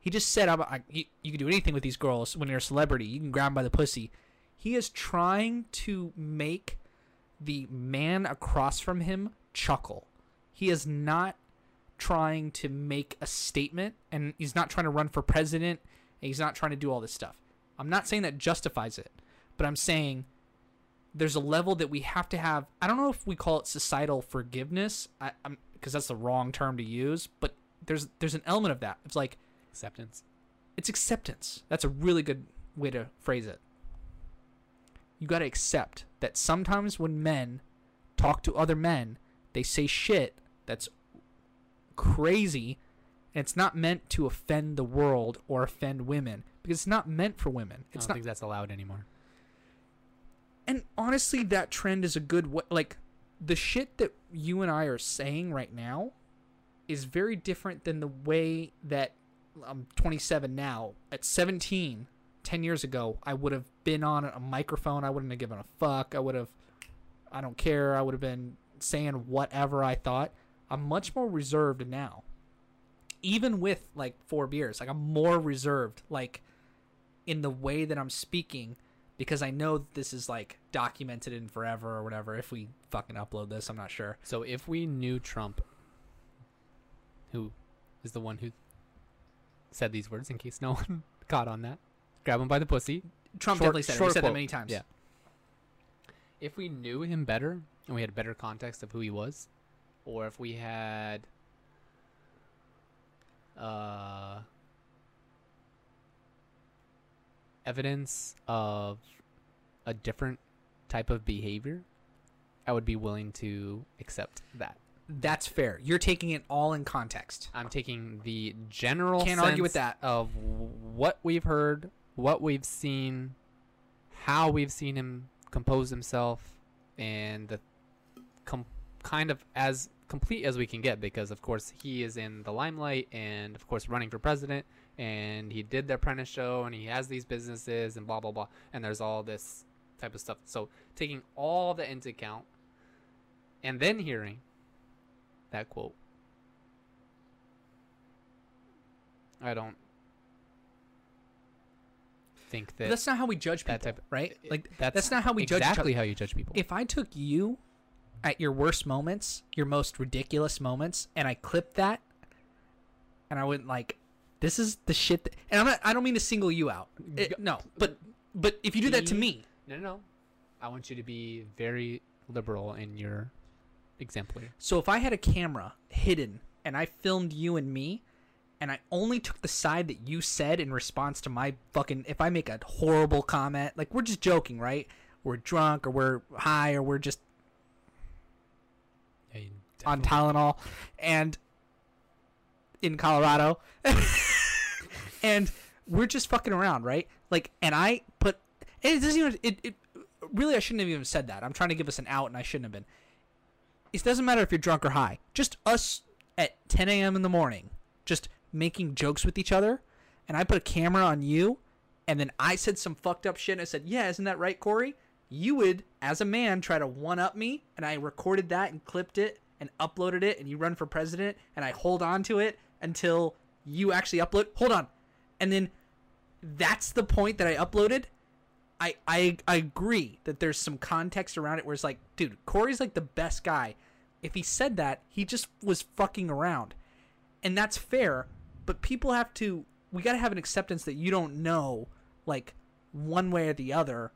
Speaker 2: He just said, "I'm I, you, you can do anything with these girls when you're a celebrity. You can grab 'em by the pussy." He is trying to make the man across from him chuckle. He is not trying to make a statement and he's not trying to run for president and he's not trying to do all this stuff. I'm not saying that justifies it, but I'm saying there's a level that we have to have. I don't know if we call it societal forgiveness, I, I'm because that's the wrong term to use, but there's there's an element of that. It's like
Speaker 1: Acceptance.
Speaker 2: it's acceptance. That's a really good way to phrase it. You got to accept that sometimes when men talk to other men, they say shit that's crazy and it's not meant to offend the world or offend women because it's not meant for women.
Speaker 1: I
Speaker 2: It's
Speaker 1: don't
Speaker 2: not
Speaker 1: think that's allowed anymore.
Speaker 2: and honestly that trend is a good way like the shit that you and i are saying right now is very different than the way that i'm 27 now at 17 10 years ago i would have been on a microphone i wouldn't have given a fuck i would have i don't care i would have been saying whatever i thought i'm much more reserved now even with like four beers like i'm more reserved like in the way that i'm speaking because I know that this is like documented in forever or whatever. If we fucking upload this, I'm not sure.
Speaker 1: So if we knew Trump, who is the one who said these words in case no one caught on that. Grab him by the pussy.
Speaker 2: Trump
Speaker 1: Short-
Speaker 2: definitely said it.
Speaker 1: short
Speaker 2: He said that
Speaker 1: quote.
Speaker 2: many times.
Speaker 1: Yeah. If we knew him better and we had better context of who he was, or if we had uh, evidence of a different type of behavior, I would be willing to accept that.
Speaker 2: That's fair. You're taking it all in context.
Speaker 1: I'm taking the general
Speaker 2: Can't argue with
Speaker 1: sense
Speaker 2: that.
Speaker 1: of what we've heard, what we've seen, how we've seen him compose himself, and the com- kind of as complete as we can get because of course he is in the limelight and of course running for president and he did the apprentice show and he has these businesses and blah blah blah and there's all this type of stuff so taking all that into account and then hearing that quote I don't think
Speaker 2: But
Speaker 1: that
Speaker 2: that's not how we judge people,
Speaker 1: that type
Speaker 2: right? Like
Speaker 1: that's,
Speaker 2: that's, not how we judge each
Speaker 1: exactly
Speaker 2: other.
Speaker 1: how you judge people.
Speaker 2: If I took you at your worst moments, your most ridiculous moments, and I clipped that, and I went like, "This is the shit." That, and I'm not. I don't mean to single you out. It-
Speaker 1: G-
Speaker 2: no, but but if you do that to
Speaker 1: Be-
Speaker 2: me,
Speaker 1: No, no, no. I want you to be very liberal in your exemplary.
Speaker 2: So if I had a camera hidden and I filmed you and me, and I only took the side that you said in response to my fucking, if I make a horrible comment, like we're just joking, right? We're drunk or we're high or we're just
Speaker 1: Yeah, you
Speaker 2: on Tylenol and in Colorado. and we're just fucking around, right? Like, and I put, and it doesn't even, it, it, really, I shouldn't have even said that. I'm trying to give us an out and I shouldn't have been. It doesn't matter if you're drunk or high. Just us at 10 a.m. in the morning, just making jokes with each other. And I put a camera on you. And then I said some fucked up shit and I said, yeah, isn't that right, Corey? You would, as a man, try to one up me. And I recorded that and clipped it and uploaded it. And you run for president. And I hold on to it until you actually upload. Hold on. And then that's the point that I uploaded. I, I I agree that there's some context around it where it's like, dude, Corey's like the best guy. If he said that, he just was fucking around. And that's fair, but people have to we gotta have an acceptance that you don't know, like, one way or the other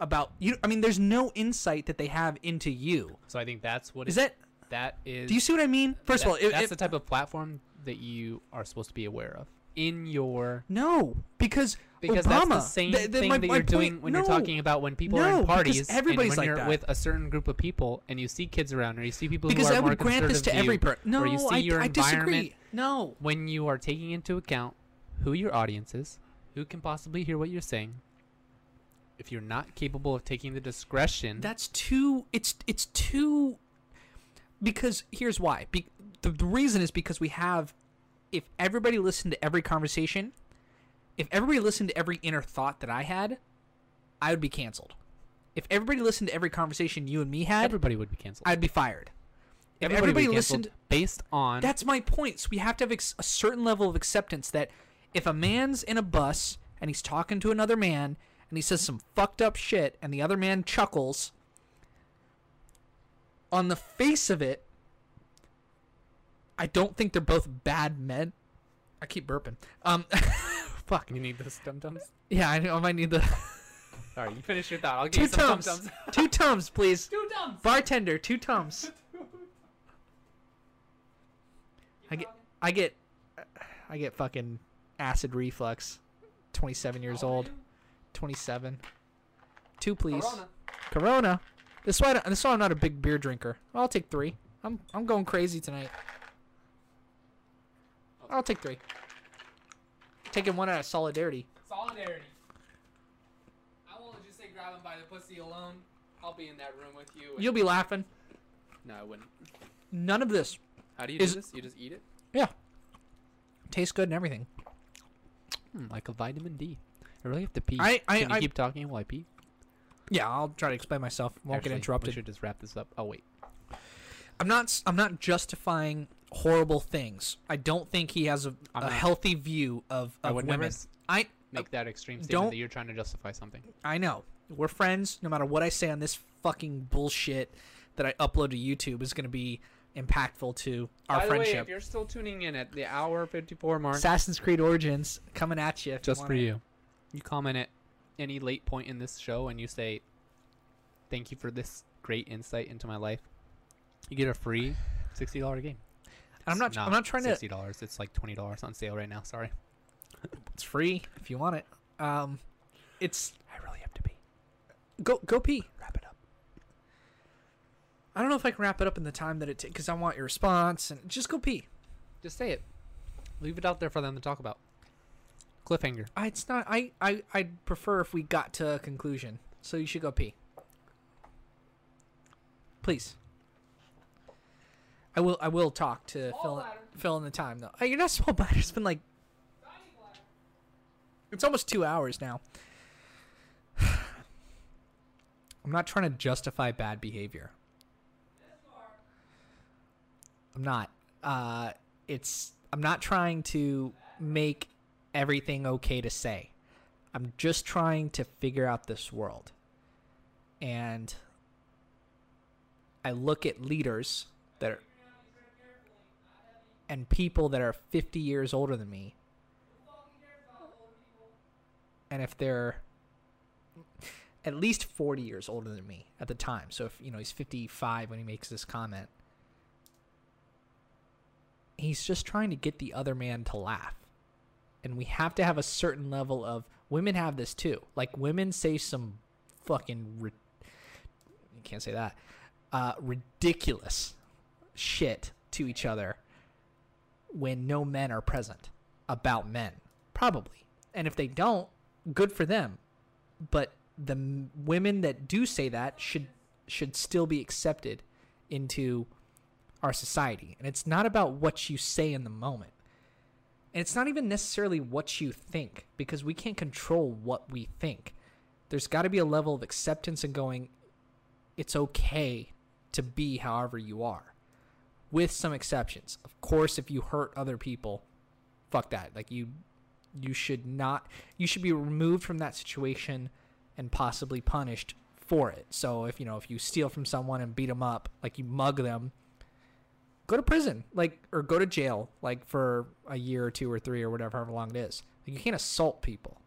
Speaker 2: about you I mean, there's no insight that they have into you.
Speaker 1: so I think that's what
Speaker 2: Is
Speaker 1: it-
Speaker 2: that
Speaker 1: that is.
Speaker 2: do you see what I mean? First of all,
Speaker 1: that-
Speaker 2: it,
Speaker 1: that's
Speaker 2: it-
Speaker 1: the type of platform that you are supposed to be aware of in your
Speaker 2: no, because
Speaker 1: because
Speaker 2: Obama,
Speaker 1: that's the same
Speaker 2: th- th-
Speaker 1: thing
Speaker 2: my-
Speaker 1: that
Speaker 2: my
Speaker 1: you're doing
Speaker 2: point-
Speaker 1: when
Speaker 2: no.
Speaker 1: you're talking about when people are
Speaker 2: No,
Speaker 1: in
Speaker 2: because
Speaker 1: parties
Speaker 2: everybody's
Speaker 1: and when
Speaker 2: like
Speaker 1: you're
Speaker 2: that.
Speaker 1: with a certain group of people and you see kids around or you see people
Speaker 2: because
Speaker 1: who are
Speaker 2: I
Speaker 1: more
Speaker 2: would grant this
Speaker 1: conservative
Speaker 2: to
Speaker 1: than you,
Speaker 2: every person. No,
Speaker 1: or you see
Speaker 2: I,
Speaker 1: your
Speaker 2: I
Speaker 1: environment
Speaker 2: disagree. No,
Speaker 1: when you are taking into account who your audience is, who can possibly hear what you're saying, if you're not capable of taking the discretion,
Speaker 2: That's too. It's it's too. Because here's why. Be, the, the reason is because we have, if everybody listened to every conversation, if everybody listened to every inner thought that I had, I would be canceled. If everybody listened to every conversation you and me had,
Speaker 1: everybody would be canceled.
Speaker 2: I'd be fired. If
Speaker 1: would be
Speaker 2: everybody
Speaker 1: canceled
Speaker 2: listened,
Speaker 1: based on
Speaker 2: that's my point. So we have to have ex- a certain level of acceptance that if a man's in a bus and he's talking to another man and he says some fucked up shit and the other man chuckles, on the face of it, I don't think they're both bad men. I keep burping. Um, fuck.
Speaker 1: You need those dum dums.
Speaker 2: Yeah, I, know I might need the
Speaker 1: Sorry, you finish your thought. I'll give
Speaker 2: two
Speaker 1: you some dum
Speaker 2: tums.
Speaker 1: dums.
Speaker 2: two tums, please.
Speaker 1: Two dums.
Speaker 2: Bartender, two tums. I get, I get, I get fucking acid reflux. Twenty-seven years old. Twenty-seven. Two, please. Corona. This is why. I don't- This is why I'm not a big beer drinker. I'll take three. I'm I'm going crazy tonight. I'll take three. Taking one out of solidarity.
Speaker 1: Solidarity. I won't let you say grab him by the pussy alone. I'll be in that room with you.
Speaker 2: You'll be laughing.
Speaker 1: no, I wouldn't.
Speaker 2: None of this
Speaker 1: How do you
Speaker 2: do Is-
Speaker 1: do this? You just eat it?
Speaker 2: tastes good and everything.
Speaker 1: Hmm, like a vitamin D. I really have to pee.
Speaker 2: I- I-
Speaker 1: Can you
Speaker 2: I-
Speaker 1: keep talking while I pee?
Speaker 2: Yeah, I'll try to explain myself. Won't
Speaker 1: Actually,
Speaker 2: get
Speaker 1: We
Speaker 2: interrupted.
Speaker 1: should just wrap this up. Oh wait.
Speaker 2: I'm not. s- I'm not justifying horrible things. I don't think he has a,
Speaker 1: I'm
Speaker 2: a
Speaker 1: not-
Speaker 2: healthy view of,
Speaker 1: I
Speaker 2: of
Speaker 1: would never
Speaker 2: women.
Speaker 1: s-
Speaker 2: I
Speaker 1: make that extreme statement
Speaker 2: don't-
Speaker 1: that you're trying to justify something.
Speaker 2: I know we're friends. No matter what I say on this fucking bullshit that I upload to YouTube is going to be impactful to our
Speaker 1: By the way,
Speaker 2: friendship.
Speaker 1: if you're still tuning in at the hour 54 mark,
Speaker 2: Assassin's Creed Origins coming at you. if
Speaker 1: just for
Speaker 2: wanna-
Speaker 1: you, you comment at any late point in this show and you say, "Thank you for this great insight into my life." You get a free sixty dollar game.
Speaker 2: I'm not.
Speaker 1: It's
Speaker 2: I'm not trying to.
Speaker 1: sixty dollars. It's like twenty dollars on sale right now. Sorry,
Speaker 2: It's free if you want it. Um, it's
Speaker 1: I really have to be.
Speaker 2: go go pee.
Speaker 1: Wrap it up.
Speaker 2: I don't know if I can wrap it up in the time that it takes because I want your response and just go pee.
Speaker 1: Just say it. Leave it out there for them to talk about. Cliffhanger.
Speaker 2: I, it's not. I I I'd prefer if we got to a conclusion. So you should go pee. Please. I will. I will talk to fill fill in the time though. Hey, You're not small bladder. It's been like. It's almost two hours now. I'm not trying to justify bad behavior. I'm not. Uh, it's. I'm not trying to make everything okay to say. I'm just trying to figure out this world. And I look at leaders that are and people that are 50 years older than me. And if they're at least 40 years older than me at the time. So if, you know, he's 55 when he makes this comment. He's just trying to get the other man to laugh and we have to have a certain level of women have this too. Like women say some fucking ri- you can't say that uh, ridiculous shit to each other when no men are present about men probably. And if they don't, good for them. But the m- women that do say that should should still be accepted into our society. And it's not about what you say in the moment. And it's not even necessarily what you think because we can't control what we think. There's got to be a level of acceptance and going, it's okay to be however you are, with some exceptions. Of course, if you hurt other people, fuck that. Like you, you should not, you should be removed from that situation and possibly punished for it. So if you know, if you steal from someone and beat them up, like you mug them, go to prison, like or go to jail, like for a year or two or three or whatever, however long it is. Like you can't assault people,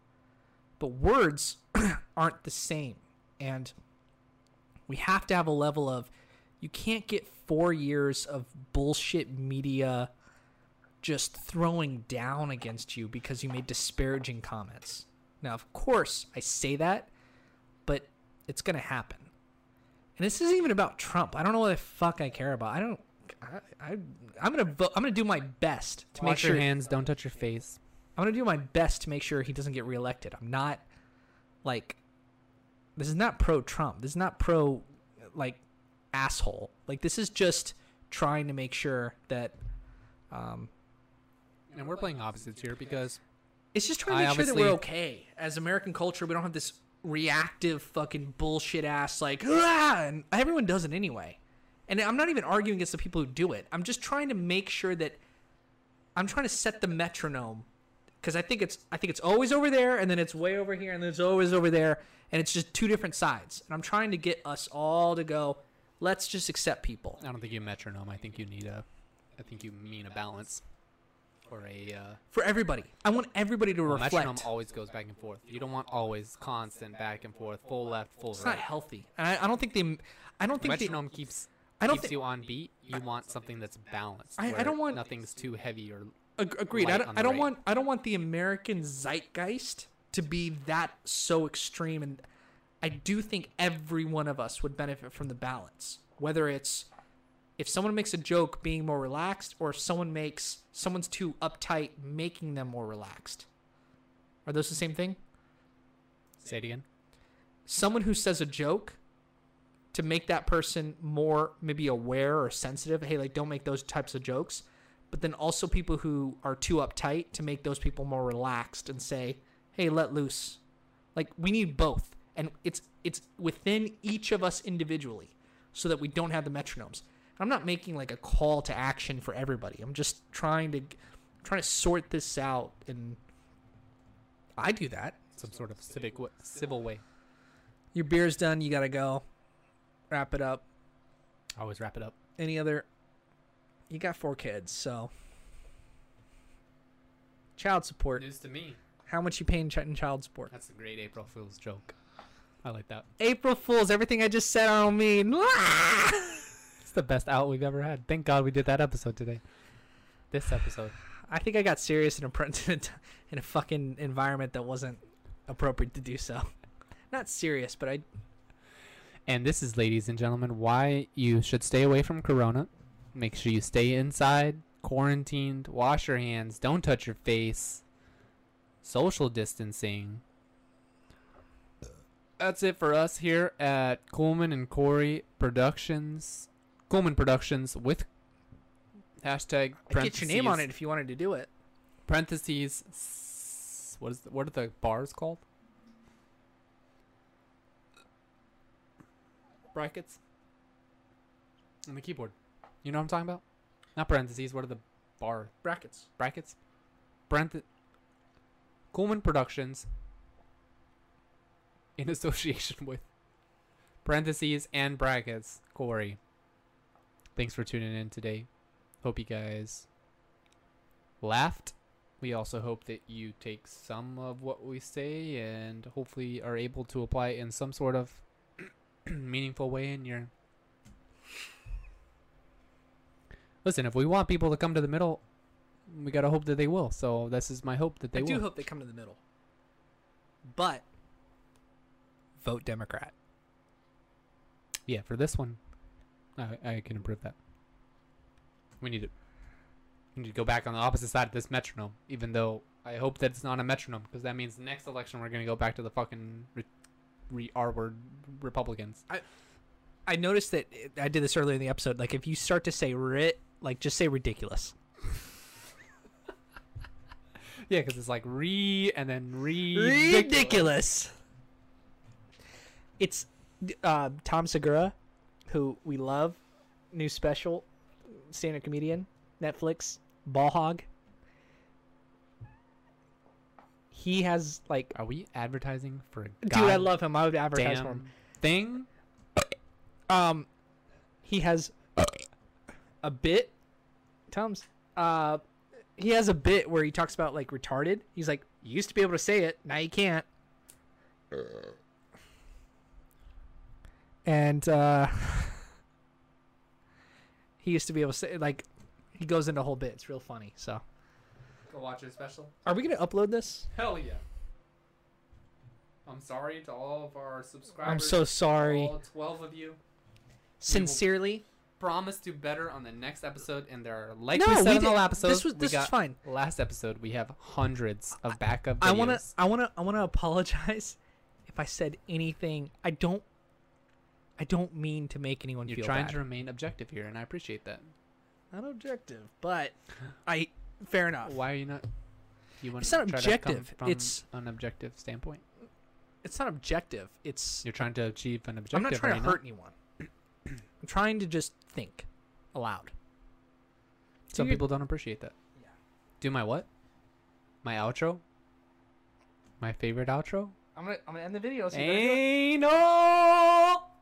Speaker 2: but words aren't the same, and we have to have a level of you can't get four years of bullshit media just throwing down against you because you made disparaging comments. Now, of course, I say that, but it's gonna happen. And this isn't even about Trump. I don't know what the fuck I care about. I don't. I, I I'm gonna vote. I'm gonna do my best to
Speaker 1: Wash
Speaker 2: make sure.
Speaker 1: your hands. Don't touch your face.
Speaker 2: I'm gonna do my best to make sure he doesn't get reelected. I'm not like this is not pro Trump. This is not pro like asshole. Like this is just trying to make sure that um
Speaker 1: And we're playing opposites here because
Speaker 2: it's just trying
Speaker 1: I
Speaker 2: to make sure that we're
Speaker 1: obviously-
Speaker 2: okay as American culture. We don't have this reactive fucking bullshit ass like "Ah," and everyone does it anyway. And I'm not even arguing against the people who do it. I'm just trying to make sure that I'm trying to set the metronome because I think it's I think it's always over there and then it's way over here and then it's always over there and it's just two different sides. And I'm trying to get us all to go. Let's just accept people.
Speaker 1: I don't think you metronome. I think you need a. I think you mean a balance, or a. Uh,
Speaker 2: for everybody. I want everybody to
Speaker 1: well,
Speaker 2: reflect.
Speaker 1: metronome always goes back and forth. You don't want always constant back and forth, full left, full
Speaker 2: it's
Speaker 1: right.
Speaker 2: not healthy. And I, I don't think they. I don't think they.
Speaker 1: metronome keeps
Speaker 2: I don't
Speaker 1: keeps
Speaker 2: thi-
Speaker 1: you on beat. You want something that's balanced.
Speaker 2: I- I
Speaker 1: where
Speaker 2: don't want-
Speaker 1: nothing's too heavy or
Speaker 2: Ag- agreed. I
Speaker 1: light
Speaker 2: don't,
Speaker 1: on the
Speaker 2: I don't
Speaker 1: right.
Speaker 2: want. I don't want the American zeitgeist to be that so extreme. And I do think every one of us would benefit from the balance. Whether it's if someone makes a joke, being more relaxed, or if someone makes someone's too uptight, making them more relaxed. Are those the same thing?
Speaker 1: say it again.
Speaker 2: someone who says a joke to make that person more maybe aware or sensitive hey like don't make those types of jokes but then also people who are too uptight to make those people more relaxed and say hey let loose like we need both and it's it's within each of us individually so that we don't have the metronomes i'm not making like a call to action for everybody i'm just trying to trying to sort this out and i do that
Speaker 1: Some sort of civic wa- civil way.
Speaker 2: your beer's done. You gotta go. Wrap it up.
Speaker 1: I always wrap it up.
Speaker 2: Any other you got four kids, so child support.
Speaker 1: News to me.
Speaker 2: How much you paying ch- in child support?
Speaker 1: That's a great April Fool's joke. I like that.
Speaker 2: April Fools, everything I just said I don't mean.
Speaker 1: It's the best out we've ever had. Thank God we did that episode today. This episode.
Speaker 2: I think I got serious in a pr- in a t- in a fucking environment that wasn't appropriate to do so. Not serious, but I
Speaker 1: And this is, ladies and gentlemen, why you should stay away from Corona. Make sure you stay inside, quarantined, wash your hands, don't touch your face, social distancing. That's it for us here at Coleman and Corey Productions. Coleman Productions with hashtag.
Speaker 2: I'd get your name on
Speaker 1: parentheses-
Speaker 2: it if you wanted to do it.
Speaker 1: parentheses s- what is the, what are the bars called brackets on the keyboard you know what i'm talking about not parentheses what are the bar
Speaker 2: Brackets.
Speaker 1: brackets Parenth- coolman productions in association with parentheses and brackets corey thanks for tuning in today hope you guys laughed we also hope that you take some of what we say and hopefully are able to apply it in some sort of meaningful way in your listen if we want people to come to the middle we gotta hope that they will so this is my hope that they
Speaker 2: I do
Speaker 1: will
Speaker 2: hope they come to the middle. But vote Democrat.
Speaker 1: yeah for this one I, I can improve that we need to we need to go back on the opposite side of this metronome even though i hope that it's not a metronome because that means the next election we're gonna go back to the fucking re, re r word republicans
Speaker 2: I noticed that I did this earlier in the episode. Like, if you start to say "rit," like just say "ridiculous."
Speaker 1: Yeah, because it's like re and then re.
Speaker 2: ridiculous. It's uh, Tom Segura, who we love, new special, stand-up comedian, Netflix, ball hog. He has like,
Speaker 1: Are we advertising for a
Speaker 2: dude, I love him. I would advertise for him.
Speaker 1: goddamn thing?
Speaker 2: Um, he has a bit. Tom's. Uh, he has a bit where he talks about like retarded. He's like, you used to be able to say it, now you can't. And uh, he used to be able to say like, he goes into a whole bit. It's real funny. So,
Speaker 1: Go watch his special.
Speaker 2: are we gonna upload this?
Speaker 1: Hell yeah. I'm sorry to all of our subscribers.
Speaker 2: I'm so sorry.
Speaker 1: All 12 of you.
Speaker 2: Sincerely,
Speaker 1: Promise to better on the next episode, and there are, like we said in the
Speaker 2: did-
Speaker 1: last episode,
Speaker 2: This was
Speaker 1: we
Speaker 2: this
Speaker 1: got-
Speaker 2: was fine.
Speaker 1: last episode, we have hundreds of backup videos.
Speaker 2: I want to I want to I want to apologize if I said anything. I don't I don't mean to make anyone
Speaker 1: You're
Speaker 2: feel
Speaker 1: trying
Speaker 2: bad.
Speaker 1: to remain objective here, and I appreciate that.
Speaker 2: Not objective, but I fair enough.
Speaker 1: Why are you not? You want
Speaker 2: Ah. It's not
Speaker 1: try To
Speaker 2: objective,
Speaker 1: come from
Speaker 2: it's-
Speaker 1: an objective standpoint.
Speaker 2: It's not objective. It's
Speaker 1: You're trying to achieve an objective.
Speaker 2: I'm not
Speaker 1: are
Speaker 2: trying
Speaker 1: you
Speaker 2: to hurt anyone. I'm trying to just think aloud.
Speaker 1: Some
Speaker 2: Dude.
Speaker 1: people don't appreciate that.
Speaker 2: Yeah.
Speaker 1: Do my what? My outro? My favorite outro?
Speaker 2: I'm gonna I'm gonna end the video.
Speaker 1: Anal!